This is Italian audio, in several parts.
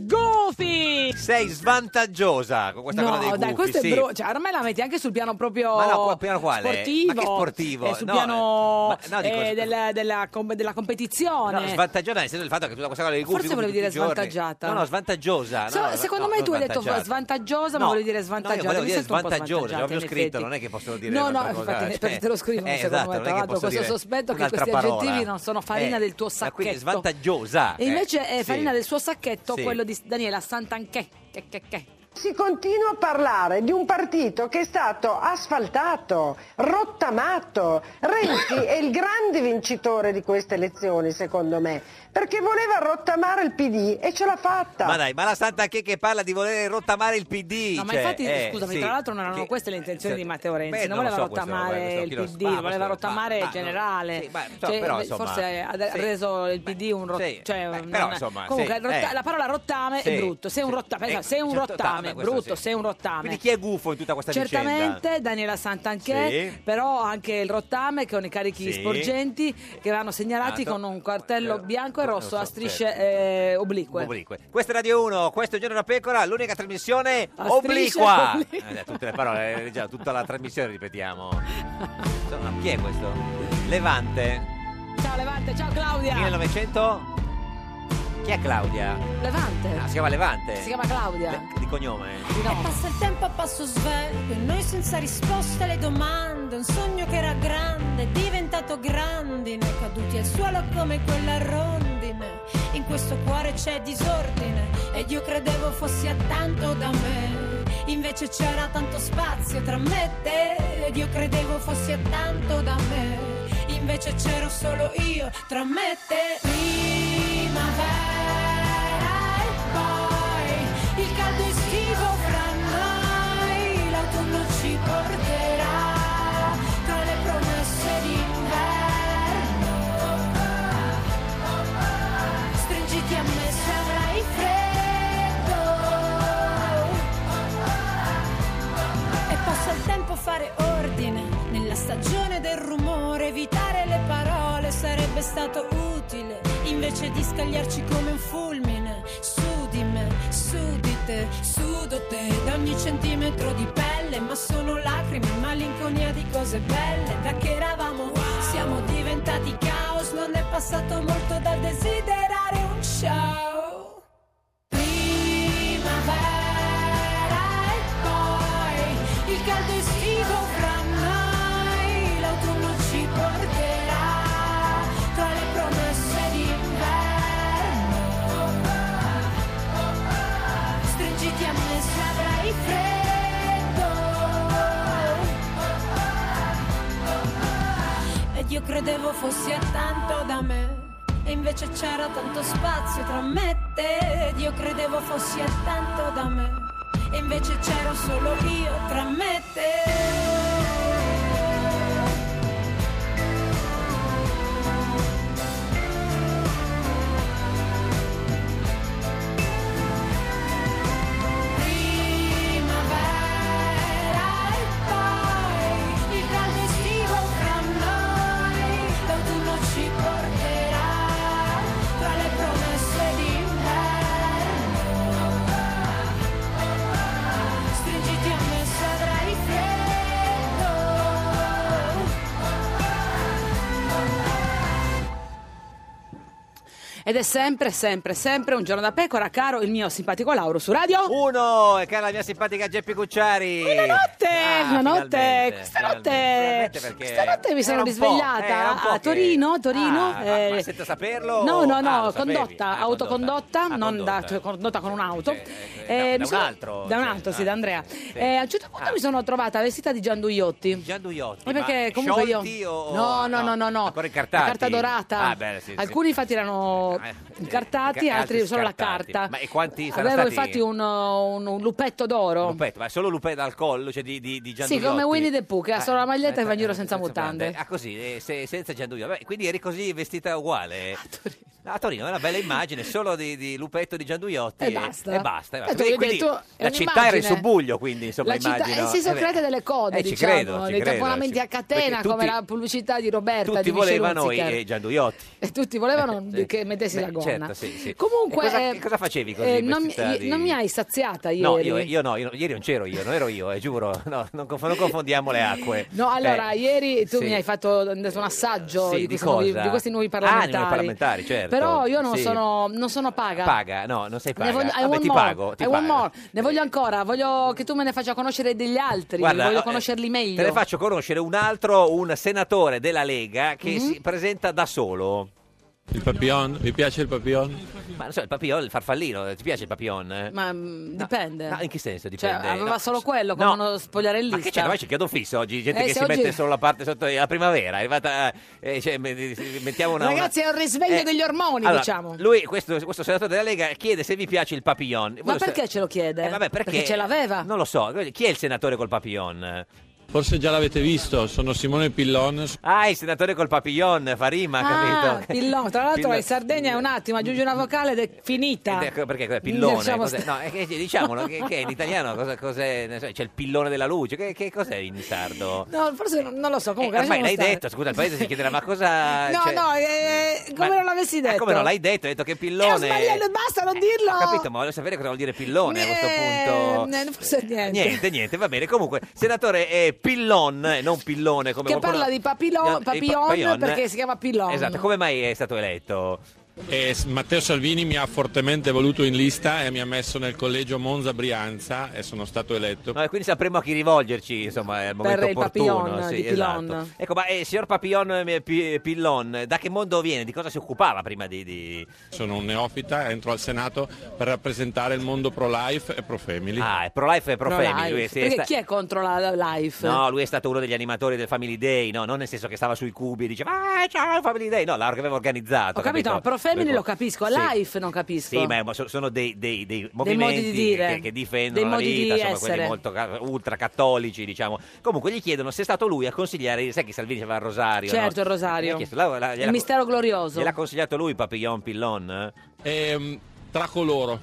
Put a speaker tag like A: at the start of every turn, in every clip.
A: Goofy!
B: Sei svantaggiosa con questa
A: no,
B: cosa dei gufi,
A: dai, questo
B: sì.
A: è brutto. Cioè, ormai la metti anche sul piano proprio
B: Ma no, qua- piano quale?
A: sportivo.
B: Ma che sportivo?
A: Eh, sul
B: No,
A: piano
B: eh, ma- no, dico-
A: eh, del- della, com- della competizione.
B: No, svantaggiata nel senso del fatto che tutta questa cosa dei gufi
A: Forse
B: gufi
A: volevi dire
B: tutti i giorni.
A: svantaggiata.
B: No, no, svantaggiata.
A: So- secondo me tu hai detto svantaggiata, ma
B: No,
A: volevi dire
B: no, io
A: svantaggiata.
B: volevo
A: Mi
B: dire
A: sento un po'
B: svantaggiosa,
A: svantaggiata,
B: l'avevo
A: in
B: scritto,
A: effetti.
B: non è che posso dire
A: No, no,
B: un'altra cosa,
A: infatti,
B: cioè,
A: perché te lo scrivo,
B: eh,
A: secondo
B: esatto,
A: me.
B: non è
A: Tra
B: che
A: l'altro,
B: posso
A: questo
B: dire
A: sospetto che
B: un'altra
A: questi aggettivi
B: parola.
A: non sono farina
B: Eh,
A: del tuo
B: ma
A: sacchetto.
B: quindi svantaggiosa,
A: E
B: eh,
A: invece è
B: sì.
A: farina del suo sacchetto
B: Sì.
A: quello di Daniela Santanchè. Che, che, che.
C: Si continua a parlare di un partito che è stato asfaltato, rottamato. Renzi è il grande vincitore di queste elezioni, secondo me, perché voleva rottamare il PD e ce l'ha fatta.
B: Ma dai, ma la Santa che che parla di voler rottamare il PD.
A: No, ma
B: cioè,
A: infatti,
B: eh,
A: scusami,
B: sì.
A: tra l'altro non erano
B: Che-
A: queste le intenzioni
B: se-
A: di Matteo Renzi,
B: Beh,
A: non
B: non lo
A: voleva
B: so questo,
A: rottamare
B: questo
A: il
B: chi lo-
A: PD,
B: ma questo-
A: voleva
B: ma-
A: rottamare
B: ma-
A: il generale. Cioè, eh,
B: sì, ma- no, però, insomma,
A: forse ha ha
B: sì.
A: reso il PD un rottame.
B: sì, beh, però, insomma,
A: comunque,
B: sì,
A: rotta-
B: eh.
A: la parola rottame
B: Sì,
A: è brutto. Sei un
B: sì.
A: rottame,
B: Eh,
A: sei un
B: certo,
A: rottame,
B: ma questo
A: brutto,
B: sì.
A: sei un rottame.
B: Quindi chi è gufo in tutta questa
A: Certamente
B: vicenda?
A: Daniela Santanchè,
B: Sì.
A: però anche il rottame con i carichi
B: Sì.
A: sporgenti che vanno segnalati
B: Nato.
A: con un cartello bianco e rosso
B: so,
A: a strisce eh, oblique.
B: Oblique. Questa è Radio 1, questo è Giorno da Pecora, l'unica trasmissione
A: A
B: obliqua.
A: strisce oblique.
B: Eh, dai, tutte le parole, eh, già, tutta la trasmissione ripetiamo. Insomma, chi è questo? Levante,
A: Ciao Levante, ciao Claudia.
B: 1900? Chi è Claudia?
A: Levante.
B: Ah, si chiama Levante.
A: Si chiama Claudia.
B: Le- di cognome.
D: E passa il tempo a passo svelto e noi senza risposta alle domande. Un sogno che era grande, è diventato grandine, caduti al suolo come quella rondine. In questo cuore c'è disordine ed io credevo fossi a tanto da me. Invece c'era tanto spazio tra me e te ed io credevo fossi a tanto da me. Invece c'ero solo io tra me e te. Primavera e poi il caldo estivo fra noi, l'autunno ci porterà tra le promesse d'inverno. Stringiti a me se avrai freddo. E posso al tempo fare ordine nella stagione del rumore, evitare le parole sarebbe stato utile, invece di scagliarci come un fulmine, su di me, su di te, sudo te da ogni centimetro di pelle, ma sono lacrime, malinconia di cose belle, da che eravamo, siamo diventati caos, non è passato molto da desiderare un ciao. Primavera e poi il caldo estivo fra noi, l'autunno ci porterà tra le promesse d'inverno. Stringiti a me se avrai freddo. Ed io credevo fossi a tanto da me. E invece c'era tanto spazio tra me e te ed io credevo fossi a tanto da me E invece c'ero solo io tra me e te Primavera e poi il caldo estivo fra noi, l'autunno ci porterà tra le promesse d'inverno. Stringiti a me se avrai freddo.
A: Ed è sempre, sempre, sempre un giorno da pecora, caro il mio simpatico Lauro su radio.
B: Uno, e cara la mia simpatica Geppi Cucciari.
A: Una notte,
B: Ah,
A: una notte,
B: finalmente,
A: questa
B: finalmente,
A: notte,
B: finalmente, perché
A: questa notte mi sono
B: era un po',
A: risvegliata
B: eh, era un po'
A: a
B: che-
A: Torino, Torino.
B: Ah, ma-
A: eh,
B: ma senza saperlo?
A: No, no,
B: Ah,
A: no,
B: lo sapevi.
A: condotta,
B: Ah,
A: autocondotta,
B: condotta. Ah,
A: non da-
B: condotta.
A: condotta con un'auto.
B: eh, da-
A: mi
B: da un
A: sono-
B: altro,
A: Da un
B: cioè,
A: altro, sì,
B: ah,
A: da Andrea.
B: sì.
A: Eh, a un certo punto
B: Ah.
A: mi sono trovata vestita di Gianduiotti.
B: Gianduiotti.
A: Eh, Perché
B: ma
A: comunque io.
B: sciolti o-
A: No, no, no, no, no.
B: Ancora
A: La
B: incartati?
A: carta dorata.
B: Ah, bene, sì, sì.
A: Alcuni infatti erano incartati,
B: eh,
A: altri
B: altri
A: solo la
B: scartati.
A: carta.
B: Ma e quanti saranno
A: Avevano
B: stati?
A: infatti un, un- un lupetto d'oro.
B: Lupetto, ma è solo Lupetto al collo, cioè di, di, di
A: Sì,
B: Gianduiotti?
A: come Winnie the Pooh, che ha
B: Ah,
A: solo la maglietta e va in giro
B: eh,
A: senza mutande.
B: Ah, così, eh, se- senza Gianduiotti. Beh, quindi eri così vestita uguale. A Torino. A Torino, è una bella immagine, solo di, di Lupetto di Gianduiotti.
A: E basta.
B: E basta. e basta.
A: Eh, tu
B: Quindi,
A: vedi,
B: quindi
A: tu- è
B: la città era in
A: un'immagine.
B: subbuglio, quindi, insomma,
A: la città,
B: immagino.
A: eh, si sono
B: beh.
A: create delle code,
B: Eh, ci
A: diciamo,
B: credo, ci
A: dei
B: credo,
A: tamponamenti
B: ci-
A: a catena,
B: perché
A: come
B: tutti-
A: la pubblicità di Roberta
B: Tutti
A: di Michele
B: volevano i
A: Hunziker.
B: eh, Gianduiotti.
A: E tutti volevano
B: Sì.
A: che mettessi
B: Beh,
A: la gonna.
B: Certo, sì, sì.
A: Comunque,
B: E cosa,
A: eh,
B: che cosa facevi così?
A: eh, non, mi-
B: vestita di-
A: non mi hai saziata ieri.
B: No, io, io no, io- ieri non c'ero io, non ero io, eh, giuro. No, non, conf- non confondiamo le acque.
A: No, allora,
B: Eh,
A: ieri tu
B: sì.
A: mi hai fatto un assaggio
B: sì,
A: di,
B: di
A: questi nuovi,
B: cosa?
A: di questi nuovi
B: Ah, di nuovi
A: parlamentari.
B: parlamentari, certo.
A: Però io non,
B: Sì.
A: sono, non sono paga.
B: Paga, no, non sei paga.
A: Ne voglio, I
B: Vabbè,
A: want
B: ti
A: more,
B: pago, ti
A: I want
B: pago.
A: more. Ne voglio ancora, voglio che tu me ne faccia conoscere degli altri,
B: Guarda,
A: voglio
B: eh,
A: conoscerli meglio.
B: Te ne faccio conoscere un altro, un senatore della Lega che
A: Mhm.
B: si presenta da solo.
E: Il papillon, vi piace il papillon?
B: Ma non so, il papillon, il farfallino, ti piace il papillon? eh?
A: Ma mh, dipende.
B: No, in che senso
A: Cioè,
B: dipende?
A: aveva
B: No.
A: solo quello come
B: No.
A: uno spogliarellista.
B: Ma che c'è? Ma c'è il chiodo fisso oggi, gente
A: Eh,
B: che
A: se
B: si
A: oggi-
B: mette solo la parte sotto la primavera. È arrivata, eh, cioè, me- mettiamo una, una-
A: Ragazzi, è un risveglio
B: Eh,
A: degli ormoni,
B: Allora,
A: diciamo.
B: Lui, questo, questo senatore della Lega, chiede se vi piace il papillon.
A: Ma
B: Voglio sa-
A: perché ce lo chiede?
B: Eh, vabbè, perché...
A: ce l'aveva.
B: Non lo so, chi è il senatore col papillon?
E: Forse già l'avete visto, sono Simone Pillon.
B: Ah, il senatore col papillon, Farima,
A: Ah,
B: capito?
A: Pillon. Tra l'altro
B: Pillon.
A: in Sardegna è un attimo, aggiungi una vocale ed è finita.
B: Eh, ecco, Perché cos'è? Pillone?
A: Diciamo
B: cos'è?
A: sta-
B: No, è che- diciamolo, che, che in italiano cosa- cos'è? Ne so, c'è il pillone della luce, che, che cos'è in sardo?
A: No, forse non, non lo so, comunque
B: Eh, ormai
A: lasciamo
B: l'hai
A: stare.
B: detto, scusa, il paese si chiederà ma cosa...
A: No,
B: cioè-
A: no, eh, come
B: Ma-
A: non l'avessi detto.
B: Ah, come non l'hai detto? Hai detto che
A: Eh, ho
B: pillone...
A: sbagliato, basta, non dirlo.
B: Ho capito, ma voglio sapere cosa vuol dire pillone a questo punto.
A: Eh, Forse niente.
B: Niente, niente, va bene. Comunque, senatore eh, Pillon, eh, non Pillone come
A: Che
B: qualcuno-
A: parla di papillon,
B: No, di eh, pa-
A: papillon perché si chiama Pillon.
B: Esatto, come mai è stato eletto?
E: E s- Matteo Salvini mi ha fortemente voluto in lista e mi ha messo nel collegio Monza Brianza e sono stato eletto.
B: No, e quindi sapremo a chi rivolgerci, insomma, al momento
A: il
B: opportuno.
A: papillon
B: sì,
A: di Pillon.
B: esatto. Ecco, ma eh, signor Papillon eh, Pi- Pillon, eh, da che mondo viene? Di cosa si occupava prima di... di-
E: Sono un neofita, entro al Senato per rappresentare il mondo pro-life e pro-family.
B: Ah, è pro-life e pro-family. lui
A: life.
B: è- sì, è
A: Perché
B: sta-
A: chi è contro la la life?
B: No, lui è stato uno degli animatori del Family Day, no, non nel senso che stava sui cubi e diceva "Ah, ciao Family Day", no, l'aveva organizzato,
A: Ho capito, ma pro family lo capisco,
B: boh. Sì.
A: life non capisco.
B: Sì, ma so- sono dei, dei- dei
A: modi di
B: movimenti
A: dire,
B: che, che difendono
A: dei
B: la
A: modi di
B: vita, insomma,
A: essere.
B: quelli molto ca- ultracattolici, diciamo. Comunque gli chiedono se è stato lui a consigliare, sai che Salvini aveva il rosario,
A: Certo,
B: no?
A: il rosario.
B: Gli ha chiesto, la- la-
A: Il
B: gliel'ha-
A: mistero glorioso.
B: Gliel'ha consigliato lui Papillon Pillon? eh?
E: Ehm, tra coloro,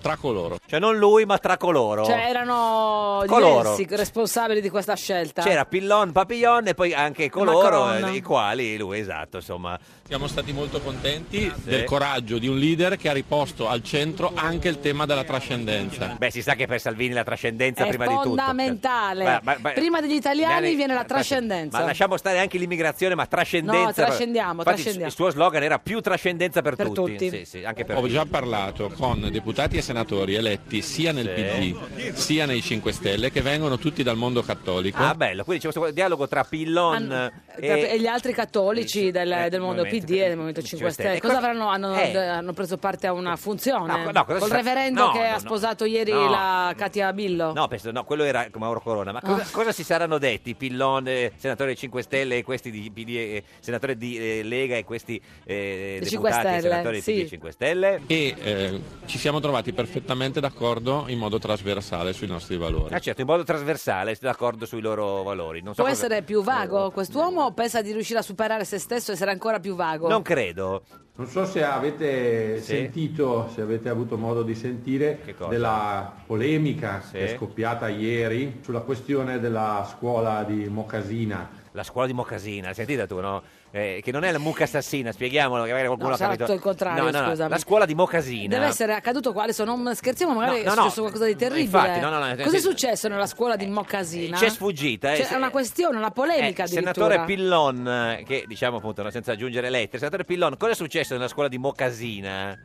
E: tra coloro.
B: Cioè non lui, ma tra coloro.
A: Cioè erano
B: Coloro.
A: diversi responsabili di questa scelta.
B: C'era Pillon, Papillon e poi anche coloro
A: Macron.
B: eh, i quali lui, esatto, insomma.
E: Siamo stati molto contenti
B: Grazie.
E: del coraggio di un leader che ha riposto al centro anche il tema della trascendenza.
B: Beh, si sa che per Salvini la trascendenza
A: È
B: prima di tutto. cioè.
A: fondamentale. Prima degli italiani viene la trascendenza.
B: Ma lasciamo stare anche l'immigrazione, ma trascendenza.
A: No, trascendiamo,
B: Infatti,
A: trascendiamo.
B: Il suo slogan era più trascendenza per,
A: Per tutti. Oh.
B: Sì, sì, anche per
E: Ho già parlato con deputati e senatori eletti sia nel
B: Sì.
E: PD sia nei 5 Stelle che vengono tutti dal mondo cattolico.
B: Ah, bello. Quindi c'è questo dialogo tra Pillon
A: Hanno-
B: e...
A: e gli altri cattolici del,
B: eh,
A: del mondo
B: movimento-
A: PD e del Movimento 5
B: 5
A: Stelle
B: Stelle.
A: cosa
B: Cosa-
A: avranno hanno,
B: Eh.
A: d- hanno preso parte a una funzione
B: No, no, cosa
A: col
B: sa-
A: reverendo
B: no,
A: che
B: no,
A: ha
B: no.
A: sposato ieri
B: No.
A: la Katia Billo
B: No, penso, no, quello era Mauro Corona. Ma cosa,
A: Ah.
B: cosa si saranno detti Pillon, eh, senatore dei 5 Stelle, e questi di PD, eh, senatore di eh, Lega e questi eh,
A: Dei
B: deputati
A: 5
B: e
A: Stelle,
B: senatori
A: sì.
B: di PD 5 Stelle?
E: E eh, ci siamo trovati perfettamente d'accordo in modo trasversale sui nostri valori.
B: Ah, certo, in modo trasversale, sono d'accordo sui loro valori. Non so
A: può
B: cosa-
A: essere più vago
B: Eh,
A: quest'uomo o pensa di riuscire a superare se stesso e essere ancora più vago
B: Non credo.
F: Non so se avete
B: Sì.
F: sentito, se avete avuto modo di sentire
B: Che cosa?
F: della polemica
B: Sì.
F: che è scoppiata ieri sulla questione della scuola di Mocasina.
B: La scuola di Mocasina, l'hai sentita tu, no? Eh, che non è la mucca assassina, spieghiamolo, che magari qualcuno
A: No,
B: ha
A: sarà
B: capito.
A: tutto il contrario,
B: No, no, no,
A: scusami.
B: La scuola di Mocasina.
A: Deve essere accaduto qua, adesso non scherziamo, magari
B: eh? No, no,
A: è successo
B: no.
A: qualcosa di terribile.
B: Infatti, no, no, no,
A: Cos'è
B: sì.
A: successo nella scuola di Moccasina?
B: Eh, C'è sfuggita, eh,
A: C'è
B: se-
A: una questione, una polemica
B: Eh,
A: addirittura.
B: senatore Pillon, eh, che diciamo appunto no, senza aggiungere lettere, senatore Pillon, cosa è successo nella scuola di Mocasina?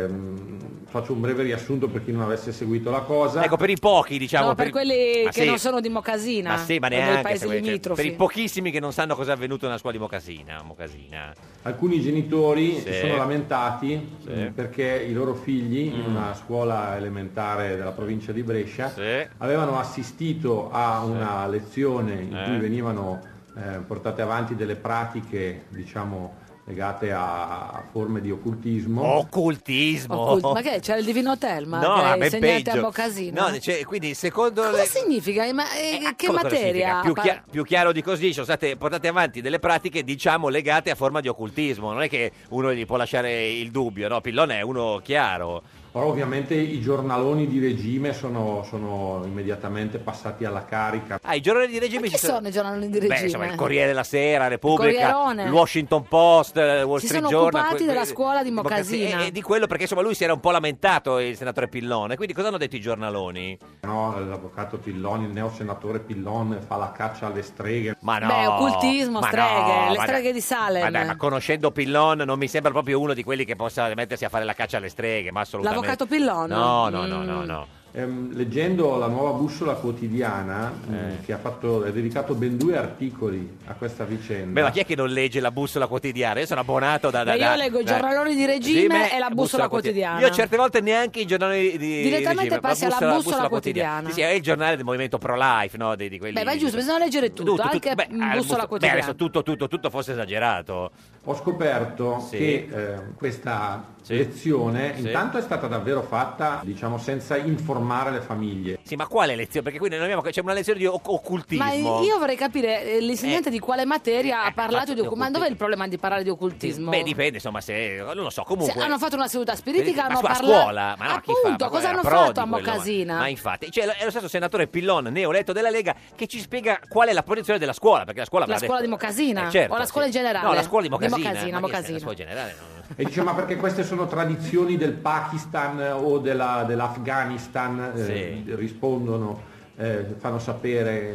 F: Ehm, faccio un breve riassunto per chi non avesse seguito la cosa.
B: Ecco, per i pochi, diciamo.
A: no, per, quelli
B: Ma
A: che
B: sì,
A: non sono di Moccasina,
B: Ma sì, ma
A: o dei
B: neanche.
A: paesi
B: se vuoi, cioè,
A: limitrofi.
B: per i pochissimi che non sanno cosa è avvenuto nella scuola di Mocasina. Mocasina.
F: Alcuni genitori
B: Sì.
F: si sono lamentati
B: Sì.
F: mh, perché i loro figli in una scuola elementare della provincia di Brescia
B: Sì.
F: avevano assistito a una lezione in
B: Eh.
F: cui venivano eh, portate avanti delle pratiche, diciamo, legate a a forme di occultismo.
B: Occultismo?
A: Occulto. Ma che è? C'era il Divino Hotel, ma
B: No, ma
A: che
B: ben
A: insegnate a
B: peggio.
A: Bocasino.
B: No, cioè, quindi secondo
A: Cosa
B: le...
A: significa? Eh, Ma eh, che
B: Come cosa
A: materia?
B: significa? Più,
A: par-
B: chia- più chiaro di così sono state portate avanti delle pratiche, diciamo, legate a forma di occultismo. Non è che uno gli può lasciare il dubbio, no? Pillone è uno chiaro.
F: Però ovviamente i giornaloni di regime sono, sono immediatamente passati alla carica.
B: Ah, i giornali di regime
A: Chi
B: ci sono.
A: sono i giornali di regime?
B: Beh, insomma, il Corriere della Sera, Repubblica,
A: Corrierone.
B: il Washington Post, il Wall
A: Si
B: Street
A: sono
B: Journal.
A: occupati
B: que-
A: della
B: que- Eh,
A: scuola di
B: Moccasini.
A: Moccasina.
B: E, e di quello perché insomma lui si era un po' lamentato, il senatore Pillone. Quindi cosa hanno detto i giornaloni?
F: No, l'avvocato Pillon, il neo senatore Pillon fa la caccia alle streghe.
B: Ma no,
A: Beh, occultismo,
B: ma
A: streghe,
B: no,
A: le
B: ma
A: streghe
B: dai-
A: di Salem.
B: Ma dai, ma conoscendo Pillon non mi sembra proprio uno di quelli che possa mettersi a fare la caccia alle streghe, ma assolutamente.
A: L'avvocato Pillon?
B: No, no, no, no,
A: Mm.
B: no.
F: Ehm, leggendo la nuova bussola quotidiana, mh,
B: Eh.
F: che ha fatto, ha dedicato ben due articoli a questa vicenda.
B: Beh, ma chi è che non legge la bussola quotidiana? Io sono abbonato da... da-
A: Beh, io
B: da-
A: leggo i
B: da-
A: giornaloni di regime e la bussola quotidiana.
B: Io certe volte neanche i giornali di
A: Direttamente
B: regime,
A: passi alla
B: la bussola,
A: bussola quotidiana.
B: Sì, sì, è il giornale del movimento pro-life, no? Di, di quelli,
A: Beh, vai giusto, bisogna leggere tutto, anche
B: beh,
A: mm,
B: al
A: bussola
B: bus- Beh,
A: quotidiana.
B: adesso tutto, tutto, tutto fosse esagerato.
F: Ho scoperto
B: Sì.
F: che ehm, questa
B: Sì.
F: lezione
B: Sì.
F: intanto è stata davvero fatta, diciamo, senza informare le famiglie.
B: Sì, ma quale lezione? Perché qui noi abbiamo, c'è una lezione di occ-
A: Ma
B: occultismo.
A: io vorrei capire eh, l'insegnante
B: Eh.
A: di quale materia ha parlato di
B: di
A: occultismo. Ma
B: occultismo.
A: dov'è il problema di parlare di occultismo?
B: Beh, dipende, insomma, se non lo so,
A: Se
B: comunque.
A: hanno fatto una seduta spiritica,
B: Ma
A: hanno
B: scu- a
A: parlato...
B: scuola, ma no, chi fa? Ma
A: Appunto,
B: quella
A: cosa hanno
B: era Prodi
A: fatto a
B: quello, ma-
A: Moccasina?
B: Ma infatti, cioè, è lo stesso senatore Pillon, neoeletto della Lega, che ci spiega qual è la posizione della scuola, perché la scuola
A: La
B: aveva
A: scuola
B: detto-
A: di Moccasina?
B: Eh, certo,
A: O la scuola
B: sì.
A: in generale?
B: No, la scuola di
A: Di
B: Moccasina.
A: Moccasina,
B: ma che
A: Moccasina.
B: La scuola in generale no.
F: E dice ma perché queste sono tradizioni del Pakistan eh, o della- dell'Afghanistan, eh, rispondono, eh, fanno sapere eh,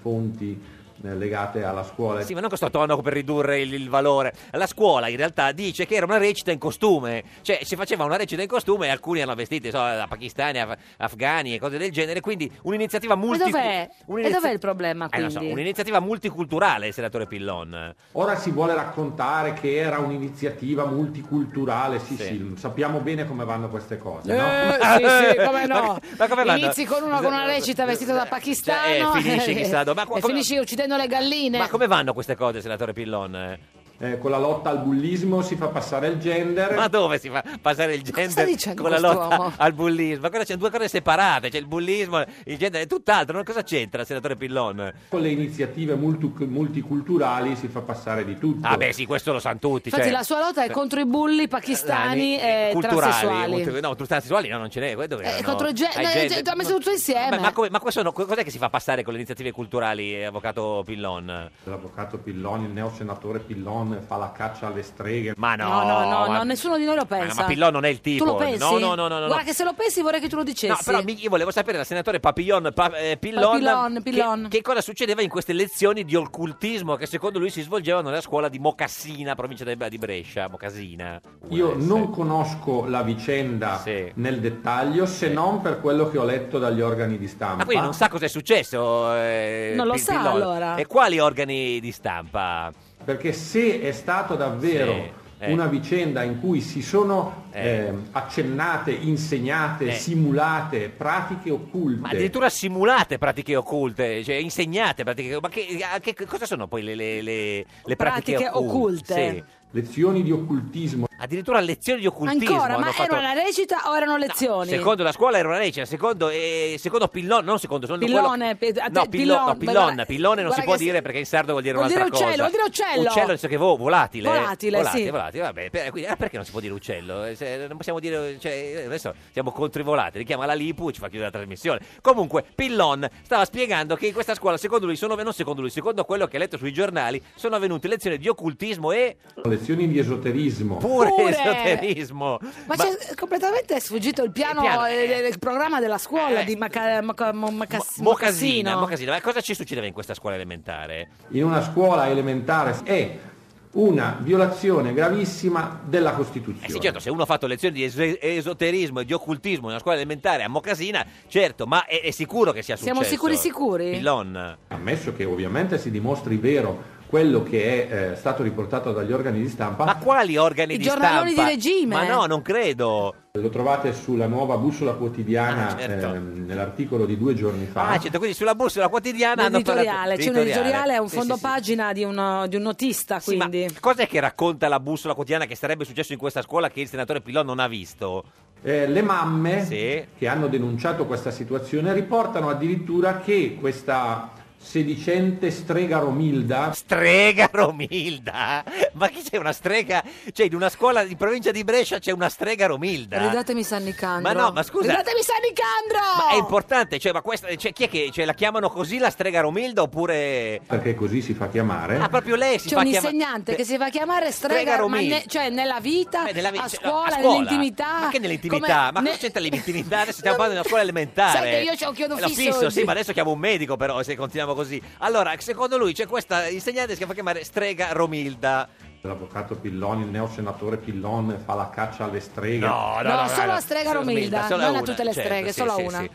F: fonti eh, legate alla scuola.
B: Sì, ma non questo tono per ridurre il, il valore. La scuola in realtà dice che era una recita in costume, cioè si faceva una recita in costume e alcuni erano vestiti so, da pakistani, af- afghani e cose del genere, quindi un'iniziativa
A: E
B: multi-
A: dov'è? E
B: un'inizi-
A: dov'è il problema
B: Eh, lo so,
A: Ah, quindi?
B: un'iniziativa multiculturale, senatore Pillon.
F: Ora si vuole raccontare che era un'iniziativa multiculturale, sì sì, sappiamo bene come vanno queste cose,
A: Eh,
F: no?
A: sì, sì, come no?
B: Ma- ma come vanno?
A: Inizi con uno con una recita vestito da pakistano
B: Cioè, eh, finisci chissà dove. Ma co-
A: e
B: come-
A: finisci uccidendo le galline.
B: Ma come vanno queste cose, senatore Pillon?
F: Eh, con la lotta al bullismo si fa passare il gender.
B: Ma dove si fa passare il
A: sta
B: gender
A: dicendo
B: con la
A: quest'uomo?
B: lotta al bullismo? Ma cosa c'è? Due cose separate, c'è il bullismo, il gender è tutt'altro, non cosa c'entra, senatore Pillon?
F: Con le iniziative multu- multiculturali si fa passare di tutto.
B: Ah beh sì, questo lo sanno tutti.
A: Infatti
B: cioè,
A: la sua lotta è contro i bulli pakistani
B: eh,
A: e transessuali.
B: ulti- no, transessuali no, non ce n'è. Dove
A: Eh,
B: erano?
A: contro il gen-
B: Ai
A: no,
B: gen-
A: cioè, tu hai messo tutto insieme.
B: Ma, ma come- ma questo no- cos'è che si fa passare con le iniziative culturali, eh, avvocato Pillon?
F: L'avvocato Pillon, il neo senatore Pillon fa la caccia alle streghe.
B: Ma no,
A: No, no, no,
B: ma-
A: no, nessuno di noi lo pensa.
B: Ah, ma Pillon non è il tipo.
A: Tu lo pensi?
B: No, no, no, no, no.
A: Guarda che se lo pensi vorrei che tu lo dicessi.
B: No, però mi- io volevo sapere dal senatore Papillon Pa- eh, Pillon,
A: Papillon,
B: che-
A: Pillon.
B: Che, cosa succedeva in queste lezioni di occultismo che secondo lui si svolgevano nella scuola di Mocassina, provincia de- di Brescia, Mocassina.
F: Io
B: US.
F: non conosco la vicenda
B: Sì.
F: nel dettaglio se non per quello che ho letto dagli organi di stampa.
B: Ma quindi non sa cosa è successo? eh,
A: Ah. Non lo
B: Pi-
A: sa,
B: Pillon.
A: allora.
B: E quali organi di stampa?
F: Perché se è stata davvero
B: Sì, eh.
F: una vicenda in cui si sono
B: Eh.
F: ehm, accennate, insegnate,
B: Eh.
F: simulate pratiche occulte.
B: Ma addirittura simulate pratiche occulte, cioè insegnate pratiche ma che, a che- che cosa sono poi le, le- le- le pratiche,
A: Pratiche occulte.
B: Sì.
F: lezioni di occultismo.
B: Addirittura lezioni di occultismo
A: Ancora,
B: hanno
A: ma
B: fatto...
A: era una recita o erano lezioni?
B: Secondo la scuola era una recita, secondo, eh, secondo Pillon, non secondo, secondo
A: Pillone,
B: quello...
A: pe- a te-
B: no, Pillon, no,
A: Pillon,
B: Pillon,
A: guarda-
B: Pillone non
A: guarda
B: si può
A: che si-
B: dire perché in sardo vuol dire
A: vuol dire
B: un'altra
A: uccello,
B: cosa.
A: vuol dire uccello.
B: Uccello nel senso che vo- volatile. eh.
A: Volatile,
B: volatile,
A: sì.
B: volatile, vabbè, per- quindi, ah, perché non si può dire uccello? Eh, se- non possiamo dire, cioè, adesso siamo contro i volatili, chiama la Lipu e ci fa chiudere la trasmissione. Comunque, Pillon stava spiegando che in questa scuola, secondo lui, sono, non secondo lui, secondo quello che ha letto sui giornali, sono avvenute lezioni di occultismo e
F: Lezioni di esoterismo.
B: pure,
A: Pure.
B: esoterismo.
A: Ma, c'è completamente sfuggito il piano,
B: Il piano,
A: eh,
B: eh.
A: del programma della scuola
B: Eh.
A: di Maca- Maca- Mo- Maca-
B: Mo- Mocasina,
A: Mocassino.
B: Mocasina, ma cosa ci succedeva in questa scuola elementare?
F: in una scuola elementare è una violazione gravissima della Costituzione.
B: Eh sì, certo, se uno ha fatto lezioni di es- esoterismo e di occultismo in una scuola elementare a Mocasina, certo, ma è, è sicuro che sia successo.
A: Siamo sicuri sicuri?
F: Ah.
B: Pillon.
F: Ammesso che ovviamente si dimostri vero quello che è eh, stato riportato dagli organi di stampa.
B: Ma quali organi
A: I
B: di stampa?
A: giornaloni di regime.
B: Ma no, non credo.
F: Lo trovate sulla nuova bussola quotidiana,
B: Ah, certo.
F: ehm, nell'articolo di due giorni fa.
B: Ah, certo, quindi sulla bussola quotidiana hanno parlato-
A: L'editoriale, c'è un editoriale, è un
B: Sì,
A: fondo
B: sì, sì.
A: pagina di, uno- di un notista,
B: Sì, ma
A: quindi.
B: cos'è che racconta la bussola quotidiana che sarebbe successo in questa scuola che il senatore Pilon non ha visto?
F: Eh, le mamme
B: Sì.
F: che hanno denunciato questa situazione riportano addirittura che questa sedicente strega Romilda
B: Strega Romilda? Ma chi c'è una strega? Cioè, in una scuola in provincia di Brescia c'è una strega Romilda.
A: Ridatemi San Nicandro.
B: Ma no, ma scusa.
A: Ridatemi San Nicandro!
B: Ma è importante, cioè, ma questa, cioè, chi è che cioè, la chiamano così la strega Romilda oppure...
F: perché così si fa chiamare
B: Ah, proprio lei si
A: C'è
B: fa eh,
A: un
B: chiamare...
A: insegnante che si fa chiamare strega,
B: Strega
A: ma
B: Romilda.
A: ne- cioè nella vita,
B: Eh, nella vi-
A: a,
B: cioè,
A: scuola,
B: a scuola?
A: nell'intimità.
B: Ma che nell'intimità?
A: come-
B: Ma
A: ne-
B: cosa c'entra l'intimità? Adesso stiamo parlando di una scuola elementare.
A: Sai che io c'ho un chiodo
B: Eh, lo
A: fisso
B: fisso,
A: oggi.
B: sì, ma adesso chiamo un medico però se continuiamo così. Allora, secondo lui c'è questa insegnante che si fa chiamare strega Romilda.
F: l'avvocato Pillon, il neo senatore Pillon fa la caccia alle streghe
B: No, no, no,
A: No,
B: no,
A: solo
B: no.
A: a strega
B: Solo
A: Romilda,
B: solo
A: non a
B: una,
A: tutte le
B: certo,
A: streghe,
B: sì,
A: solo a
B: sì,
A: una.
B: sì.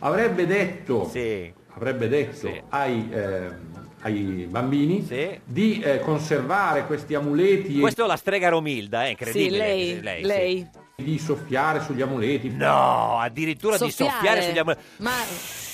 F: avrebbe detto
B: Sì.
F: avrebbe detto
B: Sì.
F: ai, ehm, ai bambini
B: Sì.
F: di eh, conservare questi amuleti
B: Questo è la strega Romilda, è incredibile.
A: Sì, lei,
B: eh,
A: lei,
B: sì.
F: e di soffiare sugli amuleti
B: No, addirittura di soffiare sugli amuleti.
A: Ma,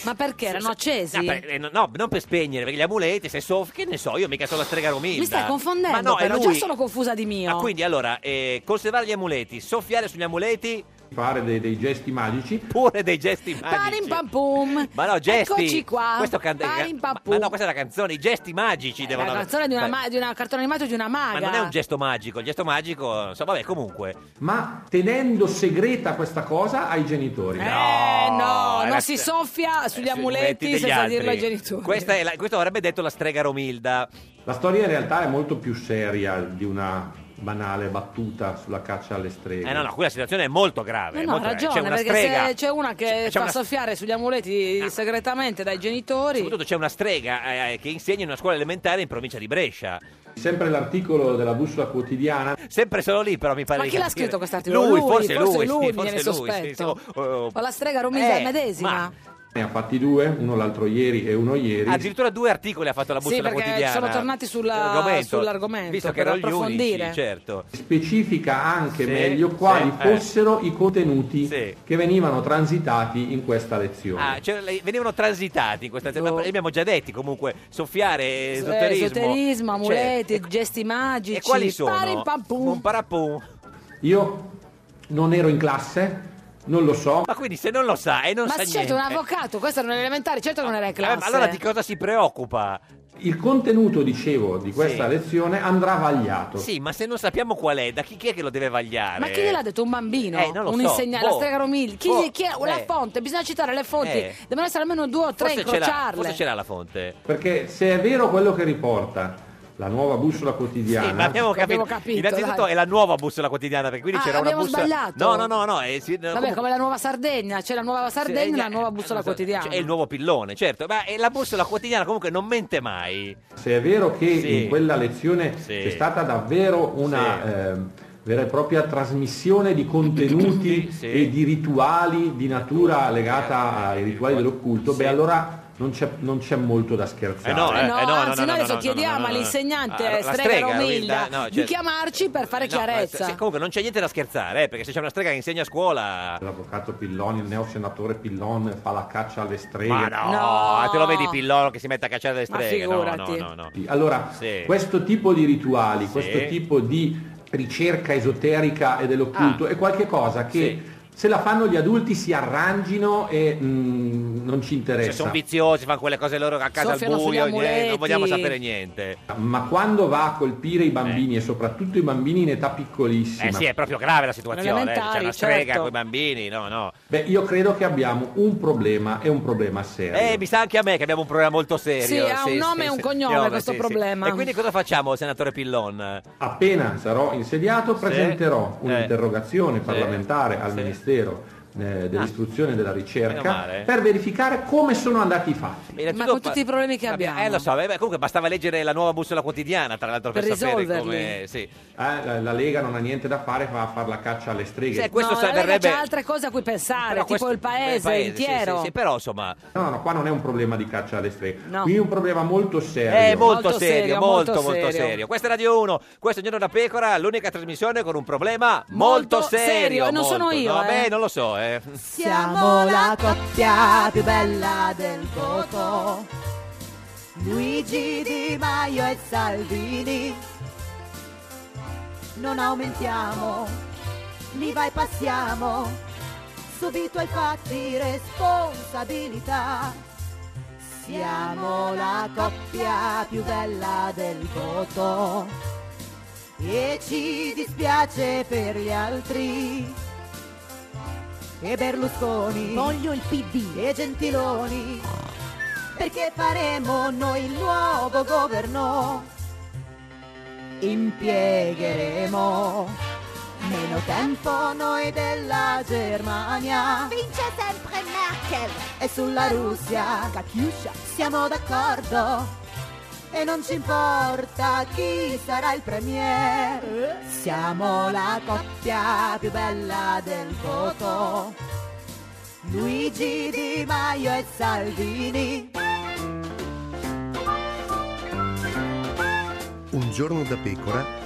A: ma perché erano accesi?
B: No, per- eh, no, no, non per spegnere, perché gli amuleti, se soff... Che ne so, io mica sono la strega Romilda.
A: Mi stai confondendo,
B: Ma no, è
A: però
B: lui...
A: già sono confusa di mio.
B: Ah, quindi allora, eh, conservare gli amuleti, soffiare sugli amuleti,
F: fare dei, dei gesti magici
B: pure dei gesti
A: Parim
B: magici.
A: pam pum.
B: Ma no, gesti.
A: Eccoci qua.
B: Questo can-
A: Parim pam
B: ma-
A: pum.
B: Ma no, questa è una canzone, i gesti magici
A: è
B: devono
A: la canzone di una,
B: Beh,
A: ma- di una cartone animato di una
B: Ma
A: maga.
B: non è un gesto magico, il gesto magico, non so, vabbè, comunque.
F: ma tenendo segreta questa cosa ai genitori
A: Eh
B: No,
A: no,
B: è
A: non
B: la-
A: si soffia sugli
B: Eh,
A: amuleti
B: degli
A: senza
B: altri.
A: dirlo ai genitori.
B: Questa è la- questo avrebbe detto la strega Romilda.
F: La storia in realtà è molto più seria di una banale battuta sulla caccia alle streghe.
B: Eh no, no, qui la situazione è molto grave.
A: No,
B: è
A: no, ha
B: molto grave.
A: ragione,
B: c'è una
A: perché
B: strega.
A: se c'è una che
B: c'è- c'è
A: fa
B: una-
A: soffiare sugli amuleti segretamente dai genitori,
B: Soprattutto c'è una strega eh, che insegna in una scuola elementare in provincia di Brescia.
F: Sempre l'articolo della bussola quotidiana
B: Sempre solo lì, però mi pare
A: Ma
B: di
A: chi l'ha
B: capire.
A: scritto quest'articolo?
B: Lui,
A: Lui,
B: forse
A: forse lui,
B: lui, sì,
A: mi
B: forse
A: viene
B: lui, sì,
A: sospetto.
B: sì, oh, oh.
A: Ma la strega Romilda è medesima.
B: ma-
F: ne ha fatti due, uno l'altro ieri e uno ieri.
B: Addirittura due articoli ha fatto la
A: Sì,
B: bussola
A: perché
B: quotidiana.
A: sono tornati sulla-
B: L'argomento,
A: sull'argomento,
B: Visto che
A: per
B: erano gli unici,
A: approfondire.
B: certo.
F: Specifica anche
B: Sì,
F: meglio quali
B: sì, eh.
F: fossero i contenuti
B: Sì.
F: che venivano transitati in questa lezione.
B: Ah, cioè, le- venivano transitati in questa ma
A: Oh.
B: li abbiamo già detti comunque soffiare,
A: Eh,
B: esoterismo,
A: esoterismo,
B: Cioè,
A: amuleti,
B: e-
A: gesti magici.
B: E quali sono?
A: Pari pam pum.
B: Un parapum.
F: Io non ero in classe, non lo so,
B: Ma quindi se non lo sa e non
A: Ma
B: sa
A: certo,
B: niente.
A: un avvocato, questo era un elementare, certo che non era in
B: Eh,
A: classe.
B: ma allora di cosa si preoccupa?
F: il contenuto, dicevo, di questa
B: Sì.
F: lezione andrà vagliato.
B: Sì, ma se non sappiamo qual è, da chi, chi è che lo deve vagliare?
A: Ma chi gliel'ha detto? Un bambino?
B: Eh, non lo
A: un
B: so.
A: insegnante?
B: Boh.
A: La strega Romilda? Chi,
B: Boh.
A: chi è? La
B: Eh.
A: fonte? Bisogna citare le fonti.
B: Eh.
A: Devono essere almeno due o tre,
B: Forse ce, l'ha,
A: incrociarle.
B: forse ce l'ha la fonte.
F: Perché se è vero quello che riporta la nuova bussola quotidiana,
B: Sì, ma abbiamo capito.
A: Abbiamo capito,
B: Innanzitutto
A: dai.
B: è la nuova bussola quotidiana, perché quindi
A: Ah,
B: c'era una
A: abbiamo
B: bussola.
A: sbagliato.
B: No, no, no, no. eh, sì, no,
A: Vabbè,
B: comunque- eh,
A: come la nuova Sardegna, c'è la nuova Sardegna e la nuova bussola quotidiana.
B: Cioè, è il nuovo pillone, certo. Ma eh, la bussola quotidiana comunque non mente mai.
F: Se è vero che
B: Sì.
F: in quella lezione
B: Sì.
F: c'è stata davvero una
B: Sì.
F: ehm, vera e propria trasmissione di contenuti
B: Sì, sì.
F: e di rituali di natura legata ai rituali dell'occulto,
B: Sì.
F: beh allora non c'è, non c'è molto da scherzare.
A: Eh no, anzi, noi adesso chiediamo all'insegnante
B: Ah, la
A: strega Romilda di chiamarci per fare
B: Eh, certo. no, ma
A: chiarezza.
B: se- comunque non c'è niente da scherzare, eh, perché se c'è una strega che insegna a scuola.
F: L'avvocato Pillon, il neo senatore Pillon fa la caccia alle streghe.
B: Ma no,
A: No.
B: te lo vedi Pillon che si mette a cacciare le
A: Ma
B: streghe. No, no,
A: figurati.
B: no, no.
F: Sì, Allora,
B: Sì.
F: questo tipo di rituali,
B: Sì.
F: questo tipo di ricerca esoterica e dell'occulto
B: Ah.
F: è qualcosa che
B: Sì.
F: se la fanno gli adulti si arrangino e mm, non ci interessa.
B: Cioè, sono viziosi, fanno quelle cose loro a casa
A: Soffiano
B: al
A: sugli
B: buio, niente, non
A: amuleti.
B: vogliamo sapere niente.
F: Ma quando va a colpire i bambini e soprattutto i bambini in età piccolissima,
B: Eh sì, è proprio grave la situazione. eh, C'è
A: Elementari,
B: una strega
A: certo.
B: con i bambini, no, no.
F: beh, io credo che abbiamo un problema e un problema serio.
B: Eh, mi sa anche a me che abbiamo un problema molto serio.
A: Sì, ha un nome e un cognome questo problema.
B: E quindi cosa facciamo, senatore Pillon?
F: Ah. Appena sarò insediato presenterò
B: Sì. Eh.
F: un'interrogazione
B: Sì.
F: parlamentare al
B: Sì. Ah.
F: Ministero eh, dell'istruzione e della
B: Meno
F: ricerca
B: male.
F: per verificare come sono andati i fatti.
B: Innanzitutto
A: con tutti i problemi che
B: vabbè,
A: abbiamo.
B: Eh, lo so, vabbè, comunque bastava leggere la nuova bussola quotidiana, tra l'altro, per,
A: Per
B: sapere
A: risolverli.
B: come... Sì.
F: Eh, la, la Lega non ha niente da fare, va a fare la caccia alle streghe.
B: Sì, questo
A: no, la Lega
B: sarebbe-
A: c'ha altre cose a cui pensare,
B: Però
A: tipo
B: questo-
A: il paese,
B: sì,
A: intero.
B: Sì, sì, però insomma...
F: No, no, qua non è un problema di caccia alle streghe.
A: No. Eh,
F: Qui è un problema molto
B: È
F: serio.
B: molto,
A: Molto
B: serio,
A: serio,
B: molto, molto,
A: molto
B: serio.
A: serio.
B: Questa è Radio 1, questo è Giorno da Pecora, l'unica trasmissione con un problema molto,
A: Molto serio, non sono
B: molto.
A: io,
B: No,
A: eh.
B: beh, non lo so, eh.
G: Siamo la coppia più bella del voto. Luigi Di Maio e Salvini. Non aumentiamo, l'IVA e passiamo. Subito ai fatti responsabilità. Siamo la coppia più bella del voto. E ci dispiace per gli altri. E Berlusconi.
H: Voglio il PD.
G: e gentiloni perché faremo noi il nuovo governo impiegheremo meno tempo noi della Germania
H: Vince sempre Merkel.
G: e sulla Russia
H: Cacchiuscia.
G: siamo d'accordo e non ci importa chi sarà il premier siamo la coppia più bella del voto Luigi Di Maio e Salvini
I: Un giorno da pecora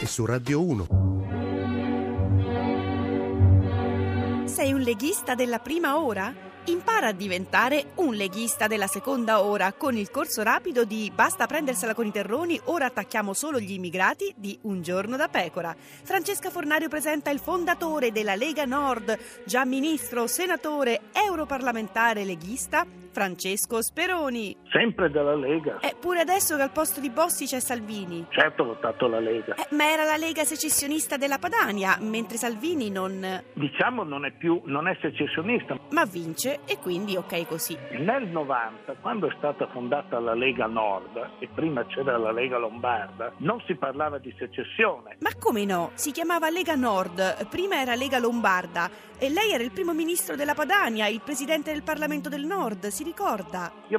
I: e su Radio 1.
J: Sei un leghista della prima ora? Impara a diventare un leghista della seconda ora con il corso rapido di Basta prendersela con i terroni, ora attacchiamo solo gli immigrati di Un giorno da pecora. Francesca Fornario presenta il fondatore della Lega Nord, già ministro, senatore, europarlamentare leghista, Francesco Speroni.
K: Sempre della Lega.
J: Eppure adesso che al posto di Bossi c'è Salvini.
K: Certo ho votato la Lega.
J: Eh, ma era la Lega secessionista della Padania, mentre Salvini non...
K: Diciamo non è più, non è secessionista.
J: ma vince e quindi ok così.
K: Nel 90, quando è stata fondata la Lega Nord, e prima c'era la Lega Lombarda, non si parlava di secessione.
J: Ma come no? Si chiamava Lega Nord, prima era Lega Lombarda e lei era il primo ministro della Padania, il presidente del Parlamento del Nord, si ricorda?
K: Io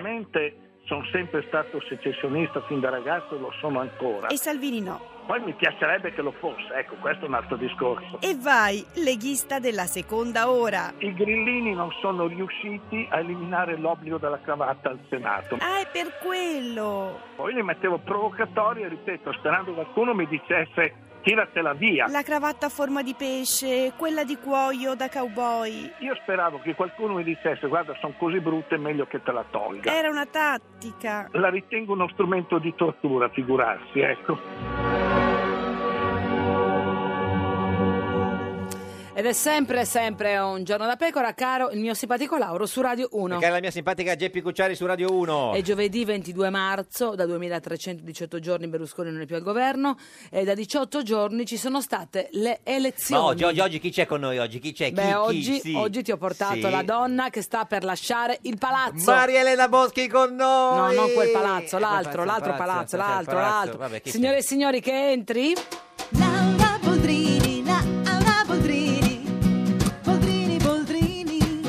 K: personalmente sono sempre stato secessionista fin da ragazzo e lo sono ancora.
J: E Salvini no.
K: Poi mi piacerebbe che lo fosse, ecco, questo è un altro discorso.
J: E vai, leghista della seconda ora.
K: I grillini non sono riusciti a eliminare l'obbligo della cravatta al Senato.
J: Ah, è per quello.
K: Poi li mettevo provocatori e ripeto, sperando qualcuno mi dicesse tiratela via.
J: La cravatta a forma di pesce, quella di cuoio da cowboy.
K: Io speravo che qualcuno mi dicesse guarda sono così brutte, meglio che te la tolga.
J: Era una tattica.
K: La ritengo uno strumento di tortura, figurarsi, ecco.
A: Ed è sempre, sempre un giorno da pecora, caro il mio simpatico Lauro su Radio 1.
B: Perché è la mia simpatica Geppi Cucciari su Radio 1.
A: È giovedì 22 marzo, da 2318 giorni Berlusconi non è più al governo e da 18 giorni ci sono state le
B: Ma
A: elezioni.
B: oggi, oggi, oggi chi c'è con noi oggi? Chi c'è? Chi-
A: Beh,
B: chi?
A: oggi,
B: Sì.
A: oggi ti ho portato
B: Sì.
A: la donna che sta per lasciare il palazzo.
B: Maria Elena Boschi con
A: No,
B: noi.
A: non quel palazzo,
B: Eh, quel cioè,
A: l'altro, l'altro palazzo, l'altro,
B: palazzo.
A: l'altro.
B: Vabbè, chi
A: Signore e signori, che entri.
G: Laura Boldrini, Laura Boldrini, Boldrini, Boldrini,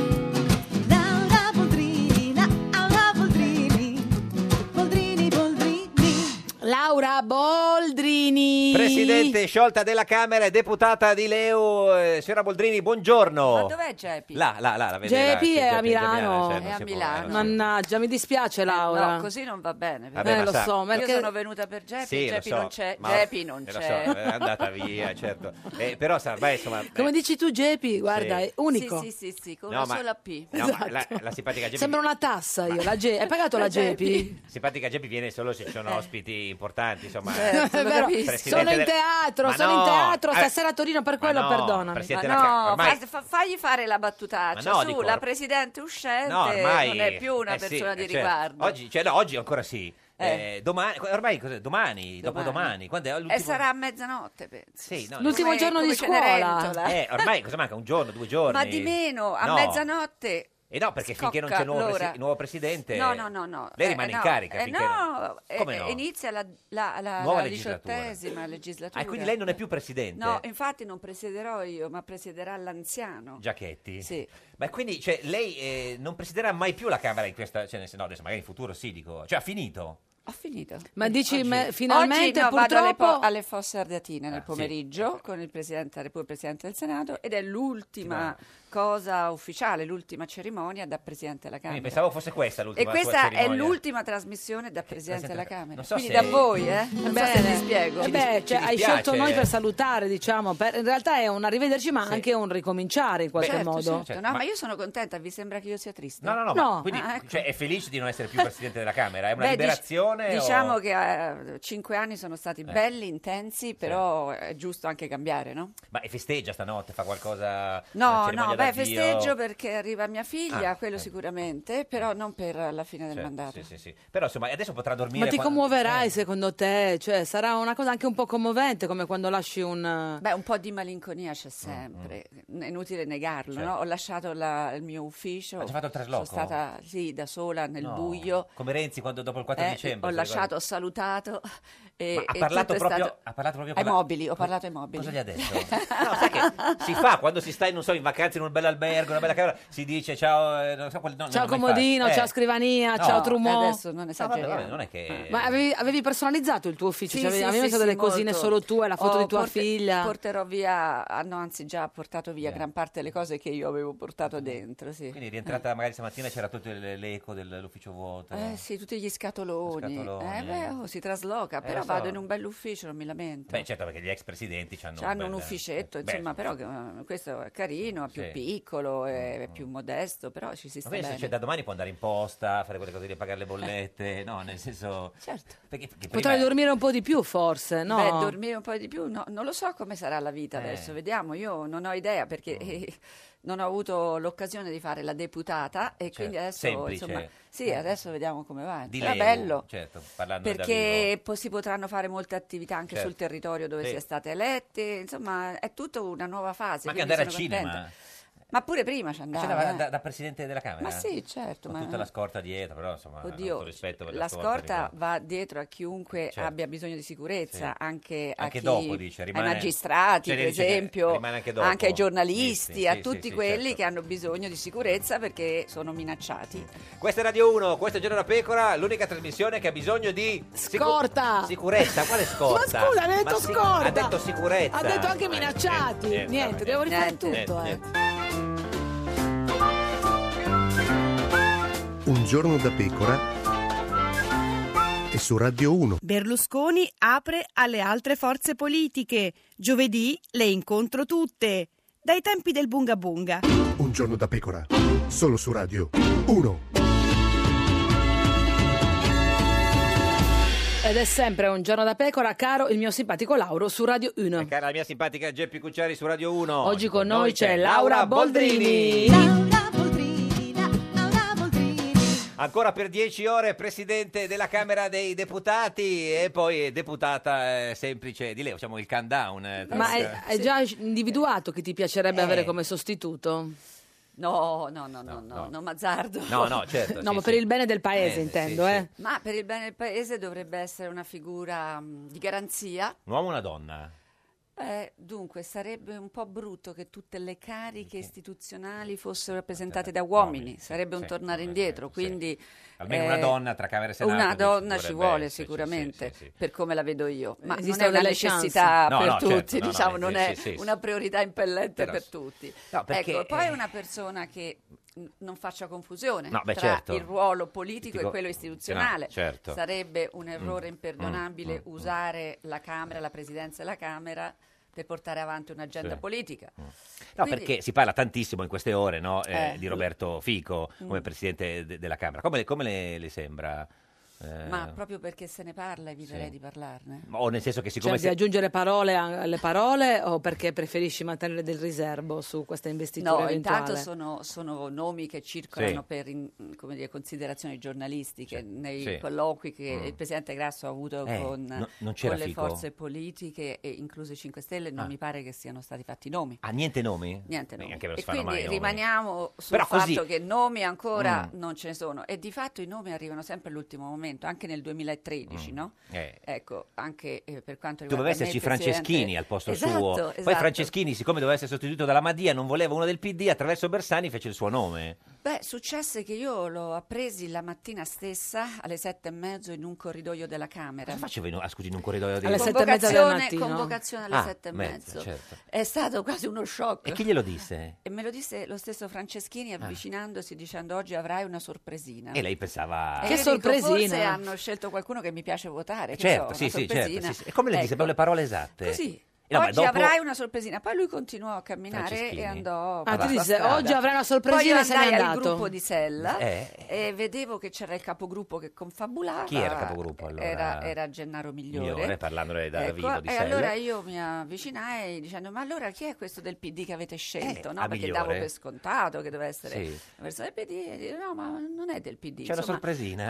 G: Laura Boldrini, Laura Boldrini, Boldrini, Boldrini.
A: Laura Boldrini.
B: Presidente sciolta della Camera e deputata di Leo, eh, signora Boldrini, buongiorno.
L: Ma dov'è Geppi?
B: Là, là, là, la vede, là,
A: Geppi
B: sì,
A: è a
B: Geppi, Geppi,
A: Milano.
B: cioè, non
L: È a
B: si può,
L: Milano. Eh,
B: eh, non si-
A: Mannaggia, mi dispiace Laura.
L: No, così non va bene.
B: Vabbè,
A: Eh,
B: ma
A: lo
B: sa-
A: so, perché
L: Io sono venuta per Geppi,
B: Sì, lo
L: Geppi
B: so,
L: non c'è,
B: ma-
L: Geppi non
B: eh, lo
L: c'è.
B: so, è andata via, certo. Eh, però sa, ormai, insomma... eh,
A: Come dici tu, Gepi? Guarda,
B: Sì.
A: è unico.
L: Sì, sì, sì, sì, con
B: no,
L: una
B: ma-
L: sola P. Esatto.
B: no, ma la, la simpatica Geppi...
A: Sembra una tassa io. La Ge- Hai pagato la Eh.
L: La
A: Gepi?
B: Simpatica Geppi viene solo se ci sono ospiti importanti, insomma...
L: Certo,
A: È
L: lo
A: vero.
L: capisco.
B: Presidente
A: Eh, Sono in
B: del-
A: teatro,
B: Ma
A: sono
B: no,
A: in teatro
B: eh,
A: stasera a Torino, per
B: ma
A: quello
B: no,
A: perdonami.
B: Presidente
L: Ma
B: della Ca-
L: no,
B: ormai-
L: fa- fa- fagli fare la battutaccia
B: Ma no,
L: su,
B: dico-
L: la presidente uscente
B: No, ormai...
L: non è più una
B: eh sì,
L: persona
B: eh,
L: di
B: certo.
L: riguardo.
B: Oggi, cioè, no, oggi ancora sì.
L: Eh.
B: Eh, domani, ormai cos'è? domani, dopodomani, quando è l'ultimo...
L: E sarà a mezzanotte, penso.
B: Sì, no,
A: L'ultimo
L: Come-
A: giorno
L: come
A: di scuola.
L: Cenerentola.
B: Eh, ormai cosa manca? Un giorno, due giorni?
L: Ma di eh. meno, a
B: No.
L: mezzanotte
B: E no, perché finché non c'è
L: Scocca
B: nuovo, presi-
L: l'ora.
B: nuovo presidente...
L: No, no, no, no.
B: Lei
L: Eh,
B: rimane in
L: no.
B: carica
L: Eh,
B: finché
L: no, eh,
B: Come no?
L: inizia la, la, la,
B: Nuova
L: la
B: legislatura.
L: diciottesima legislatura.
B: Ah, quindi lei non è più presidente?
L: No, infatti non presiederò io, ma presiederà l'anziano.
B: Giachetti?
L: Sì.
B: Ma quindi, cioè, lei eh, non presiderà mai più la Camera in questa... Cioè, nel sen- no, adesso magari in futuro sì, dico... Cioè, ha finito?
L: Ho finito.
A: Ma dici me- finalmente
L: Oggi no, vado alle,
A: purtroppo...
L: po- alle Fosse Ardeatine nel
B: Ah, sì. ecco.
L: pomeriggio con il Presidente, il Presidente del Senato ed è l'ultima cosa ufficiale, l'ultima cerimonia da Presidente della
B: Quindi
L: Camera.
B: pensavo fosse questa
L: E
B: l'ultima sua
L: questa è
B: cerimonia. Eh,
L: l'ultima trasmissione da Presidente
B: Presidente
L: della
B: della-
L: Camera.
B: non so
L: Quindi
B: se-
L: da voi, eh? Non so se vi spiego.
A: Eh beh, cioè, hai
B: dispiace. eh.
A: scelto noi per salutare, diciamo, per- in realtà è un arrivederci ma anche un ricominciare in qualche
L: Certo,
A: modo.
L: certo. No,
B: ma-
L: ma io sono contenta, vi sembra che io sia triste?
B: No, no, no, ma quindi
L: Ah, ecco.
B: cioè, è felice di non essere più presidente della Camera? È una
L: Beh, dic-
B: liberazione? o-
L: Diciamo che eh, cinque anni sono stati belli, intensi, però è giusto anche cambiare, no?
B: Ma e festeggia stanotte? Fa qualcosa? una
L: No,
B: cerimonia Cioè,
L: no, beh,
B: d'addio?
L: festeggio perché arriva mia figlia,
B: Ah,
L: quello sicuramente, però non per la fine del
B: Cioè,
L: mandato.
B: sì, sì, sì. Però insomma, adesso potrà dormire.
A: Ma ti
B: quando- eh.
A: commuoverai secondo te? Cioè, sarà una cosa anche un po' commovente come quando lasci un... eh,
L: Beh, un po' di malinconia
B: Mm,
L: c'è sempre, è inutile negarlo,
A: Certo.
L: no? Ho lasciato la- il mio ufficio,
B: Ha già fatto il
L: sono
B: trasloco?
L: stata sì, da sola nel
B: No,
L: buio,
B: Come Renzi quando dopo il 4
L: eh,
B: dicembre.
L: ho
B: se
L: lasciato, ho salutato e,
B: ricordi.
L: e
B: Ma ha, parlato
L: tutto è
B: proprio,
L: stato-
B: ha parlato proprio
L: ai
B: con la-
L: mobili, ho parlato ai mobili.
B: Cosa gli ha detto? No, sai che si fa quando si sta, non so, in vacanza in un bel albergo, una bella camera, si dice ciao, eh, non so, quel- no, no,
A: Ciao
B: non è
A: comodino,
B: fatto. Eh.
A: ciao scrivania,
B: No,
A: ciao trumò.
L: Eh, adesso non esageriamo.
B: No, vabbè, vabbè, non è che...
A: Ma avevi, avevi personalizzato il tuo ufficio?
L: Sì,
A: Cioè, avevi
L: sì,
A: avevi
L: sì,
A: messo
L: sì,
A: delle cosine
L: molto.
A: solo tue, la foto
L: Ho
A: di tua
L: porte-
A: figlia?
L: Porterò via, hanno anzi già portato via gran parte delle cose che io avevo portato dentro, sì.
B: Mm. Quindi è rientrata magari stamattina c'era tutto il- l'eco dell'ufficio vuoto.
L: Eh sì, tutti gli scatoloni.
B: Certo. Scatoloni.
L: Eh, beh, oh, si trasloca,
B: Eh,
L: però
B: lo so.
L: vado in un bell'ufficio, non mi lamento.
B: Beh, certo, perché gli ex presidenti hanno,
L: Hanno un ufficetto, insomma, però eh, questo è carino, è più
B: Sì. Mm,
L: piccolo, è, è più modesto, però ci si sta
B: Vabbè, se
L: bene.
B: c'è cioè, da domani può andare in posta, fare quelle cose lì, pagare le bollette, no, nel senso...
L: Eh. Certo.
B: Perché, perché prima-
A: Potrai dormire un po' di più forse, no?
L: Beh, dormire un po' di più, no, non lo so come sarà la vita
A: Eh.
L: adesso, vediamo, io non ho idea perché
B: Mm.
L: eh, non ho avuto l'occasione di fare la deputata e quindi adesso,
B: Certo, semplice.
L: insomma, sì,
B: Eh.
L: adesso vediamo come va.
B: Di
L: Sarà
B: Leu,
L: bello.
B: Certo, parlando da vivo.
L: Perché po- si potranno fare molte attività anche
B: Certo.
L: sul territorio dove
B: Sì.
L: si è state elette, insomma è tutta una nuova fase.
B: Ma anche
L: quindi
B: andare al
L: sono
B: cinema.
L: contenta. Ma pure prima ci
B: C'è
L: andava.
B: da,
L: eh.
B: da- da presidente della Camera?
L: Ma sì, certo,
B: eh. Con
L: ma-
B: tutta la scorta dietro, però insomma,
L: Oddio,
B: tutto eh, rispetto per la,
L: la scorta
B: dico.
L: va dietro a chiunque
B: Certo.
L: abbia bisogno di sicurezza,
B: Sì.
L: anche, a
B: Anche
L: chi-
B: dopo, dice, rimane-
L: ai magistrati,
B: cioè,
L: per
B: dice che
L: esempio,
B: rimane anche dopo.
L: ai giornalisti,
B: Sì, sì,
L: a
B: sì,
L: tutti
B: sì,
L: quelli
B: certo.
L: che hanno bisogno di sicurezza perché sono minacciati.
B: Questa è Radio 1, questo è Giorno da Pecora, l'unica trasmissione che ha bisogno di... sicu-
A: Scorta!
B: sicurezza, quale scorta?
A: Ma scusa, ha detto
B: sic-
A: scorta!
B: Ha detto sicurezza!
A: Ha detto anche minacciati.
B: Eh, eh,
A: Niente,
B: eh,
A: devo rifare
B: niente,
A: tutto,
B: niente,
A: eh.
B: niente.
I: Un giorno da pecora e su Radio 1.
J: Berlusconi apre alle altre forze politiche. Giovedì le incontro tutte. Dai tempi del Bunga Bunga.
I: Un giorno da pecora, solo su Radio 1.
A: Ed è sempre un giorno da pecora, caro il mio simpatico Lauro su Radio 1.
B: Eh, Cara la mia simpatica Geppi Cucciari su Radio 1.
A: Oggi con noi c'è Laura Boldrini.
B: Ancora per 10 ore presidente della Camera dei Deputati e poi deputata eh, semplice di lei, facciamo il countdown. eh, tra-
A: Ma è, è già individuato chi ti piacerebbe
B: Eh.
A: avere come sostituto?
L: No, no, no, no, no,
B: no.
L: non mazzardo.
B: No, no, certo.
A: No,
B: sì,
A: ma
B: sì.
A: per il bene del paese
B: Paese,
A: intendo,
B: sì,
A: eh.
L: Ma per il bene del paese dovrebbe essere una figura mh, di garanzia.
B: Un uomo o una donna?
L: Eh, dunque, sarebbe un po' brutto che tutte le cariche istituzionali fossero rappresentate da uomini, sarebbe un
B: sì,
L: tornare indietro, quindi...
B: Almeno una
L: eh,
B: donna tra Camera e Senato.
L: Una
B: quindi
L: donna ci
B: dovrebbe
L: vuole
B: esserci,
L: sicuramente,
B: sì, sì, sì.
L: per come la vedo io, ma non è
A: Esistono
L: una
A: delle chance.
L: necessità
B: No,
L: per
B: no, certo,
L: tutti,
B: no, no,
L: diciamo,
B: eh,
L: non è
B: sì, sì, sì.
L: una priorità impellente
B: Però-
L: per tutti.
B: No, perché- eh.
L: ecco, poi è una persona che mh, non faccia confusione
B: No, beh,
L: tra
B: certo.
L: il ruolo politico
B: Politico-
L: e quello istituzionale.
B: no, certo.
L: Sarebbe un errore
B: Mm,
L: imperdonabile
B: mm, mm,
L: usare la Camera, la Presidenza della Camera per portare avanti un'agenda
B: Sì. Mm.
L: politica.
B: No,
L: Quindi-
B: perché si parla tantissimo in queste ore no, eh,
L: Eh.
B: di Roberto Fico come
L: Mm.
B: presidente de- della Camera. Come, come le, le sembra? Eh,
L: Ma proprio eh. perché se ne parla eviterei
B: sì.
L: di parlarne.
B: O nel senso che
A: Cioè,
B: siccome
A: di
B: se-
A: aggiungere parole a- alle parole o perché preferisci mantenere del riservo su questa investitura
L: No,
A: eventuale?
L: intanto sono, sono nomi che circolano
A: Sì.
L: per in- come dire, considerazioni giornalistiche nei
B: sì.
L: colloqui che
B: Mm.
L: il presidente Grasso ha avuto
B: Eh,
L: con,
B: no- non c'era
L: con le
B: Fico?
L: forze politiche, e incluse i 5 Stelle, non
B: Ah.
L: mi pare che siano stati fatti nomi.
B: Ah, niente nomi?
L: Niente
B: Beh,
L: nomi.
B: Anche perché
L: E
B: si fanno
L: quindi
B: mai nomi.
L: rimaniamo sul
B: Però
L: fatto
B: così-
L: che nomi ancora
B: Mm.
L: non ce ne sono e di fatto i nomi arrivano sempre all'ultimo momento, anche nel 2013,
B: Mm.
L: no?
B: Eh.
L: Ecco, anche eh, per quanto riguarda
B: Doveva
L: me,
B: esserci
L: Presidente-
B: Franceschini al posto
L: Esatto,
B: suo. Poi
L: esatto.
B: Franceschini, siccome doveva essere sostituito dalla Madia, non voleva uno del PD, attraverso Bersani fece il suo nome.
L: Beh, successe che io l'ho appresi la mattina stessa alle sette e mezzo in un corridoio della Camera.
B: Cosa faceva in, un- ah, scusi, in un corridoio di
A: Alle sette e mezza del
L: Convocazione,
A: mattino.
L: convocazione alle
B: Ah,
L: sette e
B: mezza,
L: mezzo.
B: certo.
L: È stato quasi uno shock.
B: E chi glielo disse? Ah.
L: E me lo disse lo stesso Franceschini avvicinandosi dicendo oggi avrai una sorpresina.
B: E lei pensava...
L: E io dico, Forse hanno scelto qualcuno che mi piace votare. Eh, che
B: Certo,
L: so,
B: sì,
L: una
B: sì, certo.
L: sorpresina.
B: sì, sì. E come le disse?
L: Ecco,
B: Proprio le parole esatte.
L: Così.
B: No, ma
L: oggi
B: dopo-
L: avrai una sorpresina. Poi lui continuò a camminare
B: Franceschini.
L: e andò.
B: Ah,
L: per
B: tu
L: la sua
A: disse,
L: strada.
A: "Oggi avrai una sorpresina",
L: Poi io
A: se n'è
L: andai al
A: andato.
L: gruppo di Sella
B: Eh.
L: e vedevo che c'era il capogruppo che confabulava.
B: Chi era il capogruppo allora?
L: Ah, Era, era Gennaro Migliore.
B: Migliore, parlandone da
L: Ecco,
B: vivo di
L: e
B: Sella.
L: allora io mi avvicinai dicendo: Ma allora chi è questo del PD che avete scelto?
B: Eh,
L: no?
B: a
L: Perché
B: Migliore.
L: davo per scontato che doveva essere
B: Sì.
L: una persona del PD. E dire, no, ma non è del PD.
B: C'è una
L: Insomma,
B: sorpresina.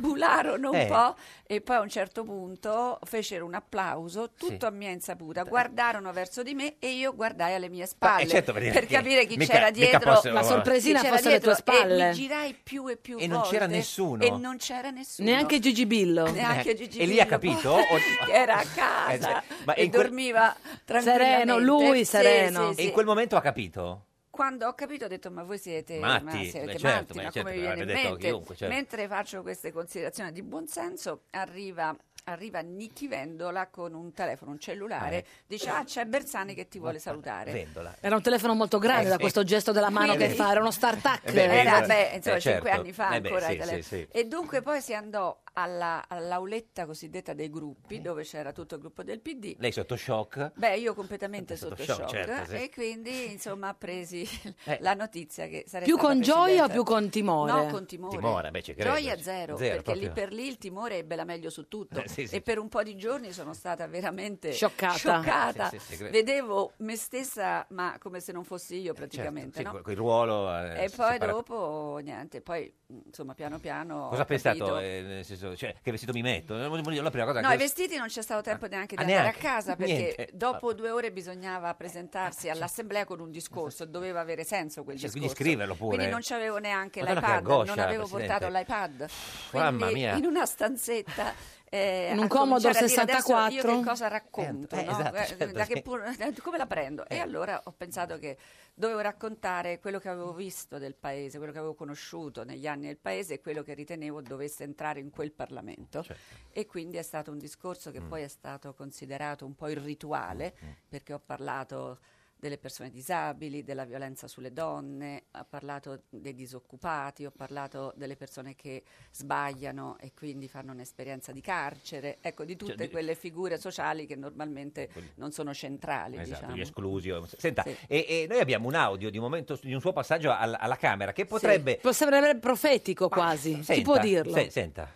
L: Confabularono un
B: Eh.
L: po' e poi a un certo punto fecero un applauso, tutto
B: Sì.
L: a mia insaputa. Guardarono verso di me e io guardai alle mie spalle
B: Eh, certo,
L: per,
B: perché-
L: capire chi
B: mica-
L: c'era
B: mica
L: dietro.
B: posso- La
A: sorpresina
L: chi c'era
A: fosse alle tue
L: dietro,
A: spalle.
L: E mi girai più e più
B: E non c'era
L: volte
B: nessuno.
L: E non c'era nessuno.
A: Neanche Gigi Billo.
L: Neanche Eh, Gigi
B: Eh, E lì
L: Billo.
B: ha capito? O-
L: Che era a
B: Eh, cioè,
L: casa
B: ma
L: e
B: in quel-
L: dormiva tranquillamente.
A: Sereno, lui
L: Sì,
A: sereno.
L: sì, sì.
B: E in quel momento ha capito?
L: Quando ho capito ho detto ma voi siete
B: Matti,
L: ma
B: beh,
L: siete
B: certo,
L: matti,
B: ma
L: ma
B: certo,
L: come vi viene in
B: avrebbe detto
L: mente?
B: chiunque, certo.
L: Mentre faccio queste considerazioni di buonsenso arriva arriva Nichi Vendola con un telefono, un cellulare,
A: Eh.
L: dice ah c'è Bersani che ti vuole salutare.
B: Vendola.
A: Era un telefono molto grande
B: Eh,
A: da
B: sì.
A: questo gesto della mano
L: Quindi-
A: che fa, era uno startup.
B: Eh beh,
L: Era,
B: Vendola-
L: beh, insomma,
B: eh,
L: cinque
B: certo.
L: anni fa
B: Eh beh,
L: ancora.
B: sì,
L: i telefoni.
B: sì, sì.
L: E dunque poi si andò alla- all'auletta cosiddetta dei gruppi, dove c'era tutto il gruppo del PD.
B: Lei sotto shock? Certo,
L: Beh, io completamente
B: Sotto
L: sotto
B: shock,
L: shock,
B: certo, sì.
L: e quindi insomma presi
B: Eh.
L: la notizia che sarebbe
A: Più con gioia o più con timore?
L: No, con timore.
B: Timore, beh, ci credo.
L: Gioia zero,
B: Zero,
L: perché
B: proprio.
L: lì per lì il timore ebbe la meglio su tutto.
B: Eh, sì, sì.
L: E per un po' di giorni sono stata veramente
A: Scioccata.
L: scioccata.
B: Sì, sì, sì, credo. Eh, certo.
L: Vedevo me stessa, ma come se non fossi io praticamente, no?
B: Con il ruolo... eh,
L: E poi
B: separato.
L: dopo niente, poi insomma piano piano...
B: Cosa
L: ho
B: ha pensato?
L: capito.
B: eh, nel senso, cioè, che vestito mi metto? Non voglio- La prima cosa
L: No,
B: che...
L: i vestiti non c'è stato tempo neanche di
B: Ah,
L: andare
B: neanche?
L: a casa perché
B: Niente.
L: dopo due ore bisognava presentarsi all'assemblea con un discorso, doveva avere senso quel
B: Cioè,
L: discorso.
B: Esatto. quindi scriverlo pure.
L: Quindi non c'avevo neanche
B: Madonna, che
L: l'iPad,
B: angoscia,
L: non avevo
B: Presidente.
L: portato l'iPad.
B: Mamma
L: Quindi
B: mia.
L: in una stanzetta eh,
A: In un
L: a
A: Commodore
L: cominciare a dire, "Adesso Io
A: 64?
L: che cosa racconto?
A: Eh,
L: no?
A: esatto,
L: Eh,
A: certo,
L: da che
A: sì.
L: pu- come la prendo? E allora ho pensato che dovevo raccontare quello che avevo visto del paese, quello che avevo conosciuto negli anni del paese e quello che ritenevo dovesse entrare in quel Parlamento. E quindi è stato un discorso che poi è stato considerato un po' il rituale, perché ho parlato delle persone disabili, della violenza sulle donne, ho parlato dei disoccupati, ho parlato delle persone che sbagliano e quindi fanno un'esperienza di carcere, ecco di tutte
B: di-
L: quelle figure sociali che normalmente non sono centrali.
B: Esatto,
L: diciamo.
B: gli esclusi. o- Senta,
L: Sì.
B: e, e noi abbiamo un audio di un, momento, di un suo passaggio alla, alla Camera che potrebbe...
A: Può sembrare profetico quasi. Chi
B: Senta,
A: può dirlo?
B: se-
L: Eh,
B: senta.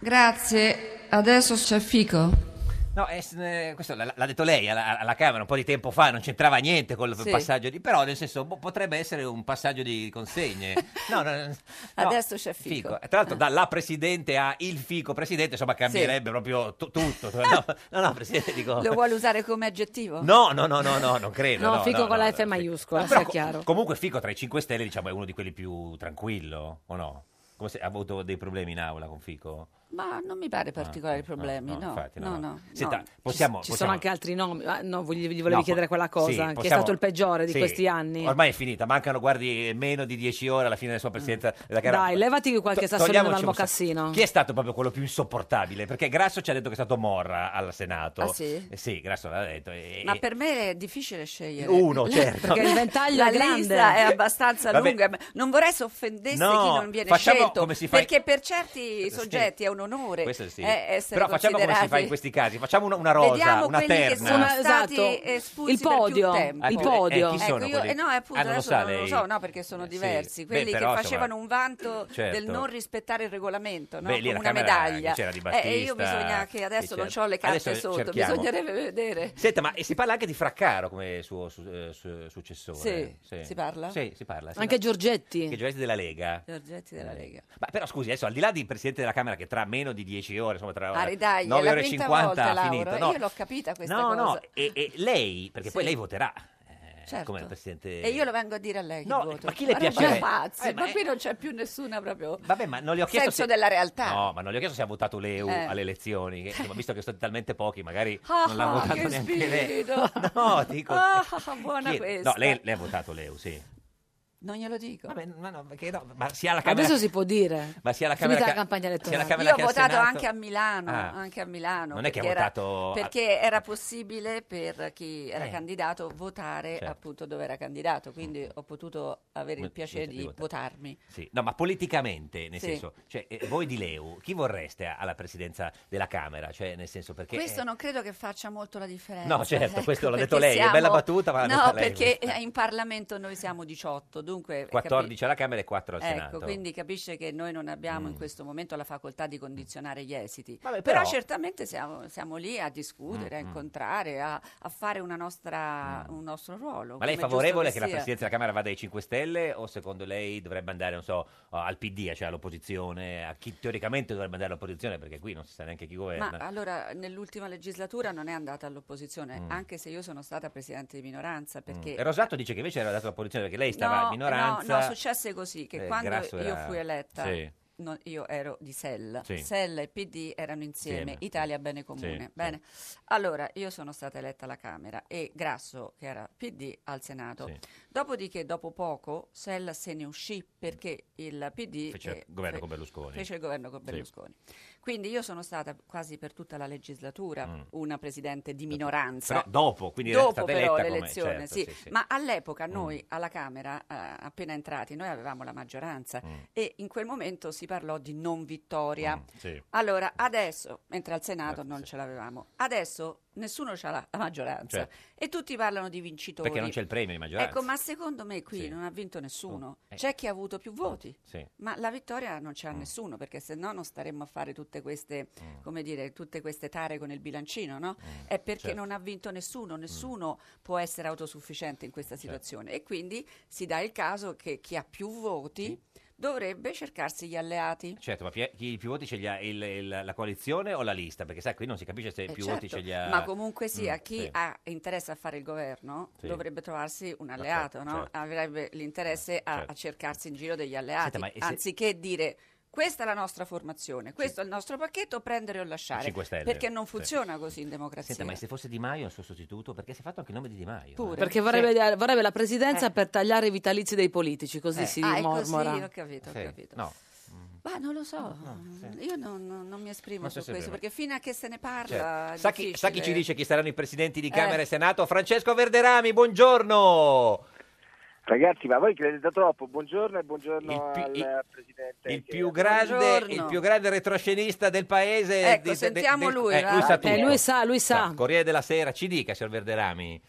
M: Grazie, adesso c'è Fico.
B: No, eh, s- eh, questo l- l'ha detto lei alla, alla Camera un po' di tempo fa, non c'entrava niente col
L: Sì.
B: passaggio di... Però, nel senso, boh, potrebbe essere un passaggio di consegne. No, no, no,
L: Adesso c'è
B: Fico.
L: Fico.
B: Tra l'altro, dalla Presidente a il Fico Presidente, insomma, cambierebbe proprio tu- tutto. No, no, no, Presidente, dico...
L: Lo vuole usare come aggettivo?
B: No, no, no, no, no, non credo.
A: No,
B: no,
A: fico
B: no,
A: con
B: no.
A: la F maiuscola,
B: Però
A: sia
B: co-
A: chiaro.
B: Comunque Fico tra i 5 Stelle diciamo è uno di quelli più tranquillo, o no? Come se ha avuto dei problemi in aula con Fico?
L: Ma non mi pare particolari
B: no,
L: problemi,
B: Ah, eh, no,
L: no.
B: infatti, no,
L: no,
B: no.
L: no,
B: Senta,
L: no.
B: possiamo-
A: Ci
B: possiamo-
A: sono anche altri nomi. Ah, no, voglio- gli volevi
B: No,
A: chiedere quella
B: sì,
A: cosa, che è
B: possiamo-
A: stato il peggiore di
B: sì,
A: questi anni.
B: Ormai è finita, mancano, guardi, meno di 10 ore alla fine della sua presidenza. della Camera.
A: Mm. Dai, levati qualche
B: To-
A: sassolino
B: togliamoci
A: dal
B: un sa-
A: mocassino.
B: Chi è stato proprio quello più insopportabile? Perché Grasso ci ha detto che è stato Morra al Senato.
L: Ah, sì?
B: Eh, sì, Grasso l'ha detto. e-
L: Ma
B: e-
L: per me è difficile scegliere.
B: Uno, certo.
A: Perché il ventaglio
L: la
A: è grande.
L: lista è abbastanza
B: Vabbè.
L: lunga. ma Non vorrei soffendesse
B: No,
L: chi non viene
B: facciamo
L: scelto.
B: come si fa-
L: Perché per certi soggetti è un un onore
B: Questo sì.
L: eh, essere
B: Però facciamo come si fa in
L: considerati-
B: questi casi, facciamo una, una rosa,
L: Vediamo
B: una
L: quelli che
B: terna.
L: sono stati
A: Esatto.
L: espulsi
A: Il podio,
L: per più tempo.
B: il Ah, chi- podio. eh, chi sono
L: ecco, io,
B: quelli?
L: eh, no, appunto,
B: Ah, non lo
L: adesso
B: sa
L: non lo
B: lei? Eh,
L: so, no, perché sono
B: sì.
L: diversi.
B: Beh,
L: Quelli
B: però,
L: che
B: insomma,
L: facevano un vanto del
B: certo.
L: non rispettare il regolamento, no?
B: Beh, lì
L: come
B: alla
L: una
B: Camera
L: medaglia.
B: c'era Di
L: Eh, e io
B: Battista,
L: bisogna che adesso
B: sì,
L: non
B: certo.
L: ho le carte
B: Adesso
L: sotto,
B: cerchiamo.
L: bisognerebbe vedere.
B: Senta, ma e si parla anche di Fraccaro come suo su- eh, su- successore.
L: Sì, si parla?
B: Sì, si parla. sì,
A: Anche
B: no?
A: Giorgetti.
B: Anche Giorgetti della Lega.
L: Giorgetti della Lega.
B: Ma però scusi, adesso al di là di Presidente della Camera che tra meno di 10 ore, insomma tra
L: Ah, ridagli, è
B: 9
L: la
B: ore e
L: quinta
B: 50
L: volta,
B: ha
L: Lauro.
B: finito. No,
L: Io l'ho capita questa
B: no,
L: cosa.
B: no, e, e lei, perché poi
L: Sì.
B: lei voterà eh,
L: Certo.
B: come Presidente...
L: E io lo vengo a dire a lei il voto.
B: ma chi le
L: roba da
B: piacerebbe?
L: pazzi,
B: Eh, ma
L: ma
B: è-
L: qui non c'è più nessuna proprio
B: Vabbè, ma non le ho chiesto...
L: senso
B: se-
L: della realtà.
B: No, ma non le ho chiesto se ha votato l'EU
L: Eh.
B: alle elezioni, che, insomma, visto che sono stati talmente pochi, magari
L: Ah,
B: non l'ha votato
L: che
B: neanche lei.
L: sfido.
B: No, dico...
L: Ah, buona
B: chi-
L: questa.
B: No, lei, lei ha votato l'EU, sì.
L: Non glielo dico.
B: ma no, perché no, ma sia alla Camera...
A: Adesso si può dire.
B: Ma sia
A: Finita
B: alla Camera...
A: la
B: che-
A: campagna elettorale.
B: sia alla Camera
L: Io ho
B: che al
L: votato
B: Senato-
L: anche a Milano,
B: Ah.
L: anche a Milano.
B: Non è che ha
L: perché era-
B: votato-
L: Perché era possibile per chi era
B: Eh.
L: candidato votare
B: Certo. Mm.
L: appunto dove era candidato, quindi ho potuto avere il piacere
B: di
L: di votarmi.
B: Sì, no, ma politicamente, nel
L: Sì.
B: senso, cioè, eh, voi di Leu, chi vorreste a- alla presidenza della Camera? Cioè, nel senso, perché...
L: Questo
B: eh,
L: non credo che faccia molto la differenza.
B: No, certo,
L: ecco,
B: questo l'ha
L: perché
B: detto lei, è
L: siamo-
B: bella battuta, ma l'ha
L: No,
B: detta lei
L: perché
B: questa.
L: in Parlamento noi siamo 18, dunque... eh, capi-
B: 14 alla Camera e 4 al
L: ecco,
B: Senato.
L: quindi capisce che noi non abbiamo in
B: Mm.
L: questo momento la facoltà di condizionare gli esiti.
B: però-
L: però... certamente siamo, siamo lì a discutere, a
B: Mm, mm.
L: incontrare, a, a fare una nostra- un nostro ruolo.
B: Ma
L: come è
B: lei è
L: giusto
B: favorevole che la
L: sia.
B: presidenza della Camera vada ai 5 Stelle o secondo lei dovrebbe andare, non so, al PD, cioè all'opposizione, a chi teoricamente dovrebbe andare all'opposizione perché qui non si sa neanche chi governa.
L: Ma allora nell'ultima legislatura non è andata all'opposizione,
B: Mm.
L: anche se io sono stata presidente di minoranza perché
B: E Rosato dice che invece era dato all'opposizione perché lei stava in minoranza.
L: No, no, successe così che
B: Eh,
L: quando
B: Grasso
L: io
B: era-
L: fui eletta,
B: Sì.
L: non- io ero di Sella,
B: Sì.
L: Sella e PD erano insieme,
B: Insieme, sì.
L: Italia Bene Comune.
B: Sì,
L: Bene. Allora, io sono stata eletta alla Camera e Grasso, che era PD, al Senato.
B: Sì.
L: Dopodiché, dopo poco, Sella se ne uscì perché il PD...
B: Fece il
L: eh,
B: governo
L: fe-
B: con Berlusconi.
L: Fece il governo con
B: Sì.
L: Berlusconi. Quindi io sono stata quasi per tutta la legislatura
B: Mm.
L: una presidente di minoranza.
B: Però dopo, quindi era
L: dopo
B: stata
L: però
B: eletta come-
L: l'elezione,
B: certo,
L: sì.
B: sì, sì.
L: Ma all'epoca
B: Mm.
L: noi alla Camera, eh, appena entrati, noi avevamo la maggioranza
B: Mm.
L: e in quel momento si parlò di non vittoria.
B: Sì.
L: Allora, adesso, mentre al Senato
B: Certo,
L: non ce l'avevamo, adesso nessuno ha la, la maggioranza
B: Certo.
L: e tutti parlano di vincitori.
B: Perché non c'è il premio di maggioranza.
L: Ecco, ma secondo me qui
B: Sì.
L: non ha vinto nessuno.
B: Mm. Eh.
L: C'è chi ha avuto più voti.
B: Sì.
L: Ma la vittoria non c'è a nessuno, perché se no non staremmo a fare tutte queste, come dire, tutte queste tare con il bilancino, no? È perché
B: certo.
L: non ha vinto nessuno, nessuno può essere autosufficiente in questa situazione. E quindi si dà il caso che chi ha più voti dovrebbe cercarsi gli alleati.
B: Certo, ma pi- chi più voti ce li ha il- il- la coalizione o la lista? Perché sai, qui non si capisce se
L: Eh,
B: più
L: certo,
B: voti ce li ha...
L: Ma comunque sia,
B: Mm,
L: chi
B: sì.
L: ha interesse a fare il governo
B: Sì.
L: dovrebbe trovarsi un alleato, no?
B: certo.
L: avrebbe l'interesse a,
B: certo.
L: a cercarsi in giro degli alleati,
B: Senta, ma e se-
L: anziché dire questa è la nostra formazione, questo è il nostro pacchetto, prendere o lasciare,
B: Cinque Stelle.
L: perché non
B: Sì.
L: funziona così in democrazia.
B: Senta, ma se fosse Di Maio il suo sostituto, perché si è fatto anche il nome di Di Maio? eh.
L: Pure.
A: Perché vorrebbe, vorrebbe la presidenza per tagliare i vitalizi dei politici, così
B: Eh.
A: si
L: Ah, è così,
A: mormora.
L: ho capito, ho
B: Sì,
L: capito.
B: No,
L: Ma non lo so,
B: Ah,
L: Mm,
B: sì.
L: io non, non- non mi esprimo
B: Non si
L: su questo,
B: esprime.
L: perché fino a che se ne parla...
B: certo.
L: è
B: sa, chi, sa chi ci
L: difficile.
B: dice chi saranno i presidenti di Camera
L: Eh.
B: e Senato? Francesco Verderami, buongiorno!
N: Ragazzi, ma voi credete troppo. Buongiorno e buongiorno
B: pi-
N: al
B: il-
N: Presidente.
B: Il più, grande,
N: Buongiorno.
B: il più grande retroscenista del paese.
A: Ecco,
B: de- de-
A: sentiamo
B: del-
A: lui,
B: eh,
A: va?
B: lui sa
A: Eh,
B: tutto.
A: lui sa, lui sa.
B: Corriere della Sera, ci dica, signor Verderami.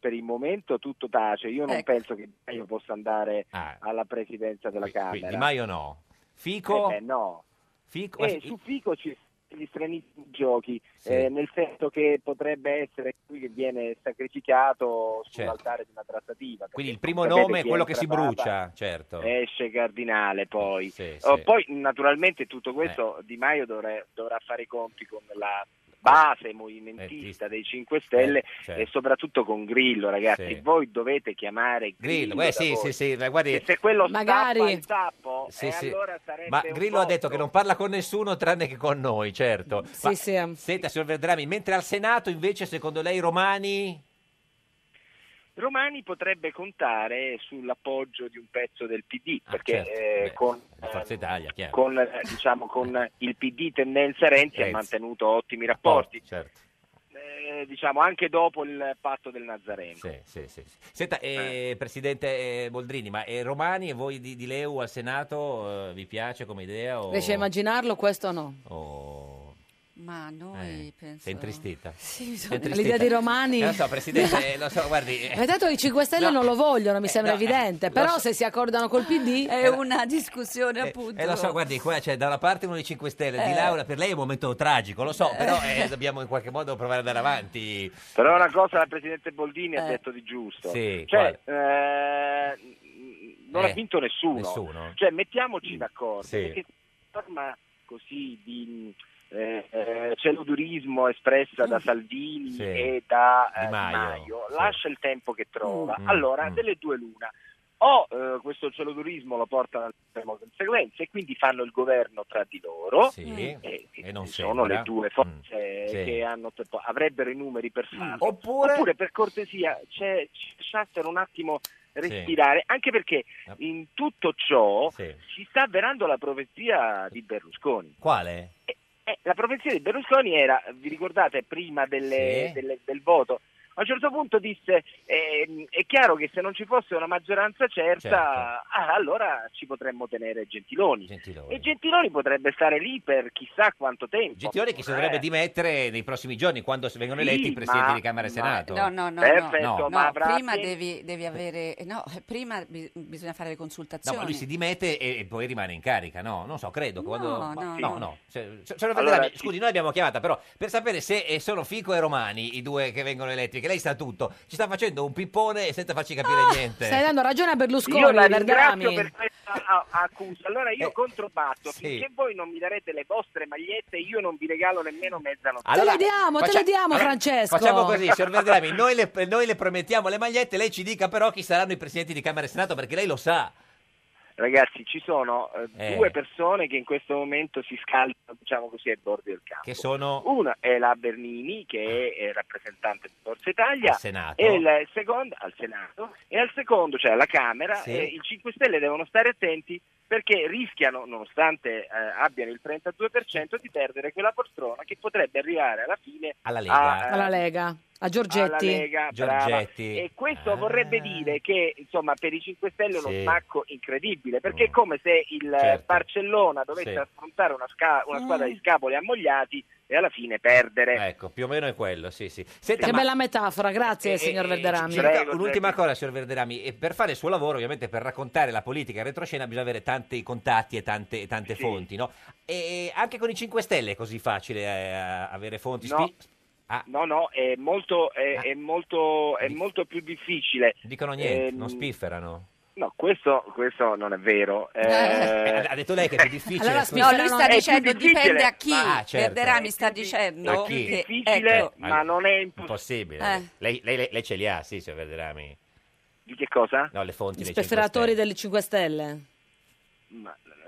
N: Per il momento tutto tace. Io non
B: Ecco.
N: penso che Di Maio possa andare alla Presidenza della
B: Ah. Qui,
N: Camera.
B: Di Maio no. Fico?
N: Eh beh, no.
B: Fico?
N: Eh, su Fico ci sono gli stranissimi giochi, eh, nel senso che potrebbe essere lui che viene sacrificato sull'altare di una trattativa. perché
B: Certo. Quindi il primo
N: sapete
B: nome è
N: chi
B: quello che si
N: trattata.
B: brucia, certo.
N: Esce Cardinale poi.
B: Sì,
N: Oh,
B: Eh, sì. Eh.
N: poi naturalmente tutto questo Di Maio dovrà, dovrà fare i conti con la base movimentista dei 5 Stelle
B: Eh, certo.
N: e soprattutto con Grillo ragazzi
B: Sì.
N: voi dovete chiamare Grillo,
B: Grillo, eh,
N: da
B: sì,
N: voi.
B: sì, sì, ma guardi,
N: se, se quello
A: Magari.
N: stappa il tappo
B: Sì,
N: e
B: sì.
N: allora sarete
B: ma
N: un
B: Grillo ha detto che non parla con nessuno tranne che con noi, certo. Ma, Senta, signor Verderami, mentre al Senato invece, secondo lei, i Romani...
N: Romani potrebbe contare sull'appoggio di un pezzo del PD, perché
B: certo.
N: eh,
B: Beh,
N: con,
B: Forza Italia, chiaro.
N: con, eh, diciamo, con il PD tendenza Renzi ha
B: Renzi. Oh,
N: mantenuto ottimi rapporti.
B: Certo.
N: Eh, eh, diciamo anche dopo il patto del Nazareno.
B: Sì, sì, sì. sì. Senta, eh, Presidente eh, Boldrini, ma eh, Romani e voi di, di Leu al Senato eh, vi piace come idea? O...
A: Riesci a immaginarlo questo o no?
B: o- eh,
L: Ma noi penso...
B: Sei intristita?
L: Sì,
B: Sei
L: sono-
B: intristita?
A: L'idea di Romani-
B: Eh, Lo so, Presidente, eh, lo so, guardi... eh,
A: Ma tanto i 5 Stelle
B: No.
A: non lo vogliono, mi
B: Eh,
A: sembra
B: no, eh,
A: evidente,
B: lo
A: però
B: so.
A: se si accordano col PD...
L: È una discussione appunto.
B: Eh, lo so, guardi, qua c'è da una parte uno dei 5 Stelle, di
L: Eh.
B: Laura, per lei è un momento tragico, lo so, però eh, dobbiamo in qualche modo provare ad andare avanti.
N: Però una cosa la Presidente Boldini ha detto di giusto.
B: Sì,
N: Cioè, eh, non
B: Eh,
N: ha vinto nessuno.
B: nessuno. Mm.
N: Cioè, mettiamoci d'accordo.
B: Sì.
N: Perché la forma così di eh, eh, celodurismo espressa da Salvini
B: Mm. Sì.
N: e da eh,
B: Di
N: Di Maio,
B: Maio, sì.
N: lascia il tempo che trova.
B: Mm,
N: allora,
B: mm.
N: delle due l'una. O eh, questo celodurismo lo portano alle estreme conseguenze e quindi fanno il governo tra di loro
B: Sì,
N: e,
B: e non
N: sono
B: sembra. Mm.
N: le due forze
B: sì.
N: Cioè,
B: Mm.
N: che hanno, avrebbero i numeri per farlo.
B: Oppure,
N: per cortesia c'è, ci lasciassero un attimo respirare, anche perché in tutto ciò
B: Sì.
N: si sta avverando la profezia di Berlusconi.
B: Quale?
N: Eh, la profezia di Berlusconi era, vi ricordate, prima delle-
B: Sì.
N: delle- del voto, a un certo punto disse, ehm, è chiaro che se non ci fosse una maggioranza certa,
B: Certo.
N: ah, allora ci potremmo tenere Gentiloni.
B: Gentiloni.
N: E Gentiloni potrebbe stare lì per chissà quanto tempo.
B: Gentiloni che si
N: Eh.
B: dovrebbe dimettere nei prossimi giorni quando vengono
N: Sì,
B: eletti i presidenti
N: ma-
B: di Camera e
N: ma- Eh,
B: Senato.
L: No, no, no,
B: Perfetto,
L: no,
B: ma
L: no,
B: avrà
L: prima
B: tempo-
L: devi, devi avere... No, prima bi- bisogna fare le
B: No,
L: consultazioni.
B: ma lui si dimette e, e poi rimane in carica, no? Non so, credo. che quando-
L: No,
B: ma-
L: no,
B: no.
L: no.
B: no. Se- se- signora Valderrani,
L: Allora,
B: scusi, noi abbiamo chiamata però per sapere se eh, sono Fico e Romani i due che vengono eletti, che lei sa tutto. Ci sta facendo un pippone senza farci capire niente.
A: Ah, Stai dando ragione a Berlusconi,
N: Io la
A: Verderami.
N: ringrazio per questa a- accusa. Allora io controbatto,
B: Eh, sì.
N: finché voi non mi darete le vostre magliette io non vi regalo nemmeno mezza notte.
B: Allora,
A: le diamo, te le diamo, Francesco.
B: Facciamo così, signor Verderami, noi le, noi le promettiamo le magliette, lei ci dica però chi saranno i presidenti di Camera e Senato perché lei lo sa.
N: Ragazzi, ci sono eh,
B: Eh.
N: due persone che in questo momento si scaldano, diciamo così, ai bordi del campo.
B: Che sono
N: Una è la Bernini, che è eh, rappresentante di Forza Italia,
B: Al Senato.
N: e il secondo, al Senato, e al secondo, cioè alla Camera,
B: Sì.
N: eh, i 5 Stelle devono stare attenti perché rischiano, nonostante eh, abbiano il 32%, di perdere quella poltrona che potrebbe arrivare alla fine
B: alla
N: a,
B: Lega.
A: Alla Lega, a
N: Ah, eh. alla
A: Giorgetti.
N: Lega, brava.
B: Giorgetti. Ah.
N: E questo vorrebbe dire che insomma per i 5 Stelle è uno
B: Sì. Mm.
N: smacco incredibile, perché è come se il
B: Certo.
N: Barcellona dovesse
B: Sì.
N: affrontare una, sca- una squadra
B: Mm.
N: di scapoli ammogliati e alla fine perdere.
B: Ecco, più o meno è quello, sì, sì. Senta,
A: Che
B: ma-
A: bella metafora, grazie
B: Eh,
A: signor
B: eh,
A: Verderami.
B: ci dica un'ultima cosa, signor Verderami, e per fare il suo lavoro, ovviamente per raccontare la politica in retroscena bisogna avere tanti contatti e tante, e tante fonti, no? E anche con i 5 Stelle è così facile eh, avere fonti.
N: No.
B: Spi- Ah.
N: No, no, è molto, è, è molto, è molto più difficile.
B: Dicono niente,
N: Ehm,
B: non spifferano.
N: No, questo, questo non è vero.
B: Eh, ha detto lei che è più difficile, Allora, scusi.
L: No, lui sta
N: È più
L: dicendo
N: difficile,
L: dipende a chi.
N: ma-
B: Ah, certo.
L: Verderami sta dicendo
B: A chi? Eh,
L: che-
N: Difficile,
L: ecco,
N: ma non è
B: impossibile.
L: Eh.
B: Lei, lei, lei- lei ce li ha, sì, signor Verderami.
N: Di che cosa?
B: No, le fonti
A: Gli
B: dei 5 Stelle.
A: sperferatori delle 5 Stelle.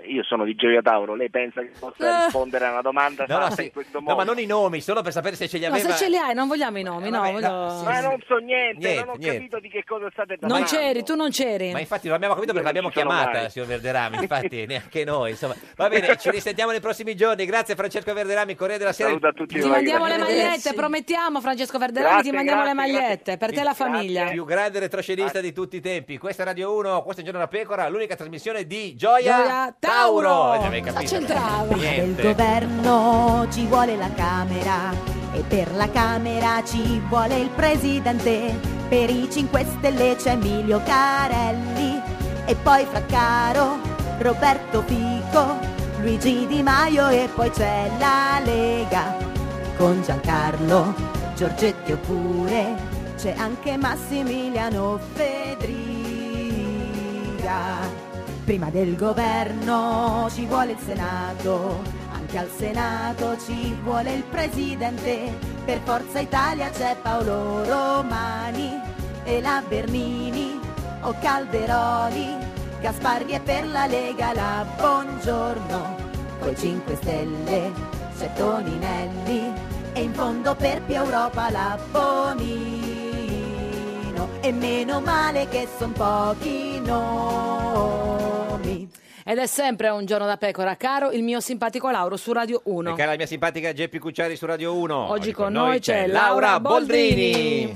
N: Io sono di Gioia Tauro, lei pensa che possa rispondere a una domanda
B: No, no,
N: fatta
B: sì.
N: in questo
B: No,
N: modo?
B: ma non i nomi, solo per sapere se ce li
A: No,
B: aveva. Eh,
A: se ce li hai, non vogliamo i nomi, no, voglio-
N: Ma non so niente,
B: Niente,
N: non ho
B: niente.
N: capito di che cosa state parlando.
A: Non c'eri, tu non c'eri.
B: Ma infatti non abbiamo capito perché l'abbiamo
N: ci sono
B: chiamata,
N: mai.
B: signor Verderami, infatti neanche noi, insomma. Va bene, ci risentiamo nei prossimi giorni. Grazie Francesco Verderami, Corriere della Sera.
N: Saluto a tutti
A: Ti mandiamo le
N: Eh,
A: magliette, promettiamo Francesco Verderami,
B: Grazie,
A: ti mandiamo le
B: grazie,
A: magliette, per te e la famiglia.
B: Più grande retroscenista di tutti i tempi. Questa è Radio 1, questa è Giorno da Pecora, l'unica trasmissione di Gioia,
A: Gioia
B: Tauro.
A: Tauro.
B: Eh, non avevi capito.
A: C'entrava.
G: Del
B: Niente.
G: governo ci vuole la Camera e per la Camera ci vuole il Presidente. Per i 5 Stelle c'è Emilio Carelli e poi Fraccaro, Roberto Fico, Luigi Di Maio e poi c'è la Lega con Giancarlo, Giorgetti oppure c'è anche Massimiliano Fedriga. Prima del governo ci vuole il Senato, anche al Senato ci vuole il Presidente, per Forza Italia c'è Paolo Romani e la Bernini o Calderoli, Gasparri e per la Lega la Buongiorno, coi 5 Stelle c'è Toninelli e in fondo per più Europa la Bonino e meno male che son pochi nomi.
A: Ed è sempre un giorno da pecora, caro il mio simpatico Lauro su Radio 1.
B: E cara la mia simpatica Geppi Cucciari su Radio 1.
A: Oggi con noi c'è Laura Boldrini.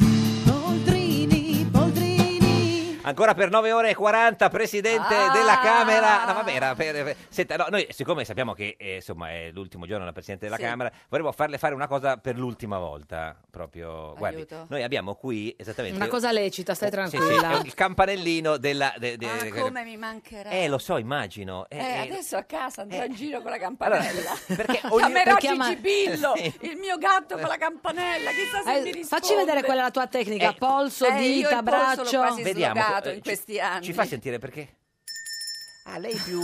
B: Ancora per 9 ore e 40, presidente
L: Ah.
B: della Camera. No, vabbè, era per- per- senta, no, noi siccome sappiamo che eh, insomma è l'ultimo giorno della presidente della
H: Sì.
B: Camera, vorremmo farle fare una cosa per l'ultima volta. Proprio, guardi,
A: Aiuto.
B: noi abbiamo qui esattamente Oh,
A: Una cosa lecita, stai
B: Sì, sì,
A: tranquilla.
B: il campanellino della. de- de- de-
L: Ah, Come mi mancherà.
B: eh, lo so, immagino. Eh,
L: Eh,
B: eh,
L: adesso a casa andrò in giro con la campanella. perché
A: ogni-
L: Chiamerò
A: perché ama-
L: Gigi Pillo,
A: Sì.
L: il mio gatto con la campanella, chissà se
A: Eh,
L: mi risponde.
A: facci vedere quella la tua tecnica,
L: Eh,
A: polso,
L: eh, io il
A: dita,
L: polso l'ho
A: braccio.
L: quasi
B: Vediamo,
L: slogato
B: eh,
L: in
B: ci-
L: questi anni.
B: Ci fa sentire perché? Ah, lei più.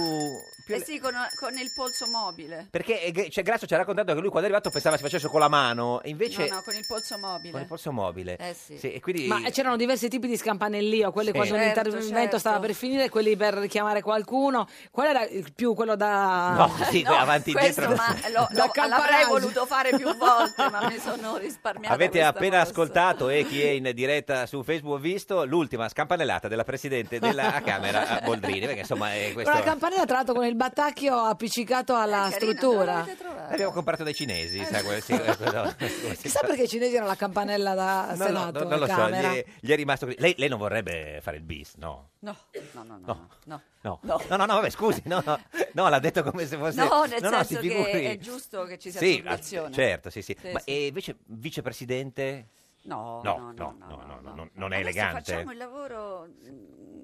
B: più-
L: Eh sì, con, con il polso mobile.
B: Perché eh, cioè, Grasso ci ha raccontato che lui quando è arrivato pensava si facesse con la mano, e invece
L: No, no, con il polso mobile.
B: con il polso mobile.
L: Eh sì.
B: e quindi...
A: Ma c'erano diversi tipi di scampanellio, quelli
B: Sì.
A: quando
B: Certo,
A: l'intervento
L: certo.
A: stava per finire, quelli per richiamare qualcuno. Qual era il più quello da...
B: No, sì, que- avanti e
L: Questo
B: dietro.
L: ma lo,
A: Da
L: lo- l'avrei
A: campanaccio.
L: voluto fare più volte, ma mi sono risparmiata.
B: Avete
L: questa
B: appena
L: mossa.
B: ascoltato e chi è in diretta su Facebook ha visto l'ultima scampanellata della Presidente della Camera eh, Boldrini, perché insomma è questo...
A: Una campanella tra l'altro con il battacchio appiccicato alla struttura.
B: L'abbiamo comprato dai cinesi, sai, quel- sì, questo- no, come si
A: Chissà
B: fa?
A: perché i cinesi hanno la campanella da
B: No, no,
A: Senato,
B: no, non lo so,
A: Camera.
B: gli è, gli è rimasto così. Lei, lei non vorrebbe fare il bis, no?
L: No, no, no, no.
B: No.
L: no.
B: No. no, no, no, vabbè, scusi, no, no, no, l'ha detto come se fosse...
L: No, nel
B: si
L: senso
B: figuri.
L: che è giusto che ci sia
B: Sì,
L: turbazione.
B: ah, certo, sì, sì.
L: Sì,
B: Ma
L: sì.
B: e invece vicepresidente?
L: No,
B: no,
L: no,
B: no, no, no, no, non è
L: Adesso
B: elegante.
L: facciamo il lavoro mh,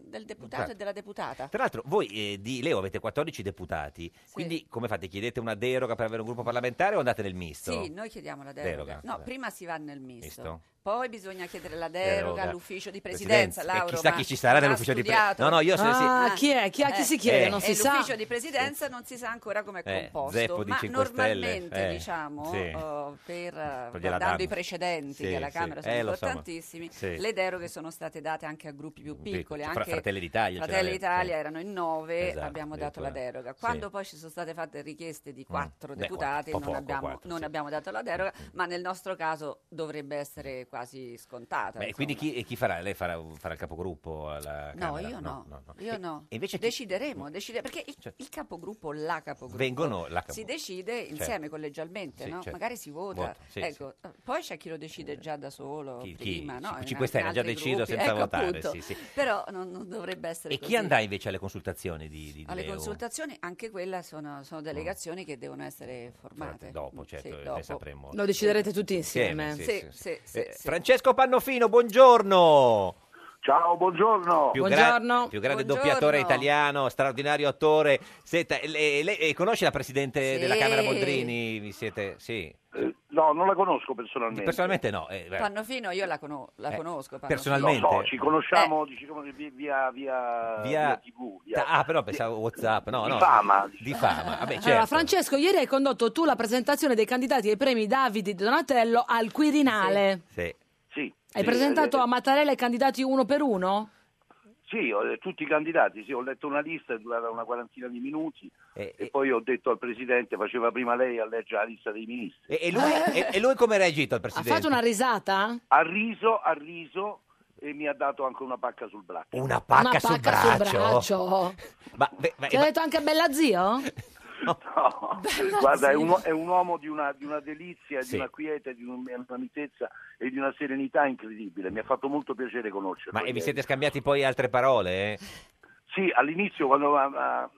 L: del deputato e della deputata.
B: Tra l'altro, voi eh, di Leo avete 14 deputati, quindi come fate? Chiedete una deroga per avere un gruppo parlamentare o andate nel misto?
L: Sì, noi chiediamo la deroga.
B: Deroga,
L: No,
B: vabbè.
L: prima si va nel misto.
B: Misto.
L: Poi bisogna chiedere la deroga,
B: Deroga.
L: all'ufficio di presidenza,
B: Presidenza. E
L: Lauro.
B: chissà
L: ma
B: chi ci sarà
L: non ha
B: nell'ufficio di pre-
L: studiato.
B: No, no, io se- sì.
A: Ah, chi è? Chi, a chi
L: Eh,
A: si chiede?
B: eh.
A: Non
L: e
A: si sa.
L: l'ufficio di presidenza non si sa ancora come è
B: Eh,
L: composto,
B: zeppo di
L: ma
B: Cinque Stelle,
L: normalmente
B: eh,
L: diciamo,
B: sì.
L: eh, per, eh,
B: Poi gliela danno.
L: guardando i precedenti
B: Sì,
L: che alla
B: sì.
L: Camera sono
B: Eh, lo so, ma-
L: importantissimi,
B: sì.
L: le deroghe sono state date anche a gruppi più piccoli,
B: Fra-
L: anche
B: Fratelli d'Italia ce
L: Fratelli
B: l'aveva,
L: d'Italia
B: sì.
L: erano in nove,
B: Esatto,
L: abbiamo dato la
B: addirittura.
L: deroga.
B: Sì.
L: Quando poi ci sono state fatte richieste di quattro
B: Beh,
L: deputati,
B: quattro, po'
L: non,
B: poco,
L: abbiamo,
B: quattro,
L: non
B: sì. Mm.
L: abbiamo dato la deroga, ma nel nostro caso dovrebbe essere quasi scontata.
B: Beh,
L: insomma.
B: quindi chi, e chi farà? Lei farà, farà il capogruppo alla
L: No,
B: Camera?
L: io no,
B: E-
L: io no.
B: e invece chi- Mm. Cioè
L: decideremo, decide- perché il, il capogruppo, la capogruppo,
B: Vengono la
L: si
B: capogruppo.
L: decide insieme
B: Certo.
L: collegialmente,
B: Sì,
L: no?
B: certo.
L: magari si vota.
B: Vota, sì, Eh,
L: ecco. Poi c'è chi lo decide già da solo,
B: Chi- chi?
L: prima, no?
B: Cinque
L: In-
B: Stelle
L: in
B: ha già
L: altri
B: deciso
L: gruppi,
B: senza
L: ecco,
B: votare,
L: appunto.
B: sì, sì.
L: Però non, non dovrebbe essere
B: E
L: così.
B: chi andrà invece alle consultazioni di, di, di
L: alle
B: Leo? Mm.
L: consultazioni, anche quelle sono, sono delegazioni che devono essere formate.
B: Dopo, certo,
L: Sì,
B: ne
L: dopo.
B: sapremo.
A: Lo deciderete tutti insieme.
L: sì,
B: Insieme, sì,
L: sì, sì,
B: Eh,
L: sì.
B: Francesco Pannofino, buongiorno.
O: Ciao, buongiorno.
B: Più, gra-
L: Buongiorno.
B: più grande
L: Buongiorno.
B: doppiatore italiano, straordinario attore. Senta, lei, lei conosce la presidente
L: Sì.
B: della Camera Boldrini? Vi siete? Sì.
O: No, non la conosco personalmente.
B: Personalmente no. eh, beh,
L: Pannofino io la, cono- la
B: Eh,
L: conosco. Eh. Pannofino.
B: personalmente.
O: Lo so, ci conosciamo diciamo, vi- via, via,
B: Via-
O: via TV.
B: ta- ah, però pensavo Whatsapp. No,
O: Di
B: no.
O: fama,
B: Di fama. Vabbè, certo.
A: Allora, Francesco, ieri hai condotto tu la presentazione dei candidati ai premi Davide Donatello al Quirinale.
B: Sì.
O: Sì. sì,
A: Hai presentato
O: eh,
A: a Mattarella i candidati uno per uno?
O: Sì, ho- eh, tutti i candidati, sì, ho letto una lista, è durata una quarantina di minuti
B: e,
O: poi ho detto al Presidente, faceva prima lei a leggere la lista dei ministri.
B: E, e lui,
A: Ah.
B: e, e lui come ha reagito al
A: Ha
B: presidente?
A: fatto una risata?
O: Ha riso, ha riso e mi ha dato anche una pacca sul braccio.
B: Una pacca,
A: Una
B: sul,
A: pacca
B: braccio.
A: sul braccio.
B: Ma, beh, ma-
A: Ti ha
B: ma-
A: detto anche bella zio?
O: No, guarda, è un, è un uomo di una, di una delizia,
B: Sì.
O: di una quiete, di un- una mitezza e di una serenità incredibile. Mi ha fatto molto piacere conoscerlo. Eh,
B: ma- e vi
O: ieri.
B: siete scambiati poi altre parole? eh?
O: Sì, all'inizio quando mi ha- mi ha-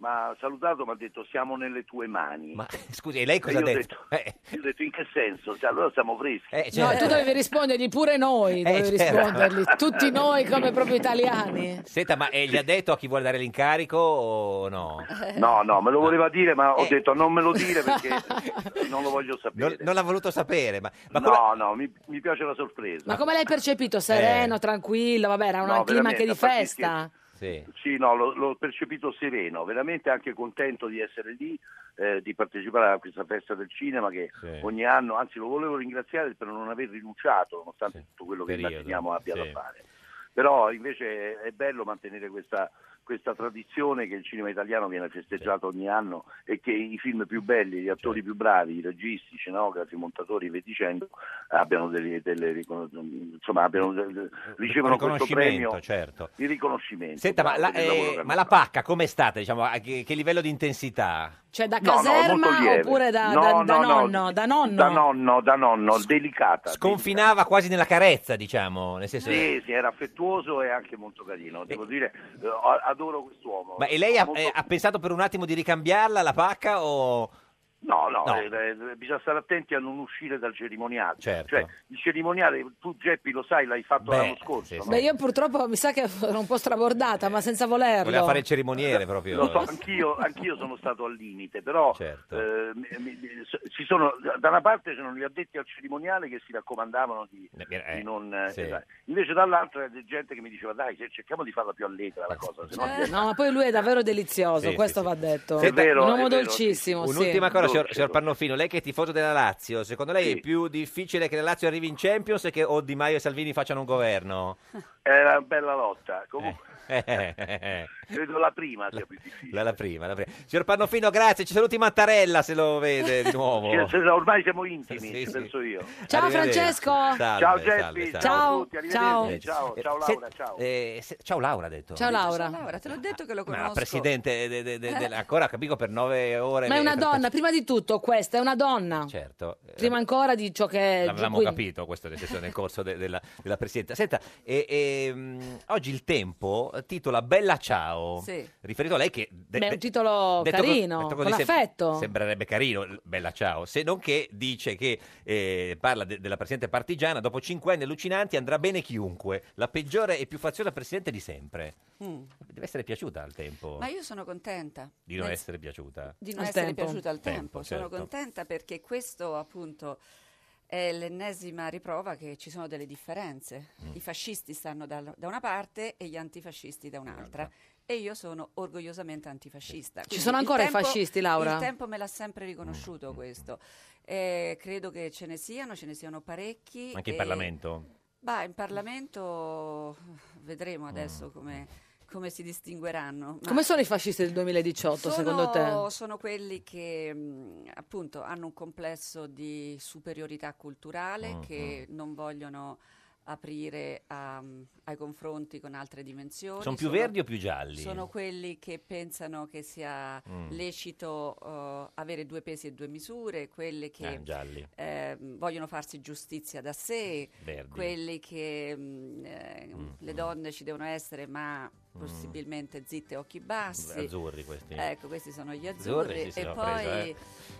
O: mi ha salutato mi ha detto siamo nelle tue mani.
B: Ma scusi, e lei cosa
O: Io
B: ha
O: ho
B: detto? Eh,
O: Io ho detto in che senso? Cioè, allora siamo freschi.
B: eh,
A: No,
B: certo.
A: tu dovevi rispondergli pure noi, dovevi
B: certo.
A: rispondergli. Tutti noi come proprio italiani.
B: Senta, ma eh, gli ha detto a chi vuole dare l'incarico o no? Eh.
O: No, no, me lo voleva dire, ma ho detto non me lo dire perché non lo voglio
B: Non,
O: sapere.
B: non l'ha voluto sapere, ma, ma come-
O: No, no, mi, mi piace la sorpresa.
A: Ma come l'hai percepito? Sereno,
B: Eh.
A: tranquillo, vabbè, era un
O: No,
A: clima
O: veramente,
A: anche di
O: a parte gli
A: festa.
B: Sì.
O: Sì, no, l'ho, l'ho percepito sereno, veramente anche contento di essere lì, eh, di partecipare a questa festa del cinema che ogni anno, anzi lo volevo ringraziare per non aver rinunciato, nonostante tutto quello che
B: periodo,
O: immaginiamo abbia
B: sì.
O: da fare. Però invece è bello mantenere questa, questa tradizione che il cinema italiano viene festeggiato ogni anno e che i film più belli, gli attori più bravi, i registi, i scenografi, i montatori, e via dicendo, abbiano delle, delle riconos- insomma, abbiano delle- ricevono questo
B: Riconoscimento,
O: premio
B: certo.
O: di riconoscimento.
B: Senta, ma
O: bravo,
B: la,
O: del lavoro che
B: eh,
O: hanno
B: ma la pacca com'è stata? Diciamo, a che, che livello di intensità?
A: Cioè da
O: No, no,
A: caserma
O: molto lieve.
A: oppure da,
O: No,
A: da-
O: no,
A: da
O: no.
A: nonno? Da nonno?
O: Da nonno, da nonno, delicata.
B: Confinava quasi nella carezza, diciamo, nel senso...
O: Sì, sì, era affettuoso e anche molto carino, devo dire, eh, a- adoro quest'uomo.
B: Ma e lei ha,
O: Molto-
B: eh, ha pensato per un attimo di ricambiarla la pacca o...
O: No, no,
B: No.
O: eh, eh, bisogna stare attenti a non uscire dal cerimoniale.
B: Certo.
O: Cioè, il cerimoniale, tu Geppi lo sai, l'hai fatto
B: Beh,
O: l'anno scorso. no?
A: Beh, io purtroppo mi sa che ero un po' strabordata, ma senza volerlo.
B: Voleva fare il cerimoniere proprio.
O: Lo so, anch'io, anch'io sono stato al limite, però
B: Certo.
O: eh, mi- mi- mi- so- ci sono, da una parte c'erano gli addetti al cerimoniale che si raccomandavano di, di non... eh,
B: sì.
O: esatto. Invece dall'altra c'è gente che mi diceva dai, se- cerchiamo di farla più allegra la cosa, se no
A: Eh, no, ma poi lui è davvero delizioso,
B: Sì,
A: questo va detto.
B: È vero,
A: un
B: è
A: uomo
B: vero,
A: dolcissimo. sì.
B: Un'ultima cosa, signor, signor Pannofino, lei che è tifoso della Lazio, secondo lei è più difficile che la Lazio arrivi in Champions e che o Di Maio e Salvini facciano un governo?
O: è una bella lotta. Comunque,
B: Eh.
O: credo la prima sia più difficile.
B: La, la prima, la prima. Signor Pannofino, grazie, ci saluti Mattarella se lo vede di nuovo.
O: Cioè, se- ormai siamo intimi, penso io.
A: Ciao
B: Arrivederci.
A: Francesco!
B: Salve,
O: Ciao
B: salve,
O: Geppi,
B: salve.
A: Ciao,
O: ciao a tutti, arrivederci.
A: ciao.
O: Ciao, ciao
B: Se-
O: Laura, ciao.
B: eh, se- ciao Laura ha detto.
A: Ciao Laura.
L: te l'ho detto che lo
B: Ma
L: conosco.
B: la presidente de- de- de- della- ancora capisco per nove ore.
A: Eh. Ma è
B: e
A: una
B: 30
A: donna, prima di tutto questa è una donna.
B: Certo, eh,
A: Prima ancora di ciò che è...
B: l'avevamo
A: quindi-
B: capito questo nel, senso, nel corso de- della, della presidenza. Senta, e- e, mh, oggi il tempo titola Bella Ciao,
A: Sì.
B: riferito a lei che...
A: Beh,
B: de-
A: è
B: de-
A: un titolo
B: detto co-
A: carino,
B: detto
A: con
B: così sem-
A: affetto.
B: sembrerebbe carino, l- Bella Ciao, se non che dice che eh, parla de- della presidente partigiana, dopo cinque anni allucinanti andrà bene chiunque, la peggiore e più faziosa presidente di sempre.
L: Mm.
B: Deve essere piaciuta al tempo.
L: Ma io sono contenta.
B: Di non
L: Nel-
B: essere piaciuta.
L: di non
A: Al
L: essere
A: tempo.
L: piaciuta al tempo.
B: Tempo,
L: Sono
B: certo.
L: contenta perché questo appunto è l'ennesima riprova che ci sono delle differenze.
B: Mm.
L: I fascisti stanno dal- da una parte e gli antifascisti da un'altra. E io sono orgogliosamente antifascista. Quindi
A: sono
L: il
A: ancora i
L: tempo-
A: fascisti, Laura?
L: Il tempo me l'ha sempre riconosciuto questo. Eh, credo che ce ne siano, ce ne siano parecchi.
B: Anche in
L: e-
B: Parlamento.
L: Bah, in Parlamento vedremo adesso come, come si distingueranno. ma-
A: Come sono i fascisti del 2018 secondo te?
L: sono quelli che mh, appunto hanno un complesso di superiorità culturale
A: Mm,
L: che non vogliono aprire a, mh, ai confronti con altre dimensioni.
B: Sono più verdi o più gialli?
L: Sono quelli che pensano che sia
B: Mm.
L: lecito eh, avere due pesi e due misure, quelli che
B: Ah, gialli.
L: eh, vogliono farsi giustizia da sé,
B: Verdi. Mm,
L: quelli che mh, eh, le donne ci devono essere ma possibilmente zitte e occhi bassi.
B: Azzurri questi.
L: Ecco, questi sono gli
B: Azzurri,
L: azzurri.
B: sì, sì,
L: e,
B: l'ho
L: poi,
B: presa, eh.
L: e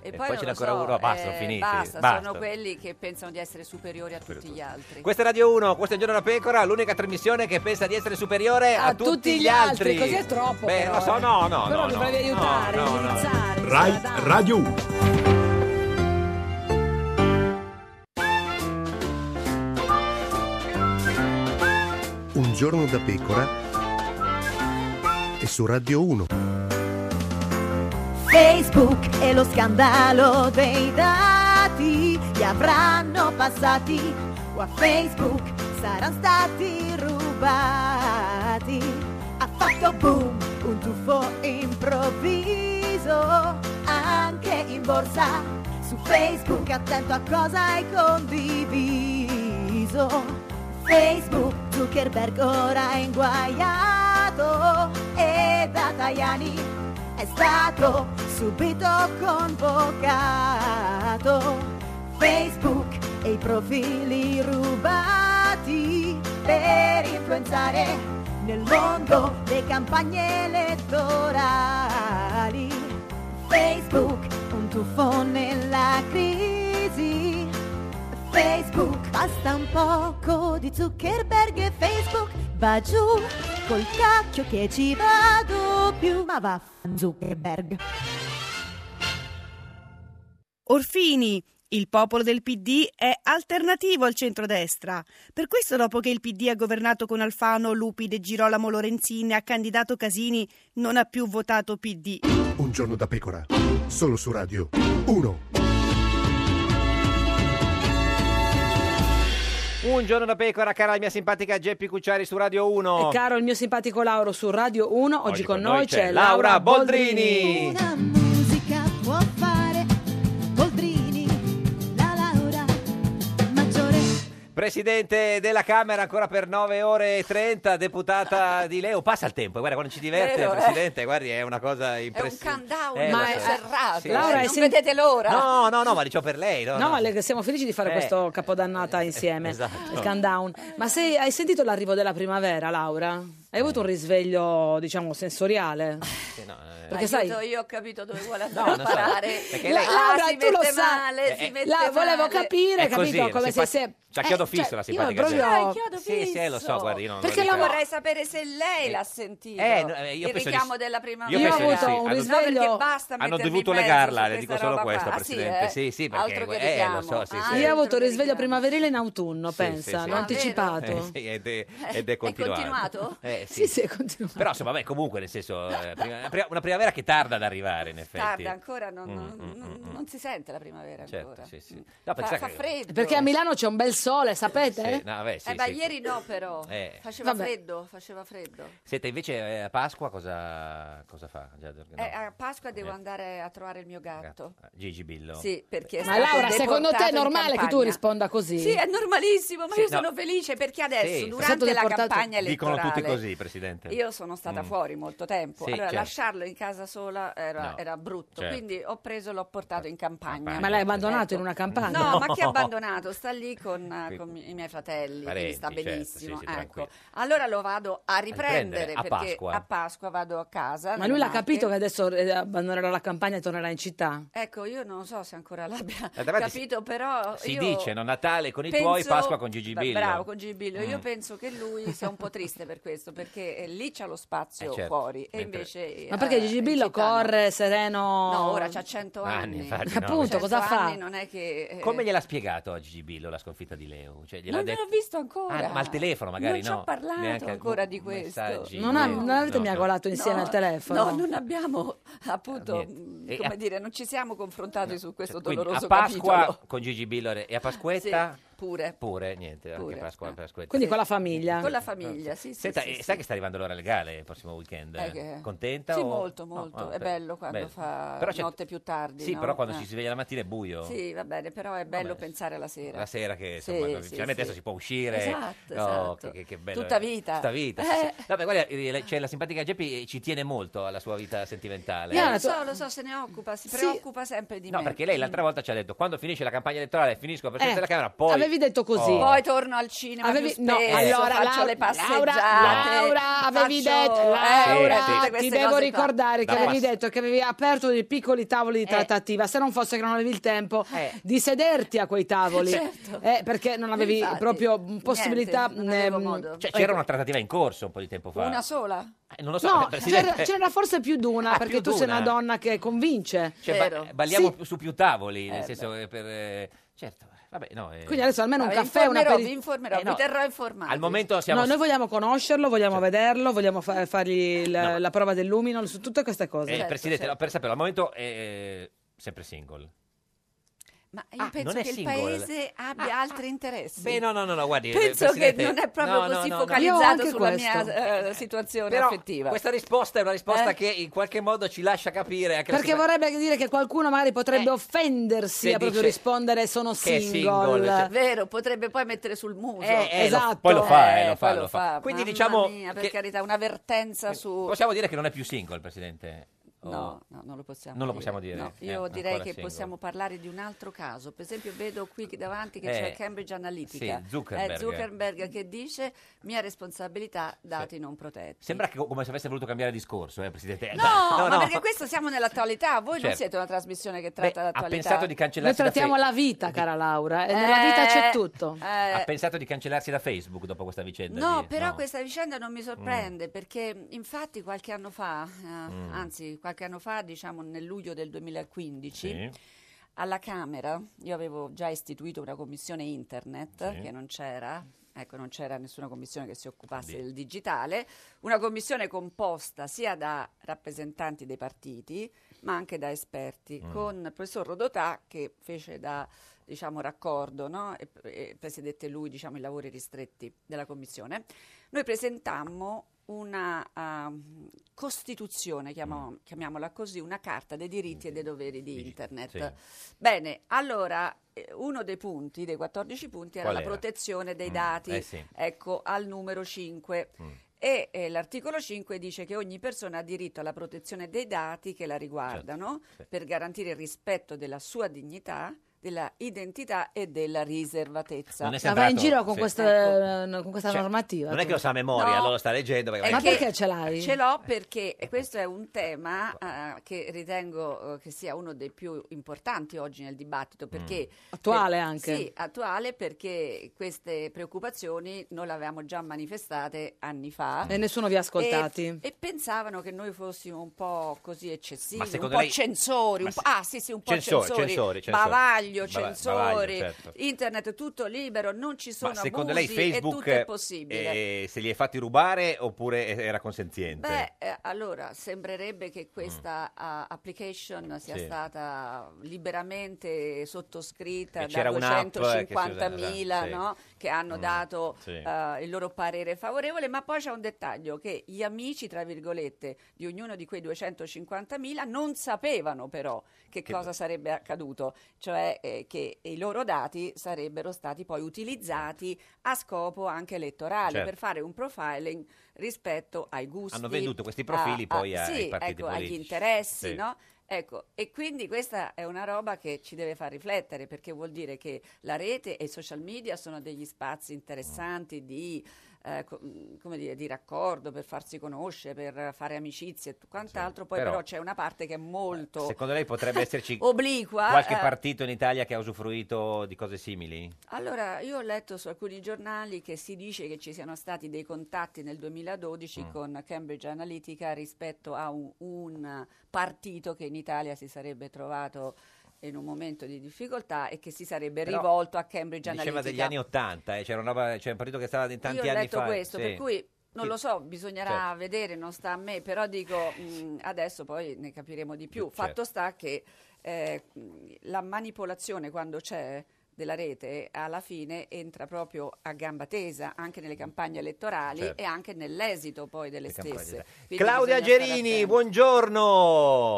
B: E
L: poi
B: poi
L: non
B: ce n'è
L: lo
B: ancora
L: so,
B: uno, ah, basta,
L: eh,
B: finiti,
L: Basta,
B: basta.
L: sono quelli che pensano di essere superiori a tutti gli altri.
B: Questa è Radio 1, questo è Il Giorno della Pecora, l'unica trasmissione che pensa di essere superiore a, tutti, gli altri.
A: così è troppo.
B: Beh,
A: però,
B: lo so,
A: eh.
B: no, no,
A: Però
B: no,
A: mi
B: no,
A: provi a aiutare,
B: no, no, no.
A: indirizzare.
H: Rai Radio 1.
I: Un giorno da pecora e su Radio 1.
G: Facebook e lo scandalo dei dati li avranno passati o a Facebook saranno stati rubati. Ha fatto boom un tuffo improvviso anche in borsa su Facebook attento a cosa hai condiviso. Facebook Zuckerberg ora è inguaiato e da Tajani è stato subito convocato. Facebook e i profili rubati per influenzare nel mondo le campagne elettorali. Facebook, un tuffo nella crisi. Facebook, basta un poco di Zuckerberg e Facebook va giù col cacchio che ci vado più. Ma va Zuckerberg.
J: Orfini, il popolo del PD è alternativo al centrodestra. Per questo dopo che il PD ha governato con Alfano, Lupi, De Girolamo, Lorenzin e ha candidato Casini, non ha più votato PD.
I: Un giorno da pecora, solo su Radio 1.
B: Un giorno da pecora, cara la mia simpatica Geppi Cucciari su Radio 1.
A: E caro il mio simpatico Lauro su Radio 1, oggi, con noi c'è
B: Laura
A: Laura
B: Boldrini.
A: Boldrini.
P: musica può fare Boldrini, la Laura maggiore.
B: Presidente della Camera, ancora per 9 ore e 30, deputata di Leo. Passa il tempo, guarda quando ci diverte,
L: Vero, eh?
B: Presidente, guardi, è una cosa impressionante.
L: countdown
B: Eh,
L: ma
B: lo
L: è
B: so.
L: serrato,
B: Sì,
L: Laura,
B: Laura,
L: non
B: è sem-
L: vedete l'ora.
B: No, no, no, ma dicevo per lei. No,
A: No, le- siamo felici di fare
B: Eh.
A: questo capodannata insieme,
B: esatto.
A: il countdown. Ma se hai sentito l'arrivo della primavera, Laura? Hai avuto un risveglio, diciamo, sensoriale?
B: Sì, no, eh.
A: Perché
L: Aiuto,
A: sai-
L: io ho capito dove vuole
B: non
L: andare
B: so,
L: a parare.
B: perché lei-
L: Ah,
A: Laura,
L: si
A: tu
L: mette
A: lo sai.
L: male,
B: Eh, Ecco,
L: si
B: eh,
L: mette
A: La- volevo
L: male.
A: capire,
B: È così,
A: capito?
B: la
A: come se
B: simpati-
A: se...
B: C'ha chiodo
A: Eh,
B: fisso
A: cioè,
B: la
A: io
B: simpatica
A: proprio-
B: Geppi.
L: Ah, chiodo
B: Sì, sì, eh, lo so,
L: fisso.
B: guardi, io non
L: Perché
B: lo
L: la
B: dico.
L: vorrei sapere se lei l'ha sentito.
B: Eh, no, eh, io
L: il
B: penso di
L: richiamo
B: sì.
L: della primavera.
B: Io penso di sì.
L: No,
B: Hanno-
L: perché basta
B: hanno
L: mettermi
B: dovuto
L: in mezzo
B: legarla,
L: su
B: le dico
L: questa
B: solo
L: roba qua.
B: questo,
L: Ah,
B: Presidente. Sì, sì, perché-
L: Altro che
B: eh,
L: richiamo.
B: lo so, sì,
L: Ah,
B: sì.
A: Io ho avuto
L: altro che
A: risveglio
L: richiamo. Ah,
A: primaverile in autunno,
B: Sì,
A: pensa,
B: sì, sì.
A: l'ho anticipato.
B: Eh, sì, ed è, ed è continuato.
L: continuato?
B: Eh,
A: Sì,
B: sì.
A: sì, è continuato.
B: Però insomma, beh, comunque nel senso, eh, prima- una pri- una primavera che tarda ad arrivare in effetti.
L: Tarda ancora, non,
B: Mm,
L: non-
B: mm,
L: non-
B: mm, mm.
L: non si sente la primavera
B: Certo,
L: ancora. Mm.
B: sì, sì. No, perché
L: fa,
B: sai
L: fa
B: che-
L: freddo.
A: Perché a Milano c'è un bel sole, sapete?
B: Eh, Sì, no, vabbè, sì,
L: eh, beh,
B: sì.
L: ieri no però.
B: Eh.
L: Faceva
A: Vabbè.
L: freddo, faceva freddo.
B: Siete invece eh, a Pasqua cosa, cosa fa? Già- no.
L: Eh, a Pasqua devo
B: Eh.
L: andare a trovare il mio gatto.
B: Gigi Billo.
L: Sì, perché è
A: Ma
L: stato
A: Laura, secondo te è
L: deportato in
A: normale che tu
L: campagna.
A: risponda così?
L: Sì, è normalissimo, ma
B: Sì,
L: io
B: no.
L: sono felice perché adesso,
B: Sì,
A: stato
L: durante la
A: deportato.
L: campagna
B: Dicono
L: elettorale,
B: tutti così, Presidente.
L: io sono stata
B: Mm.
L: fuori molto tempo,
B: Sì,
L: allora
B: certo.
L: lasciarlo in casa sola era,
B: No,
L: era brutto,
B: certo.
L: quindi ho preso, l'ho portato in campagna.
A: Ma l'hai abbandonato in una campagna?
L: No, ma chi ha
B: No.
L: abbandonato? Sta lì con, eh,
B: Qui-
L: con i miei fratelli,
B: Parenti,
L: quindi sta
B: certo,
L: benissimo.
B: sì, sì,
L: ecco.
B: tranquillo.
L: Allora lo vado a
B: riprendere,
L: riprendere,
B: a
L: perché
B: Pasqua.
L: a Pasqua vado a casa.
A: Ma
L: nelle
A: lui l'ha
L: Marche.
A: capito che adesso eh, abbandonerà la campagna e tornerà in città?
L: Ecco, io non so se ancora l'abbia
B: Eh, davanti si-
L: capito, però
B: Si
L: io
B: dice, no, Natale con i
L: penso-
B: tuoi, Pasqua con Gigi
L: Beh,
B: Billo.
L: Bravo, con Gigi Billo. Io
B: Mm.
L: penso che lui sia un po' triste per questo, perché eh, lì c'ha lo spazio
B: Eh, certo.
L: fuori e
B: Mentre-
L: invece...
A: Ma perché
L: eh,
A: Gigi
L: in
A: Billo
L: città no.
A: corre sereno?
L: No, ora c'ha 100 anni.
B: Anni, Ah, infatti, no. Cioè,
A: Appunto,
L: 100
A: cosa fa?
L: certo anni non è che... eh,
B: Come gliel'ha spiegato a Gigi Billo la sconfitta di Leo? Cioè, gliel'ha
L: non
B: detto-
L: l'ho visto ancora.
B: Ah, ma al telefono magari
L: non
B: no.
L: ci ho parlato
B: Neanche-
L: ancora di questo.
B: messaggi, Cioè,
A: Non, ha-
B: niente.
A: non avete
B: No, no.
A: miagolato insieme
L: No,
A: al telefono?
L: No, non abbiamo
B: Eh,
L: appunto, mh,
B: E
L: come
B: a-
L: dire, non ci siamo confrontati su questo
B: Cioè, Quindi
L: doloroso
B: a Pasqua
L: capitolo.
B: con Gigi Billo e a Pasquetta
L: Sì, pure.
B: pure niente,
L: Pure.
B: anche Pasqua Pasquetta.
A: Quindi con la famiglia?
L: Con la famiglia, sì, sì.
B: Senta,
L: sì,
B: eh,
L: sì.
B: sai che sta arrivando l'ora legale il prossimo weekend?
L: Eh, che-
B: Contenta?
L: Sì,
B: o-
L: molto,
B: No,
L: molto.
B: no,
L: è
B: beh,
L: bello quando
B: bello.
L: fa
B: Però c'è-
L: notte più tardi.
B: Sì,
L: no?
B: però quando
L: Eh.
B: ci si sveglia la mattina è buio.
L: Sì, va bene, però è bello pensare alla sera.
B: La sera che
L: Sì,
B: insomma,
L: sì,
B: finalmente
L: sì.
B: adesso si può uscire.
L: Esatto,
B: No,
L: esatto.
B: Che, che- che bello.
L: Tutta vita.
B: Tutta vita. sì, sì. No, beh, guarda, eh, c'è la simpatica Geppi eh, ci tiene molto alla sua vita sentimentale.
L: Eh, lo so, lo so, se ne occupa, si preoccupa sempre di
B: No,
L: me.
B: perché lei l'altra volta ci ha detto quando finisce la campagna elettorale finisco per
A: Eh,
B: la Camera, poi...
A: avevi detto così.
B: Oh.
L: Poi torno al cinema
A: Ah. Avevi-
L: più
A: no,
L: spesso,
A: allora,
L: faccio
A: Laura-
L: le
A: Laura-
L: passeggiate.
A: Laura, avevi
L: faccio-
A: detto-
L: eh,
A: Laura,
L: tutte
A: ti
L: queste
A: devo
L: cose qua.
A: ricordare che
B: Da
A: avevi
B: pass-
A: detto che avevi aperto dei piccoli
L: Eh.
A: tavoli di trattativa, se non fosse che non avevi il tempo di sederti a quei tavoli,
L: Certo.
A: Eh, perché non avevi
L: Infatti,
A: proprio possibilità...
L: niente, non avevo
A: ehm,
L: modo.
B: Cioè, c'era una trattativa in corso un po' di tempo fa.
L: Una sola?
B: Eh, non lo so,
A: No,
B: Presidente.
A: c'era, c'era forse più di una,
B: Ah,
A: perché
B: più
A: tu sei
B: d'una.
A: una donna che convince.
B: Cioè, ba- balliamo su più tavoli,
L: Eh,
B: nel
L: beh.
B: senso che per... eh, Certo, vabbè, no... eh.
A: Quindi adesso almeno un
L: Vabbè,
A: caffè, una
L: informerò,
A: peri-
L: vi informerò,
B: Eh, no.
L: vi terrò informati.
B: Al momento siamo...
A: No, noi vogliamo conoscerlo, vogliamo vederlo, vogliamo fa- fargli il-
B: No.
A: la prova del lumino, su tutte queste
B: Eh,
A: cose.
L: Certo,
B: Presidente, no, per sapere, al momento è eh, sempre single.
L: Ma io penso
B: Ah, non è
L: che il
B: single.
L: paese abbia
A: Ah,
L: altri interessi.
B: Beh, no, no, no, no guardi... eh,
L: Penso
B: Presidente-
L: che non è proprio
B: No, no,
L: così
B: no, no.
L: focalizzato
A: anche
L: sulla
A: questo.
L: mia eh, situazione
B: Però
L: affettiva.
B: questa risposta è una risposta
L: Eh?
B: che in qualche modo ci lascia capire anche la
A: Perché
B: simpatia-
A: vorrebbe dire che qualcuno magari potrebbe
L: Eh.
A: offendersi
B: se
A: a proprio
B: dice
A: rispondere sono
B: che
A: single.
B: è single, cioè-
L: Vero, potrebbe poi mettere sul muso.
B: Eh, eh, lo-
A: Esatto.
B: poi lo fa, eh,
L: Eh,
B: lo fa,
L: poi
B: lo fa. Quindi
L: Mamma
B: diciamo
L: mia, per
B: che Eh,
L: carità, un'avvertenza su...
B: possiamo dire che non è più single, Presidente. O-
L: No, no, non lo possiamo
B: Non lo
L: dire.
B: possiamo dire,
L: No,
B: eh,
L: io
B: ancora
L: direi che
B: single.
L: possiamo parlare di un altro caso. Per esempio, vedo qui che davanti che
B: Eh,
L: c'è Cambridge Analytica.
B: sì, Zuckerberg.
L: Eh, Zuckerberg che dice: Mia responsabilità, dati non protetti.
B: Sembra che, come se avesse voluto cambiare discorso, eh, Presidente.
L: No, ma perché questo siamo nell'attualità. Voi non
B: Certo.
L: siete una trasmissione che
B: Beh,
L: tratta l'attualità.
B: ha pensato di
A: Noi
B: cancellarsi da
A: trattiamo
B: Fe-
A: la vita, cara Laura, e
L: Eh,
A: nella vita c'è tutto.
L: eh,
B: ha pensato di cancellarsi da Facebook dopo questa vicenda.
L: No,
B: di-
L: però questa vicenda non mi sorprende perché infatti qualche anno fa, eh,
B: Mm.
L: anzi qualche anno fa, diciamo nel luglio del 2015,
B: Sì.
L: alla Camera io avevo già istituito una commissione internet
B: Sì.
L: che non c'era. Ecco, non c'era nessuna commissione che si occupasse del digitale, una commissione composta sia da rappresentanti dei partiti ma anche da esperti,
B: Mm.
L: con il professor Rodotà che fece da diciamo, raccordo no? e, e presiedette lui diciamo, i lavori ristretti della commissione. Noi presentammo una ah, costituzione, chiamo- chiamiamola così, una carta dei diritti e dei doveri di internet. Bene, allora eh, uno dei punti, dei 14 punti, era
H: Qual
L: la
H: era?
L: protezione dei
H: Mm,
L: dati,
H: eh sì.
L: ecco, al numero 5.
H: Mm.
L: E eh, l'articolo 5 dice che ogni persona ha diritto alla protezione dei dati che la riguardano per garantire il rispetto della sua dignità, della identità e della riservatezza.
B: Non è
A: Ma vai in
B: sembrato-
A: giro con
B: sì.
A: questa, con questa
B: Cioè,
A: normativa.
B: Non è
A: tu.
B: che lo sa a memoria,
L: Ecco. No.
B: allora sta leggendo. Perché
L: È
A: Ma
B: magari-
A: perché ce l'hai?
L: Ce l'ho perché e questo è un tema eh, che ritengo eh, che sia uno dei più importanti oggi nel
B: Mm.
L: dibattito. Perché,
A: Attuale
L: per-
A: anche.
L: Sì, attuale perché queste preoccupazioni noi le avevamo già manifestate anni fa.
A: E nessuno vi ha ascoltati.
L: E, e pensavano che noi fossimo un po' così
B: Ma
L: eccessivi, un
B: secondo
L: po'
B: lei-
L: censori.
B: ma
L: un po',
B: se-
L: ah, sì, sì, un po'
B: Censori,
L: censori.
B: censori, censori.
L: Bavaglio,
B: Bava-
L: censori.
B: bavaglio, certo.
L: Internet tutto libero, non ci sono
B: Ma secondo
L: abusi
B: lei Facebook
L: e tutto è possibile.
B: eh, se li hai fatti rubare oppure eh, era consenziente?
L: Beh, eh, allora sembrerebbe che questa ah, application sia
B: Mm. Sì.
L: stata liberamente sottoscritta
B: E
L: da
B: c'era un'app, eh, che si usa-
L: 250.000
B: sì.
L: no? che hanno
B: Mm,
L: dato
B: sì.
L: eh, il loro parere favorevole, ma poi c'è un dettaglio che gli amici, tra virgolette, di ognuno di quei 250.000 non sapevano però che,
B: Che-
L: cosa sarebbe accaduto, cioè eh, che i loro dati sarebbero stati poi utilizzati a scopo anche elettorale
B: Certo.
L: per fare un profiling rispetto ai gusti.
B: Hanno venduto questi profili poi ai
L: sì,
B: partiti
L: ecco, agli
B: politici.
L: interessi,
B: Sì.
L: no? Ecco, e quindi questa è una roba che ci deve far riflettere perché vuol dire che la rete e i social media sono degli spazi
B: Mm.
L: interessanti di, eh, co- mh, come dire, di raccordo per farsi conoscere, per fare amicizie e tu- quant'altro, poi
B: però-
L: però, c'è una parte che è molto
B: Secondo lei potrebbe esserci
L: obliqua.
B: qualche
L: eh,
B: partito in Italia che ha usufruito di cose simili?
L: allora, io ho letto su alcuni giornali che si dice che ci siano stati dei contatti nel 2012
B: Mm.
L: con Cambridge Analytica rispetto a un, un partito che in Italia si sarebbe trovato in un momento di difficoltà e che si sarebbe
B: Però
L: rivolto a Cambridge
B: Diceva
L: Analytica.
B: degli anni Ottanta, eh, c'era una roba- c'era un partito che stava di tanti
L: Io ho
B: anni
L: letto
B: fa.
L: questo,
B: sì.
L: per cui non
B: Sì.
L: lo so, bisognerà
B: Certo.
L: vedere, non sta a me, però dico mh, adesso poi ne capiremo di più.
B: Certo.
L: Fatto sta che eh, mh, la manipolazione quando c'è della rete alla fine entra proprio a gamba tesa anche nelle campagne elettorali
B: Certo.
L: e anche nell'esito poi delle
B: campagne
L: stesse. Quindi
B: Claudia
L: bisogna stare
B: Gerini,
L: attenti.
B: buongiorno.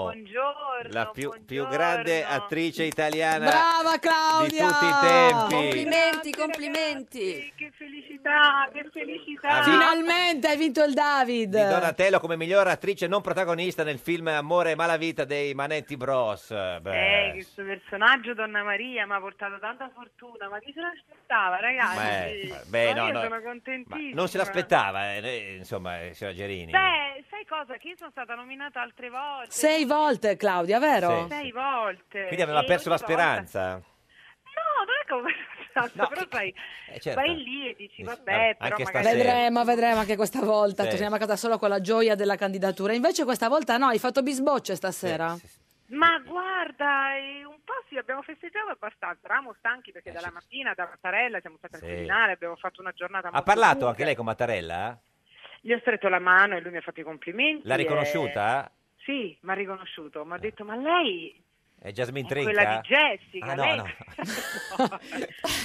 B: La più, più grande attrice italiana
A: Brava
B: di
A: Claudia!
B: tutti i tempi.
L: Complimenti, complimenti.
Q: Che felicità, che felicità.
B: Ah, sì?
A: Finalmente hai vinto il David.
B: Di Donatello come miglior attrice non protagonista nel film Amore e Malavita dei Manetti Bros. Beh,
Q: Eh, questo personaggio, Donna Maria, mi ha portato tanta fortuna, ma chi se l'aspettava,
B: Ma
Q: ragazzi?
B: è- beh,
Q: Ma
B: no,
Q: io
B: no.
Q: sono
B: ma
Q: contentissima.
B: non se l'aspettava, eh, lei, insomma, eh, signora Gerini.
Q: Beh, sai cosa? Che io sono stata nominata altre volte.
A: Sei volte, Claudia, vero?
Q: Sei volte.
B: Quindi aveva
Q: E
B: perso la
Q: ogni volta-
B: speranza.
Q: No, non è che avevo perso la speranza, però sai,
B: Eh, certo.
Q: vai lì e dici,
B: Dici,
Q: vabbè, però
B: vabbè, anche
Q: magari...
B: stasera.
A: Vedremo, vedremo anche questa volta.
B: Sì.
A: Torniamo a casa solo con la gioia della candidatura. Invece questa volta no, hai fatto bisbocce stasera.
Q: Ma guarda, eh, un po' sì, abbiamo festeggiato abbastanza, eravamo stanchi perché dalla mattina da Mattarella siamo stati
B: Eh, Sì.
Q: al Quirinale, abbiamo fatto una giornata
B: Ha
Q: molto
B: parlato
Q: lunga.
B: anche lei con Mattarella?
Q: Gli ho stretto la mano e lui mi ha fatto i complimenti.
B: L'ha
Q: e- eh.
B: riconosciuta? Eh.
Q: Sì, mi ha riconosciuto, mi ha detto ma lei
B: È Jasmine
Q: è
B: Trinca?
Q: quella di Jessica,
B: Ah, no,
Q: lei-
B: no.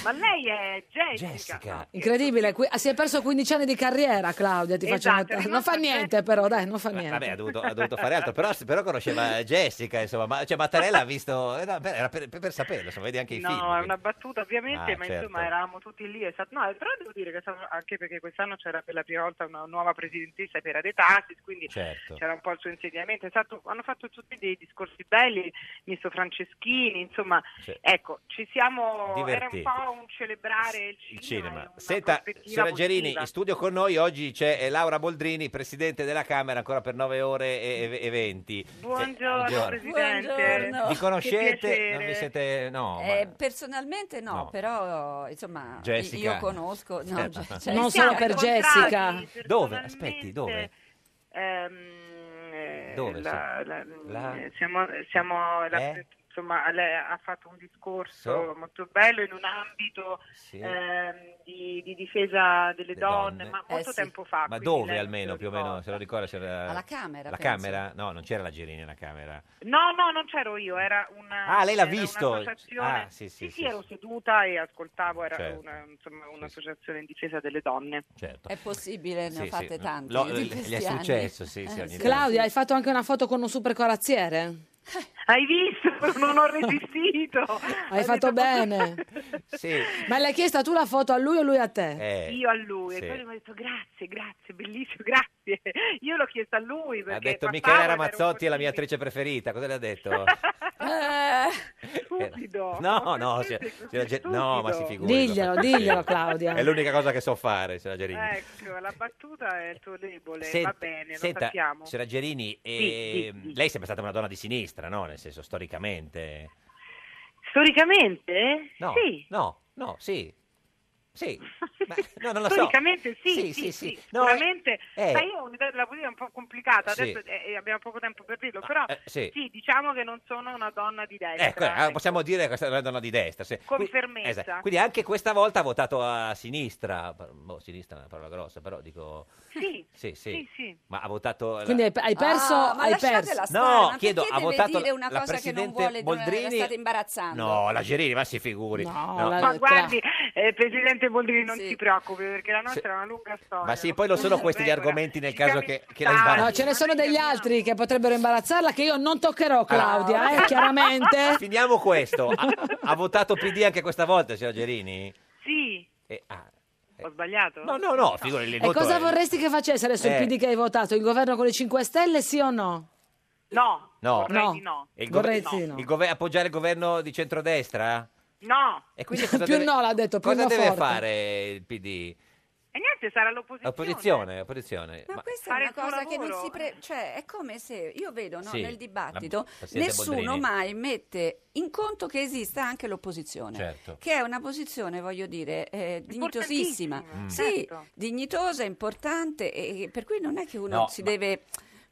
Q: ma lei è Jessica.
B: Jessica.
A: Incredibile, qui- ah, si è perso 15 anni di carriera, Claudia. Ti faccio
Q: Esatto,
A: notare.
Q: è
A: Non
Q: rimasto
A: fa niente, però, dai, non fa niente.
B: Vabbè, ha dovuto, ha dovuto fare altro, però, però conosceva Jessica, insomma, ma, cioè Mattarella ha visto, eh, no, per- era per, per saperlo, insomma, vedi anche i
Q: no,
B: film.
Q: è una battuta ovviamente,
B: Ah,
Q: ma
B: certo.
Q: insomma eravamo tutti lì. È stato... No, però devo dire che è stato- anche perché quest'anno c'era per la prima volta una nuova presidentessa per De Tassis, quindi
B: Certo.
Q: c'era un po' il suo insediamento. È stato- Hanno fatto tutti dei discorsi belli, ministro Franceschini, insomma,
B: Sì.
Q: ecco, ci siamo...
B: Divertiti.
Q: Era un po' un celebrare il
B: Il
Q: cinema.
B: cinema. Senta,
Q: prospettiva
B: signora Gerini,
Q: positiva.
B: in studio con noi oggi c'è eh, Laura Boldrini, presidente della Camera, ancora per 9 ore e, e- e 20. Eh,
Q: Buongiorno, Presidente.
L: Buongiorno.
B: Vi conoscete?
L: Che
B: Non vi
L: piacere.
B: siete... No, ma-
L: Eh, personalmente no,
B: No.
L: però insomma
B: Jessica.
L: io conosco no,
B: Certo.
L: Je-
Q: Eh,
B: Non
L: Jessica.
A: solo per Jessica.
B: Dove? Aspetti, dove?
Q: Ehm, eh,
B: Dove?
Q: la- eh,
B: La-
Q: Siamo, siamo la-
B: Eh?
Q: insomma lei ha fatto un discorso
H: So.
Q: molto bello in un ambito
B: Sì.
Q: ehm, di, di difesa delle donne,
B: donne.
Q: ma
L: Eh,
Q: molto
L: sì.
Q: tempo fa.
B: Ma
Q: quindi
B: dove
Q: lei-
B: almeno, più o meno, se lo ricorda? C'era...
Q: Alla Camera,
B: La
Q: penso.
B: Camera? No, non c'era la Gerini alla Camera.
Q: No, no, non c'ero io, era una
B: Ah, lei l'ha
Q: era
B: visto?
Q: un'associazione-
B: Ah, sì, sì,
Q: sì,
B: sì,
Q: ero seduta e ascoltavo, era
B: Certo.
Q: una- insomma, un'associazione in difesa delle donne.
B: Certo.
L: È possibile, ne
B: Sì,
L: ho
B: sì.
L: fatte tante.
B: Lo- eh,
L: di
B: gli è
L: questi anni.
B: successo, sì, sì,
L: Eh,
B: ogni tanto.
A: Claudia, hai fatto anche una foto con un super corazziere?
Q: Hai visto? Non ho resistito.
A: Hai fatto bene.
B: Sì.
A: Ma l'hai chiesta tu la foto a lui o lui a
B: Eh,
A: te?
Q: Io a lui,
B: sì.
Q: e poi mi ha detto grazie, grazie, bellissimo, grazie. Io l'ho chiesto a lui perché
B: Ha detto
Q: passavo
B: Michele
Q: ed ero
B: Ramazzotti è la mia attrice preferita. Cosa le ha detto?
Q: stupido.
B: No, no, se- se la Ge- no, ma si figuri.
A: Diglielo, diglielo, Claudia.
B: È l'unica cosa che so fare, se la Gerini.
Q: Ecco, la battuta è il tuo debole,
B: Sen-
Q: va bene, lo
B: senta,
Q: sappiamo.
B: signora Gerini, eh, lei è sempre stata una donna di sinistra, no? Nel senso, storicamente.
Q: Storicamente?
B: No,
Q: Sì.
B: no, no, sì. Sì, ma- no, non lo so.
Q: Storicamente sì, sì,
B: Sì, sì,
Q: sì,
B: sì. No,
Q: sicuramente.
B: eh, eh.
Q: Ma io ho un'idea della politica un po' complicata,
B: Sì.
Q: adesso eh, abbiamo poco tempo per dirlo, però
B: eh, sì.
Q: diciamo che non sono una donna di destra.
B: Ecco, eh, possiamo dire che questa è una donna di destra. sì.
Q: Con
B: Qui-
Q: fermezza.
B: esatto. Quindi anche questa volta ha votato a sinistra. Boh, sinistra è una parola grossa, però dico...
Q: Sì,
B: Sì, sì.
Q: sì, sì.
B: Ma ha votato... la-
A: Quindi hai, hai perso,
L: Ah, ma
A: hai
L: lasciatela
A: perso.
L: stare, ma perché
B: chiedo, ha
L: deve
B: votato
L: dire
B: la-
L: una
B: la
L: cosa che non
B: presidente
L: vuole, non
B: Boldrini?
L: è stata imbarazzando.
B: No, la Gerini, ma si figuri. No.
Q: Ma guardi, eh, Presidente Boldrini, non si preoccupi perché la nostra
B: Sì.
Q: è una lunga storia.
B: Ma sì, poi non sono questi gli argomenti nel caso che, che la
A: Ah,
B: imbarazzi.
A: no, ce ne sono degli altri che potrebbero imbarazzarla che io non toccherò, Claudia, eh, chiaramente.
B: Finiamo questo. Ha, ha votato PD anche questa volta, signor Gerini?
Q: Sì,
B: Eh, ah,
Q: ho sbagliato?
B: No, no, no, figuri, il
A: E
B: voto
A: cosa
B: è-
A: vorresti che facesse adesso
B: Eh.
A: il PD che hai votato? Il governo con le 5 Stelle, sì o no?
Q: No,
B: No.
Q: vorrei
A: No.
Q: di no.
B: Il
A: Vorrei
B: gover-
A: sì, no.
B: il gover- appoggiare il governo di centrodestra?
Q: No.
B: E quindi cosa
A: Più
B: deve-
A: no, l'ha detto, più
B: Cosa
A: no
B: deve
A: forte.
B: fare il PD?
Q: E niente, sarà l'opposizione.
B: Opposizione, opposizione.
L: Ma
B: Ma-
L: questa
Q: Fare
L: è
Q: il
L: una
Q: tuo
L: cosa che non
Q: lavoro.
L: si pre... cioè è come se io vedo no,
B: Sì,
L: nel
B: la-
L: dibattito
B: Presidente
L: nessuno
B: Boldrini.
L: mai mette in conto che esista anche l'opposizione,
B: Certo.
L: che è una posizione, voglio dire, eh, dignitosissima,
B: Importantissima,
L: sì,
B: certo.
L: dignitosa, importante, e, e per cui non è che uno
B: No,
L: si
B: ma-
L: deve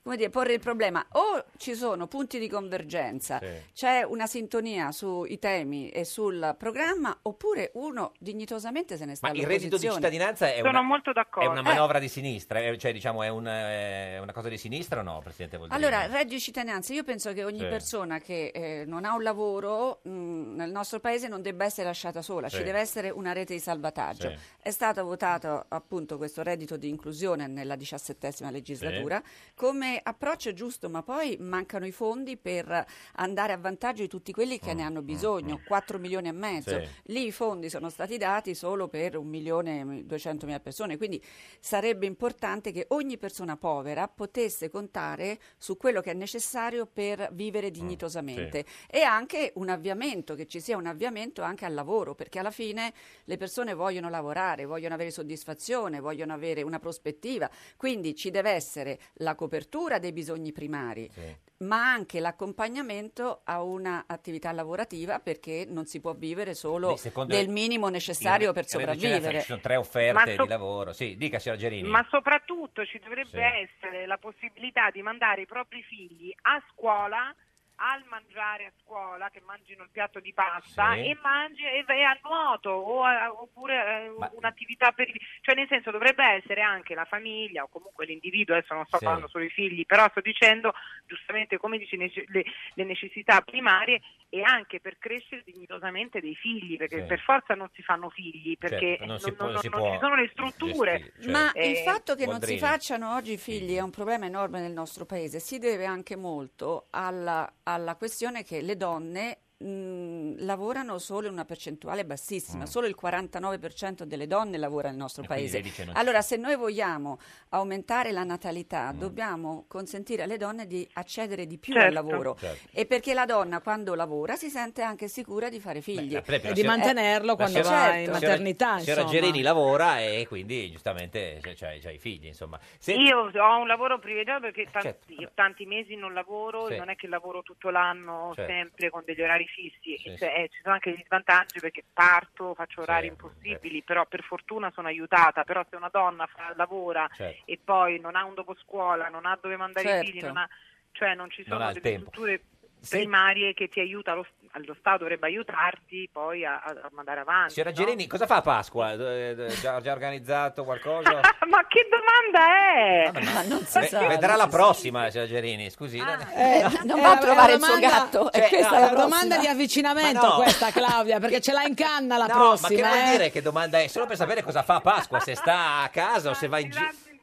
L: come dire, porre il problema o ci sono punti di convergenza, c'è una sintonia sui temi e sul programma, oppure uno dignitosamente se ne sta
B: Ma il reddito di
L: all'opposizione.
B: cittadinanza è una, è una
L: Eh,
B: manovra di sinistra, eh, cioè diciamo è un, eh, una cosa di sinistra o no, Presidente Boldrini?
L: Allora, reddito di cittadinanza, io penso che ogni
B: Sì.
L: persona che eh, non ha un lavoro mh, nel nostro paese non debba essere lasciata sola,
B: Sì.
L: ci deve essere una rete di salvataggio.
B: Sì.
L: È stato votato appunto questo reddito di inclusione nella diciassettesima legislatura come approccio giusto, ma poi mancano i fondi per andare a vantaggio di tutti quelli
B: Mm,
L: che ne hanno bisogno, 4 milioni e mezzo.
R: Sì.
L: Lì i fondi sono stati dati solo per 1 milione e 200 mila persone, quindi sarebbe importante che ogni persona povera potesse contare su quello che è necessario per
B: Mm,
L: vivere dignitosamente e anche un avviamento, che ci sia un avviamento anche al lavoro, perché alla fine le persone vogliono lavorare, vogliono avere soddisfazione, vogliono avere una prospettiva, quindi ci deve essere la copertura dei bisogni primari.
A: Eh,
L: Ma anche l'accompagnamento a un'attività lavorativa perché non si può vivere solo
B: Lì, secondo
L: del
B: il-
L: minimo necessario
B: il-
L: per
B: il reddito di cittadinanza,
L: sopravvivere.
B: Ci sono tre
Q: Ma
B: offerte
Q: so-
B: di lavoro. Sì, dica signora Gerini.
Q: Ma soprattutto ci dovrebbe
B: Sì.
Q: essere la possibilità di mandare i propri figli a scuola, al mangiare a scuola, che mangino il piatto di pasta
B: Sì.
Q: e, mangi- e vai a nuoto o a- oppure eh, un'attività per i cioè nel senso dovrebbe essere anche la famiglia o comunque l'individuo, adesso non sto
R: Sì.
Q: parlando solo i figli, però sto dicendo giustamente come dici nece- le, le necessità primarie e anche per crescere dignitosamente dei figli, perché
B: Sì.
Q: per forza non si fanno figli, perché
B: Certo, non si
Q: Eh,
B: può-
Q: non-
B: non si
Q: non
B: può
Q: ci sono le strutture.
B: gestire, certo.
L: Ma
Q: Eh,
L: il fatto che non si
B: Boldrini.
L: facciano oggi i figli è un problema enorme nel nostro paese, si deve anche molto alla, alla questione che le donne mh, lavorano solo in una percentuale
B: Mm.
L: bassissima, solo il 49% delle donne lavora nel nostro
R: E quindi
L: paese.
R: lei dice non ci-
L: Allora, se noi vogliamo aumentare la natalità,
B: Mm.
L: dobbiamo consentire alle donne di accedere di più al
A: Certo.
L: lavoro.
B: Certo.
L: E perché la donna quando lavora si sente anche sicura di fare figli
B: Per esempio,
A: E
B: la
A: di
B: signora-
A: mantenerlo
B: la
A: quando
B: signora-
A: va in
B: signora-
A: maternità,
B: Signora
A: insomma.
B: Gerini lavora e quindi giustamente c'ha i figli, insomma. Senti-
Q: Io ho un lavoro privilegiato perché tanti,
B: certo, vabbè.
Q: tanti mesi non lavoro,
B: Sì.
Q: non è che lavoro tutto l'anno
B: Certo.
Q: sempre con degli orari fissi,
B: Sì,
Q: e
B: sì. eh.
Q: se- eh, ci sono anche gli svantaggi perché parto, faccio orari impossibili, però per fortuna sono aiutata, però se una donna fa- lavora
B: Certo.
Q: e poi non ha un dopo scuola, non ha dove mandare
B: Certo.
Q: i figli, non ha, cioè non ci
B: Non
Q: sono
B: ha il
Q: delle
B: tempo.
Q: strutture primarie che ti aiuta, lo, lo Stato dovrebbe aiutarti poi a, a mandare avanti.
B: Signora
Q: Ah, no?
B: Gerini, cosa fa a Pasqua? Eh, eh, Già, già organizzato qualcosa?
Q: Ma che domanda è?
B: non si vedrà la prossima, signora Gerini, scusi. Eh,
L: non va a trovare il suo gatto,
B: è eh, questa
A: è
B: la
A: una
B: prossima.
A: Cioè, domanda di avvicinamento
B: Ma no.
A: questa Claudia, perché ce l'ha in canna la
B: No, ma che
A: prossima.
B: vuol
A: eh.
B: dire che domanda è? Solo per sapere cosa fa a Pasqua, se sta a casa o se va in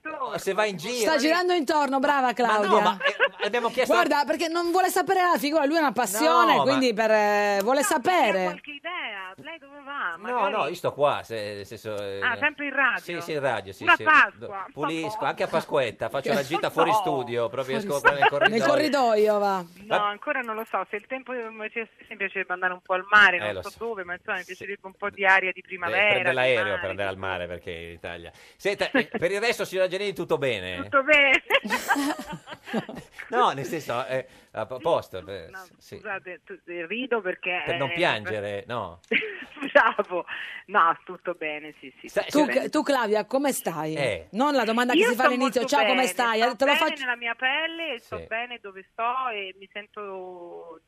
B: giro. Se va in giro.
A: Sta girando intorno, brava Claudia.
B: no, ma, eh, Abbiamo chiesto
A: Guarda, perché non vuole sapere la figura, lui ha una passione,
B: No, ma-
A: quindi per, eh, vuole sapere.
B: No, no, io sto qua. Se, se so- eh,
Q: Ah, sempre in radio?
B: Sì, sì, in radio. Sì,
Q: Una
B: sì.
Q: Pasqua,
B: Pulisco, anche a Pasquetta. Faccio
Q: Che-
B: la gita
Q: No.
B: fuori studio, proprio
A: Fuori
B: esco nel corridoio.
A: Nel corridoio va.
Q: No, ancora non lo so, se il tempo mi piacerebbe andare un po' al mare, non
B: Eh, lo
Q: so,
B: so.
Q: dove, ma insomma mi piacerebbe un po' di aria di
B: Eh,
Q: primavera.
B: prende
Q: di
B: l'aereo
Q: mare.
B: per andare al mare perché in Italia. Senta, eh, per il resto, signora Giannini, tutto bene?
Q: Tutto bene?
B: No, nel senso, eh, a po- posto. eh,
Q: No,
B: sì.
Q: Scusate, tu- eh, rido perché...
B: Per non
Q: eh,
B: piangere, no.
Q: Bravo, no, tutto bene, sì, sì. tutto
A: Tu,
Q: bene.
A: tu, Claudia, come stai?
B: Eh.
A: Non la domanda che
Q: Io
A: si fa
Q: sto
A: all'inizio,
Q: molto
A: ciao, come
Q: bene,
A: stai? Eh,
Q: Sto
A: Te lo
Q: bene
A: faccio.
Q: nella mia pelle, sto
A: Sì.
Q: bene dove sto e mi sento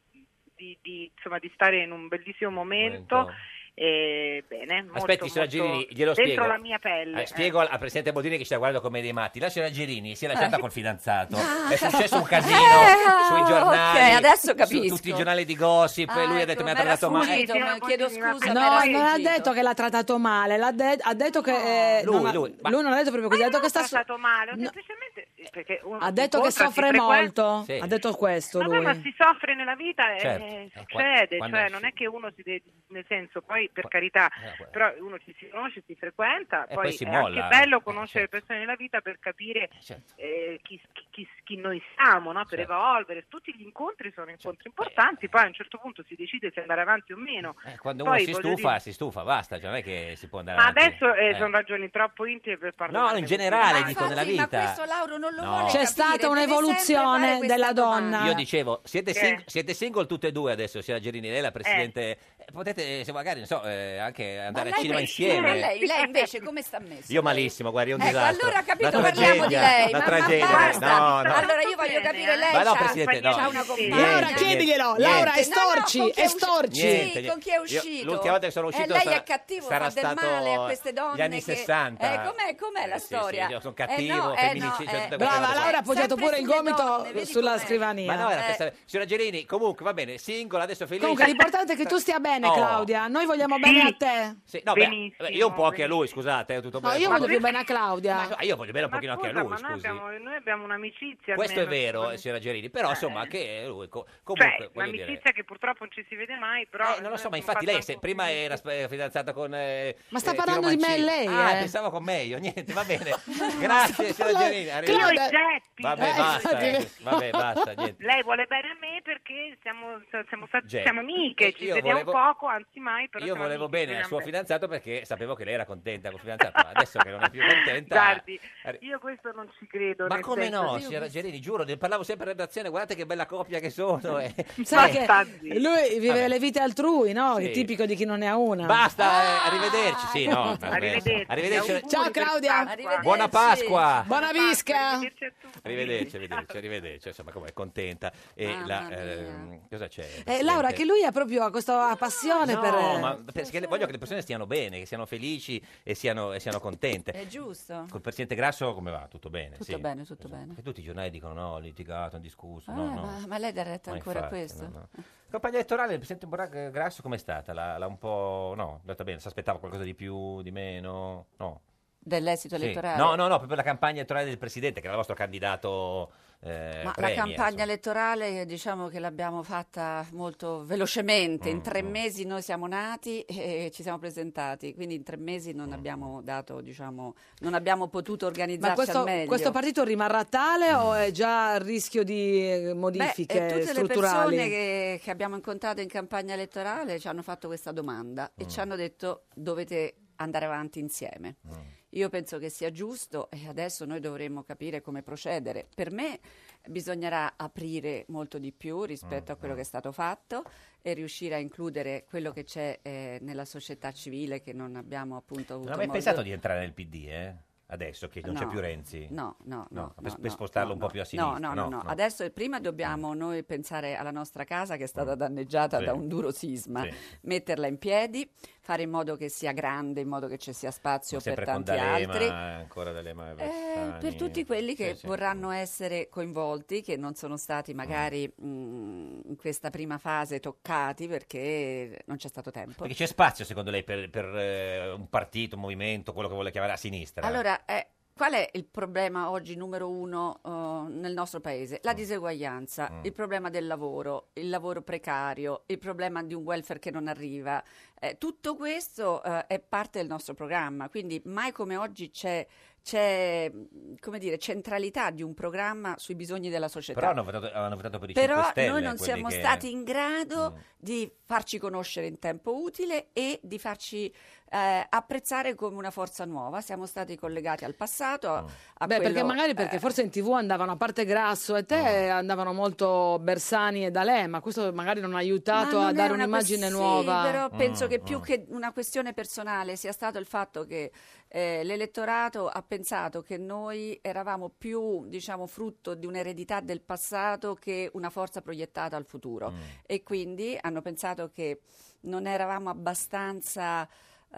Q: di, di, insomma, di stare in un bellissimo momento.
B: Momento.
Q: E bene, molto,
B: Aspetti, signora
Q: molto
B: Girini, glielo
Q: dentro
B: spiego.
Q: la mia pelle.
B: Eh, spiego al al presidente Bodini che ci sta guardando come dei matti. La signora Girini si è lasciata
Q: Eh.
B: col fidanzato. È successo un casino
L: Ah. Eh,
B: sui giornali.
L: ok, adesso
B: Su
L: capisco.
B: tutti i giornali di gossip.
L: Ah,
B: lui ha detto
L: ecco,
B: mi ha
L: m'era
B: trattato male.
L: sfuggito, ma chiedo scusa.
A: No, non ha detto che l'ha trattato male, l'ha de- ha detto che... eh,
B: Lui,
A: non ha-
B: lui, ma-
A: non ha detto proprio così, ha detto che sta...
Q: stato male, ho semplicemente perché uno
A: Ha
Q: si
A: detto che
Q: incontra, si
A: soffre
Q: frequenta-
A: molto, ha detto questo
Q: Vabbè, ma
A: lui.
Q: si soffre nella vita e
A: Certo.
Q: eh,
A: Eh, qua-
Q: succede,
A: quando-
Q: cioè non è che uno si deve, nel senso, poi per carità, però uno ci si conosce, si frequenta,
B: eh, E
Q: poi,
B: poi si
Q: è
B: molla,
Q: anche bello
B: eh,
Q: conoscere persone nella vita per capire
B: Certo.
Q: eh, chi, chi- chi- chi noi siamo, no? per
B: Certo.
Q: evolvere, tutti gli incontri sono incontri importanti, poi a un certo punto si decide se andare avanti o meno.
B: Eh, Quando
Q: Poi,
B: uno si
Q: voglio
B: stufa,
Q: dire-
B: si stufa, basta. Cioè, non è che si può andare
Q: ma
B: avanti.
Q: adesso eh,
B: Eh.
Q: sono ragioni troppo intime per parlare.
B: No, in generale,
Q: di
B: dico, nella vita.
L: Lauro non
B: No. vuole
A: C'è
B: capire,
A: stata
L: deve sempre fare
A: un'evoluzione
L: questa
A: della donna.
B: Io dicevo, siete,
A: Che?
B: sing- siete single tutte e due adesso, signora Gerini, lei è la presidente. Eh, Potete, eh, se magari, non so, eh, anche andare a cinema insieme.
L: Lei, lei invece come sta messa?
B: Io malissimo, guarda, io un
L: Ecco,
B: disastro.
L: allora capito,
B: Una
L: parliamo di
B: tragedia,
L: lei.
B: Una
L: ma- ma
B: tragedia.
L: basta.
B: No, no.
L: Allora io voglio capire lei.
B: Ma no,
L: c'ha-
B: Presidente, no.
L: c'ha una compagna.
B: Niente, Laura, niente, chiediglielo. niente. Laura,
A: estorci,
L: No, no, con chi è usci-
A: estorci.
B: Niente,
L: Sì, con chi è
B: io-
L: uscito?
B: l'ultima volta che sono uscito
L: Eh, lei
B: sarà-
L: è cattivo,
B: sarà
L: fa del
B: stato
L: male a queste donne.
B: gli anni
L: che-
B: 60.
L: Eh, com'è, com'è la
B: Eh, sì, sì,
L: storia?
B: io sono
L: Eh,
B: cattivo,
L: no, eh,
B: femminicida,
L: no, eh.
B: tutte queste
A: Brava,
B: cose.
A: Laura ha appoggiato
L: sempre
A: pure il
L: sulle
A: gomito
L: donne, vedi
A: sulla
L: com'è.
A: scrivania.
B: Ma no, era per
A: Eh.
B: stare- Signora Gerini, comunque va bene, singola, adesso felice.
A: Comunque l'importante è che tu stia bene,
B: Oh.
A: Claudia. Noi vogliamo bene a te.
B: Sì, no, beh, io un po' anche a lui, scusate, eh, tutto
A: No,
B: bene.
A: io
B: Ma-
A: voglio più bene a Claudia.
B: Ah, io voglio bene un pochino anche a
Q: Scusa,
B: lui,
Q: ma noi
B: scusi.
Q: abbiamo, noi abbiamo un'amicizia.
B: Questo è
Q: almeno,
B: vero,
Q: insomma,
B: signora Gerini, però insomma che lui co-
Q: Eh, Cioè,
B: comunque voglio dire-
Q: un'amicizia che purtroppo non ci si vede mai, però...
B: Eh, non lo so, ma infatti lei se- prima era sp- fidanzata con eh,
Q: Ma sta
B: eh,
Q: parlando
B: Piero
Q: di me lei,
B: Mancini. Ah,
Q: eh.
B: pensavo con me io, niente, va bene. Grazie, signora
Q: Lei-
B: Gerini.
Q: Io e
B: arrivederci.
Q: Geppi.
B: Vabbè,
Q: Eh,
B: basta,
Q: infatti-
B: eh, vabbè, basta, niente.
Q: Lei vuole bene a me perché siamo, siamo, stati-
B: Geppi. Eh,
Q: siamo amiche, ci
B: Io
Q: vediamo
B: volevo-
Q: poco, anzi mai, però
B: Io
Q: siamo
B: volevo
Q: amiche,
B: bene al suo
Q: vediamo
B: fidanzato perché sapevo che lei era contenta col fidanzato, ma adesso che non è più contenta...
Q: Guardi,
B: arri-
Q: Io questo non ci credo.
B: Ma
Q: nel
B: come
Q: senso-
B: no,
Q: Io
B: signora
Q: questo-
B: Gerini, giuro, ne parlavo sempre in redazione, guardate che bella coppia che sono. eh.
A: Sai
B: Eh,
A: che lui vive le vite altrui, no? Che
B: Sì.
A: È tipico di chi non ne ha una.
B: Basta, eh, arrivederci. Sì, no, vabbè.
A: Arrivederci.
B: Arrivederci.
A: Ciao Claudia.
B: Buona Pasqua.
A: Buona visca. Eh,
B: Arrivederci, arrivederci, arrivederci. Insomma, com'è contenta. E la, ehm, cosa c'è?
A: Eh, Laura,
B: Presidente?
A: che lui ha proprio questa passione
B: No,
A: per...
B: ma esatto, perché le- voglio che le persone stiano bene, che siano felici e siano, e siano
L: È
B: contente.
L: giusto.
B: Col presidente Grasso come va? Tutto bene?
L: Tutto
B: sì.
L: bene, tutto bene.
B: Perché tutti i giornali dicono no, litigato, hanno discusso.
L: Ah,
B: no, no.
L: ma, ma lei dà retta
B: Ma
L: ancora a
B: infatti,
L: questo?
B: no, no. Campagna elettorale del presidente Borra- Grasso com'è stata? L'ha, l'ha un po'... No, è andata bene, si aspettava qualcosa di più, di meno? No.
L: Dell'esito
B: Sì.
L: elettorale?
B: No, no, no, proprio la campagna elettorale del presidente, che era il vostro candidato. eh,
L: Ma la
B: premier,
L: campagna
B: insomma.
L: elettorale diciamo che l'abbiamo fatta molto velocemente, in tre
B: Mm, mm.
L: mesi noi siamo nati e ci siamo presentati, quindi in tre mesi
B: Mm.
L: non abbiamo dato, diciamo, non abbiamo potuto organizzarci
A: Ma questo,
L: al meglio.
A: questo partito rimarrà tale o è già a rischio di eh,
L: Beh, e
A: modifiche
L: tutte
A: strutturali?
L: le persone che, che abbiamo incontrato in campagna elettorale ci hanno fatto questa domanda
B: Mm.
L: e ci hanno detto dovete andare avanti insieme.
B: Mm.
L: Io penso che sia giusto e adesso noi dovremmo capire come procedere. Per me bisognerà aprire molto di più rispetto a
B: Mm-hmm.
L: quello che è stato fatto e riuscire a includere quello che c'è eh, nella società civile che non abbiamo appunto avuto
B: Non ho mai
L: modo-
B: pensato di entrare nel PD, eh? adesso che non
L: No,
B: c'è più Renzi?
L: No, no, no. no,
B: per, per
L: no,
B: spostarlo
L: no,
B: un po'
L: no.
B: più a sinistra. Mm.
L: No, no, no. no. Adesso prima dobbiamo noi pensare alla nostra casa che è stata danneggiata
B: Sì.
L: da un duro sisma,
B: Sì.
L: metterla in piedi, fare in modo che sia grande, in modo che ci sia spazio per
B: sempre con
L: tanti
B: D'Alema,
L: altri.
B: ancora D'Alema e
L: Eh,
B: Bersani.
L: per tutti quelli che
B: Sì, sì.
L: vorranno essere coinvolti, che non sono stati magari
B: Mm.
L: mh, in questa prima fase toccati perché non c'è stato tempo.
B: Perché c'è spazio, secondo lei, per, per, eh, un partito, un movimento, quello che vuole chiamare a sinistra?
L: Allora, eh, qual è il problema oggi numero uno eh, nel nostro paese? La diseguaglianza,
B: Mm.
L: il problema del lavoro, il lavoro precario, il problema di un welfare che non arriva. Eh, tutto questo eh, è parte del nostro programma, quindi mai come oggi c'è, c'è, mh, come dire, centralità di un programma sui bisogni della società.
B: Però hanno votato, hanno votato per i
L: Però
B: 5 Stelle.
L: noi non
B: quelli
L: siamo
B: che- Mm.
L: stati in grado di farci conoscere in tempo utile e di farci eh, apprezzare come una forza nuova. Siamo stati collegati al passato.
B: Mm.
L: a- a
A: Beh, perché
L: quello- eh,
A: magari perché forse in tv andavano a parte Grasso e te andavano molto Bersani e D'Alema, questo magari non ha aiutato
L: Ma
A: a
L: non è
A: dare
L: una
A: un'immagine
L: quest- sì,
A: nuova.
L: però
B: Mm.
L: penso che più che una questione personale sia stato il fatto che eh, l'elettorato ha pensato che noi eravamo più, diciamo, frutto di un'eredità del passato che una forza proiettata al futuro.
B: Mm.
L: E quindi hanno pensato che non eravamo abbastanza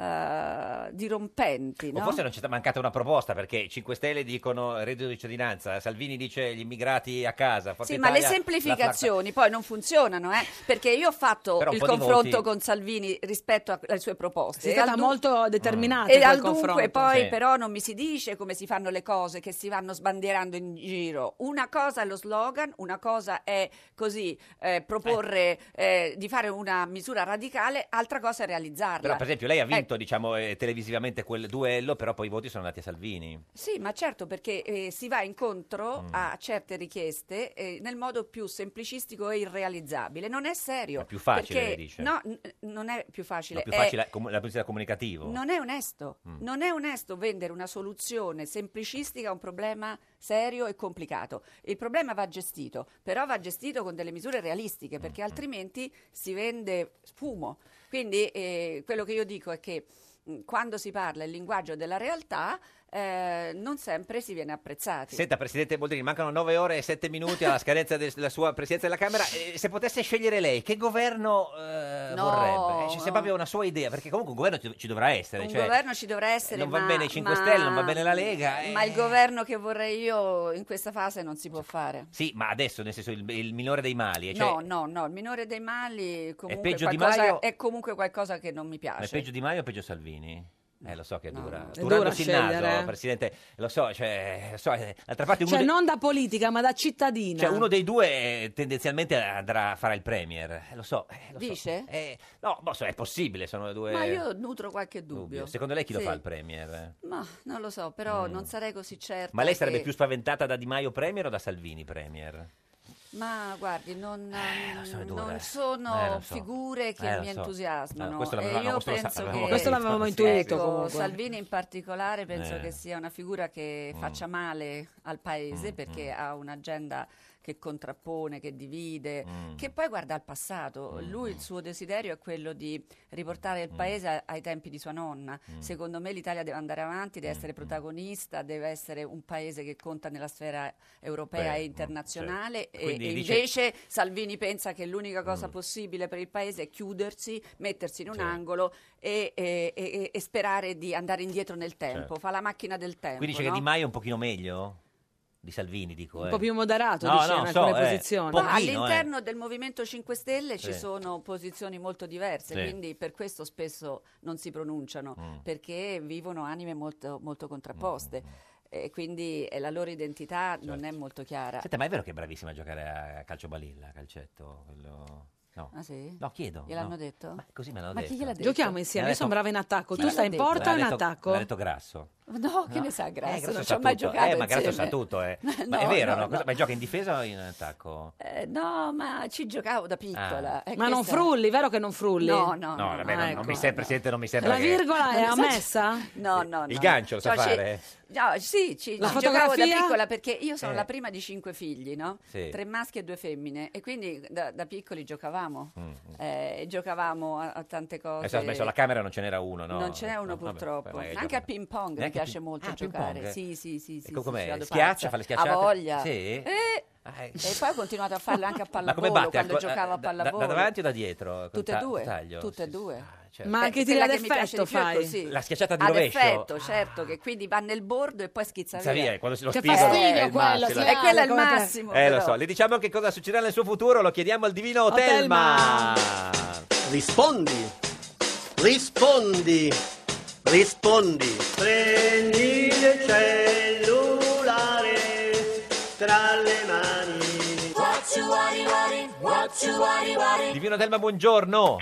L: eh, dirompenti,
B: O
L: no?
B: forse non c'è stata mancata una proposta perché i 5 Stelle dicono reddito di cittadinanza, Salvini dice gli immigrati a casa. Forza
L: Sì, ma le
B: Italia, la-
L: semplificazioni poi non funzionano, eh? perché io ho fatto
B: Però un
L: il
B: po' di
L: confronto
B: voti-
L: con Salvini rispetto a- alle sue proposte.
A: Sei
L: E
A: stata
L: al dun-
A: molto determinata
L: E
A: in quel
L: al dunque
A: confronto.
L: poi
A: Sì.
L: però non mi si dice come si fanno le cose che si vanno sbandierando in giro. Una cosa è lo slogan, una cosa è così eh, proporre eh, di fare una misura radicale, altra cosa è realizzarla.
B: Però, per esempio, lei ha
L: Ecco,
B: vinto diciamo, eh, televisivamente quel duello, però poi i voti sono andati a Salvini.
L: sì, ma certo, perché eh, si va incontro
B: Mm.
L: a certe richieste eh, nel modo più semplicistico e irrealizzabile. Non è serio.
B: È più facile,
L: perché-
B: dice.
L: No, n- non è più facile. Eh.
B: No, più
L: è-
B: facile è com- dal punto di vista comunicativo.
L: Non è onesto,
B: Mm.
L: non è onesto vendere una soluzione semplicistica a un problema serio e complicato. Il problema va gestito, però va gestito con delle misure
B: Mm,
L: realistiche, perché altrimenti si vende fumo. Quindi eh, quello che io dico è che mh, quando si parla il linguaggio della realtà eh, non sempre si viene apprezzati.
B: Senta, Presidente Boldrini, mancano 9 ore e 7 minuti alla scadenza del- della sua presidenza della Camera. Eh, se potesse scegliere lei, che governo eh,
L: No,
B: vorrebbe? Eh, ci- se
L: no.
B: proprio una sua idea, perché comunque un governo ci, ci dovrà essere.
L: Un
B: cioè,
L: governo ci dovrà essere.
B: non va
L: ma-
B: bene i 5
L: ma-
B: Stelle, non va bene la Lega, eh.
L: Ma il governo che vorrei io in questa fase non si può fare.
B: Sì, ma adesso, nel senso, il, il minore dei mali. eh, Cioè,
L: No, no, no, il minore dei mali comunque
B: peggio Di
L: qualcosa-
B: Maio?
L: è comunque qualcosa che non mi
B: ma è
L: piace.
B: peggio Di Maio o peggio Salvini? Eh, lo so che è dura.
A: no. È
B: Sturandosi
A: dura
B: il
A: scegliere,
B: naso,
A: eh.
B: Presidente, lo so, cioè, lo so, eh, d'altra parte uno
A: Cioè
B: de-
A: non da politica, ma da cittadina.
B: Cioè, uno dei due eh, tendenzialmente andrà farà il premier, Eh, lo so. eh, lo so.
L: Dice?
B: No, ma so, è possibile, sono due...
L: Ma io nutro qualche dubbio.
B: dubbio. Secondo lei chi lo
L: Sì.
B: fa il premier?
L: Ma non lo so, però non sarei così certa.
B: Ma lei sarebbe
L: che-
B: più spaventata da Di Maio Premier o da Salvini Premier?
L: Ma guardi, non,
B: Eh, so, è
L: non
B: dura.
L: sono
B: Eh, lo so.
L: figure che
B: Eh, lo
L: mi
B: so.
L: entusiasmano.
B: Eh, questo
L: e
B: l'avevamo-
L: io
B: questo lo sa-
L: penso
B: l'avevamo
L: che
A: Questo l'avamo
B: Sì,
A: intuito
B: sì.
L: ecco,
A: comunque.
L: Salvini in particolare penso
B: Eh.
L: che sia una figura che
B: Mm.
L: faccia male al paese perché ha un'agenda che contrappone, che divide,
B: Mm.
L: che poi guarda al passato. Lui il suo desiderio è quello di riportare il
B: Mm.
L: paese a- ai tempi di sua nonna. Secondo me l'Italia deve andare avanti,
B: Mm,
L: deve essere protagonista, deve essere un paese che conta nella sfera europea
B: Beh, mm,
L: e internazionale
B: certo.
L: e,
B: Quindi
L: e
B: dice- Mm.
L: invece Salvini pensa che l'unica cosa possibile per il paese è chiudersi, mettersi in un
B: Sì.
L: angolo e, e- e- e sperare di andare indietro nel tempo,
B: Certo.
L: fa la macchina del tempo.
B: Quindi dice che
L: no?
B: Di Maio è un pochino meglio? Di Salvini, dico.
A: Un
B: eh.
A: po' più moderato,
B: No,
A: dice,
B: no,
A: in
B: so,
A: alcune
B: eh,
A: posizioni.
L: Ma
B: pochino,
L: all'interno del Movimento 5 Stelle ci
B: eh. Sì.
L: sono posizioni molto diverse,
B: Sì. Mm.
L: quindi per questo spesso non si pronunciano, perché vivono anime molto, molto contrapposte
B: mm.
L: e quindi eh, la loro identità non
B: Certo.
L: è molto chiara.
B: Senta, ma è vero che è bravissima a giocare a calcio balilla, a calcetto? Quello... No.
L: Ah, sì?
B: No, chiedo.
L: Gliel'hanno
B: no.
L: detto?
B: Ma così me l'hanno
L: Ma chi
B: detto.
L: gliel'ha detto?
A: Giochiamo insieme,
B: Me l'ha
A: io sono
B: detto-
A: brava in attacco,
B: me
A: tu
B: l'ha
A: stai in
B: detto-
A: porta o
B: me l'ha
A: in
B: detto-
A: attacco?
B: Me l'ha detto Grasso.
L: No, che
B: No.
L: ne sa Grasso,
B: Eh, Grasso
L: non ci
B: sa
L: ho mai
B: tutto.
L: giocato
B: Eh, ma Grasso sa
L: insieme.
B: tutto, eh. Ma è
L: No,
B: vero,
L: no,
B: no? Cosa-
L: no.
B: Ma gioca in difesa o in attacco?
L: Eh, no, ma ci giocavo da piccola.
B: Ah.
L: Eh,
A: Ma non
L: questo-
A: frulli, vero che non frulli?
L: No, no, ecco.
B: No, vabbè, non, non mi sembra, Presidente, non mi sembra
A: La
B: che...
A: virgola è
L: Eh, Non lo so,
A: ammessa?
L: No, no, no.
B: Eh, Il gancio lo sa
L: Cioè, ci-
B: fare?
L: No, sì, ci,
A: La
L: ci giocavo da
A: fotografia?
L: piccola perché io sono
B: Eh.
L: la prima di cinque figli, no?
B: Sì.
L: Tre maschi e due femmine e quindi da, da piccoli giocavamo,
B: Mm, mm.
L: Eh, giocavamo a, a tante cose.
B: Adesso ha smesso la camera non ce n'era uno, no?
L: Non ce n'è uno
B: No, vabbè,
L: purtroppo,
B: magari
L: anche
B: gioca-
L: a ping pong.
B: Neanche
L: piace molto
B: Ah, ping pong.
L: giocare. Sì, sì, sì. sì,
B: co-
L: sì,
B: com'è?
L: ci vado
B: Schiaccia,
L: pazza.
B: fa le schiacciate?
L: Ha voglia.
B: Sì?
L: Eh,
B: Ah, eh.
L: E poi ho continuato a farle anche a
B: Ma
L: pallavolo
B: come batte? Al
L: quando
B: co-
L: giocavo a
B: da- da-
L: pallavolo.
B: Da, davanti o da dietro? Con
L: Tutte e
B: ta-
L: due.
B: taglio?
L: Tutte e due.
B: certo.
A: Ma anche
L: Beh,
A: tirare
L: quella che mi piace
A: d'effetto
L: di più è
A: fai?
L: così.
B: La schiacciata di
L: Ad
B: rovescio?
L: effetto, certo, che quindi va nel bordo e poi schizza
B: Sa via,
L: via.
B: quando si lo
L: Che
B: spingono
L: fastidio
B: è il
L: quello,
B: massimo.
L: si E quello è il alza come te. massimo,
B: Eh, lo
L: però.
B: so. Le diciamo che cosa succederà nel suo futuro, lo chiediamo al divino Telma.
H: Otelma. Rispondi. Rispondi. Rispondi. Prendi il cellulare tra le mani.
B: Divino Telma, buongiorno.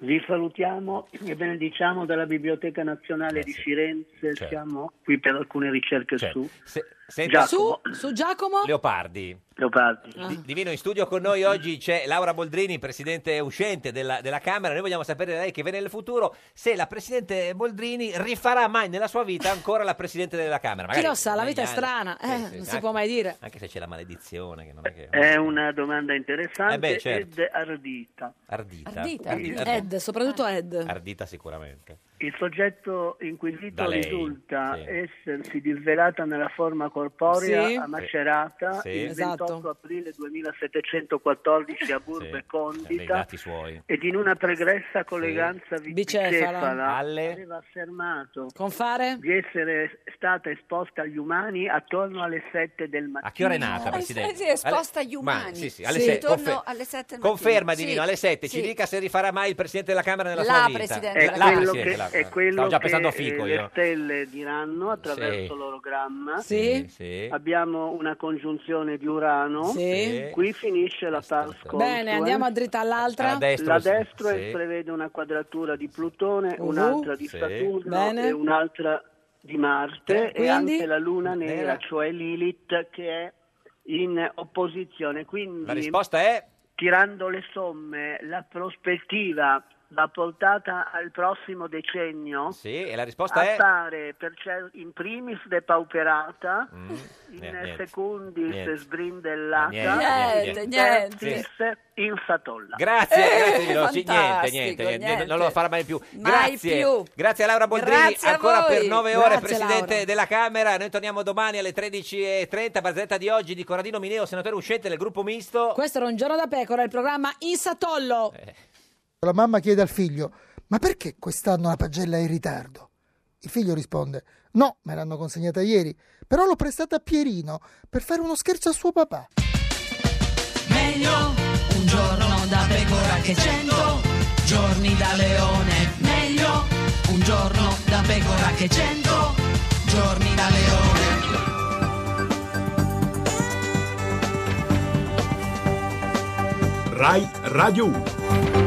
R: Vi salutiamo e benediciamo dalla Biblioteca Nazionale di Firenze.
B: Certo.
R: Siamo qui per alcune ricerche su
B: Cioè, senta-
A: Su, su Giacomo?
B: Leopardi.
R: Leopardi.
B: Di- Divino, in studio con noi oggi c'è Laura Boldrini, presidente uscente della, della Camera. Noi vogliamo sapere da lei che vede nel futuro se la presidente Boldrini rifarà mai nella sua vita ancora la presidente della Camera.
A: Chi
B: Magari
A: lo sa, la
B: negli
A: vita è
B: anni.
A: strana, eh,
B: sì,
A: non si
B: anche-
A: può mai dire.
B: Anche se c'è la maledizione, che non è che.
R: È una domanda interessante
B: Eh beh, certo.
R: ed ardita.
B: Ardita.
R: Ardita,
B: Ardita,
A: Ed, soprattutto Ed.
B: Ardita sicuramente.
R: Il soggetto inquisito
B: Da lei,
R: risulta essersi disvelata nella forma corporea
B: Sì.
R: a Macerata
B: Sì.
R: il 28
B: Esatto.
R: aprile 2714 a Burbe
B: Dei
R: Condita
B: dati suoi.
R: ed in una pregressa colleganza bicefala
B: Alle-
R: aveva affermato
A: Confare?
R: di essere stata esposta agli umani attorno alle 7 del mattino.
B: A che ora è nata, Presidente?
L: sì, è esposta agli
B: Alle-
L: umani.
B: Ma- sì, sì, alle
L: Sì.
B: sette,
L: Intorno
B: confer-
L: alle sette del mattino.
B: Conferma,
L: Sì,
B: Divino, alle 7. Ci
L: sì.
B: dica se rifarà mai il Presidente della Camera nella
R: La
B: sua vita.
R: Presidente della
B: la
R: Camera.
B: Presidente
R: Eh, Quello
B: della
R: che- è
B: Camera.
R: quello
B: Stavo già
R: che,
B: pensando a
R: eh,
B: Fico
R: le
B: io.
R: stelle diranno attraverso
B: Sì.
R: l'orogramma.
B: Sì. Sì.
R: Abbiamo una congiunzione di Urano.
A: Sì.
R: Qui finisce la eh. Pars
A: Bene, andiamo a dritta all'altra.
R: la destra prevede una quadratura di Plutone,
A: Uh-huh.
R: un'altra di
A: Sì.
R: Saturno
A: Bene.
R: e un'altra di Marte
A: Quindi?
R: e anche la Luna nera,
B: Nera.
R: cioè Lilith, che è in opposizione. Quindi,
B: La risposta è?
R: tirando le somme, la prospettiva va portata al prossimo decennio.
B: Sì, e la
R: Ah,
B: risposta è?
R: appare per cer- in primis depauperata,
B: Mm,
R: in
B: eh, niente.
R: secundis
B: Niente.
R: sbrindellata,
B: Niente, niente,
R: in
B: niente. Eh,
R: tertis in satolla.
B: Grazie, grazie, Divino. Sì, niente,
R: Eh, fantastico,
B: niente, niente,
R: niente.
B: non lo farà mai più.
R: Mai
B: grazie,
R: più.
B: grazie a Laura Boldrini,
R: Grazie a
B: ancora
R: voi.
B: per 9 ore,
R: Grazie,
B: Presidente
R: Laura.
B: della Camera. Noi torniamo domani alle 13.30, barzetta di oggi di Corradino Mineo, senatore uscente del gruppo
S: Oh.
B: misto.
A: Questo era un giorno da pecora, il programma Insatollo.
S: Eh.
T: La mamma chiede al figlio: Ma perché quest'anno la pagella è in ritardo? Il figlio risponde: No, me l'hanno consegnata ieri, però l'ho prestata a Pierino per fare uno scherzo a suo papà.
S: Meglio un giorno da pecora che cento giorni da leone. Meglio un giorno da pecora che cento giorni da leone.
U: Rai Radio 1.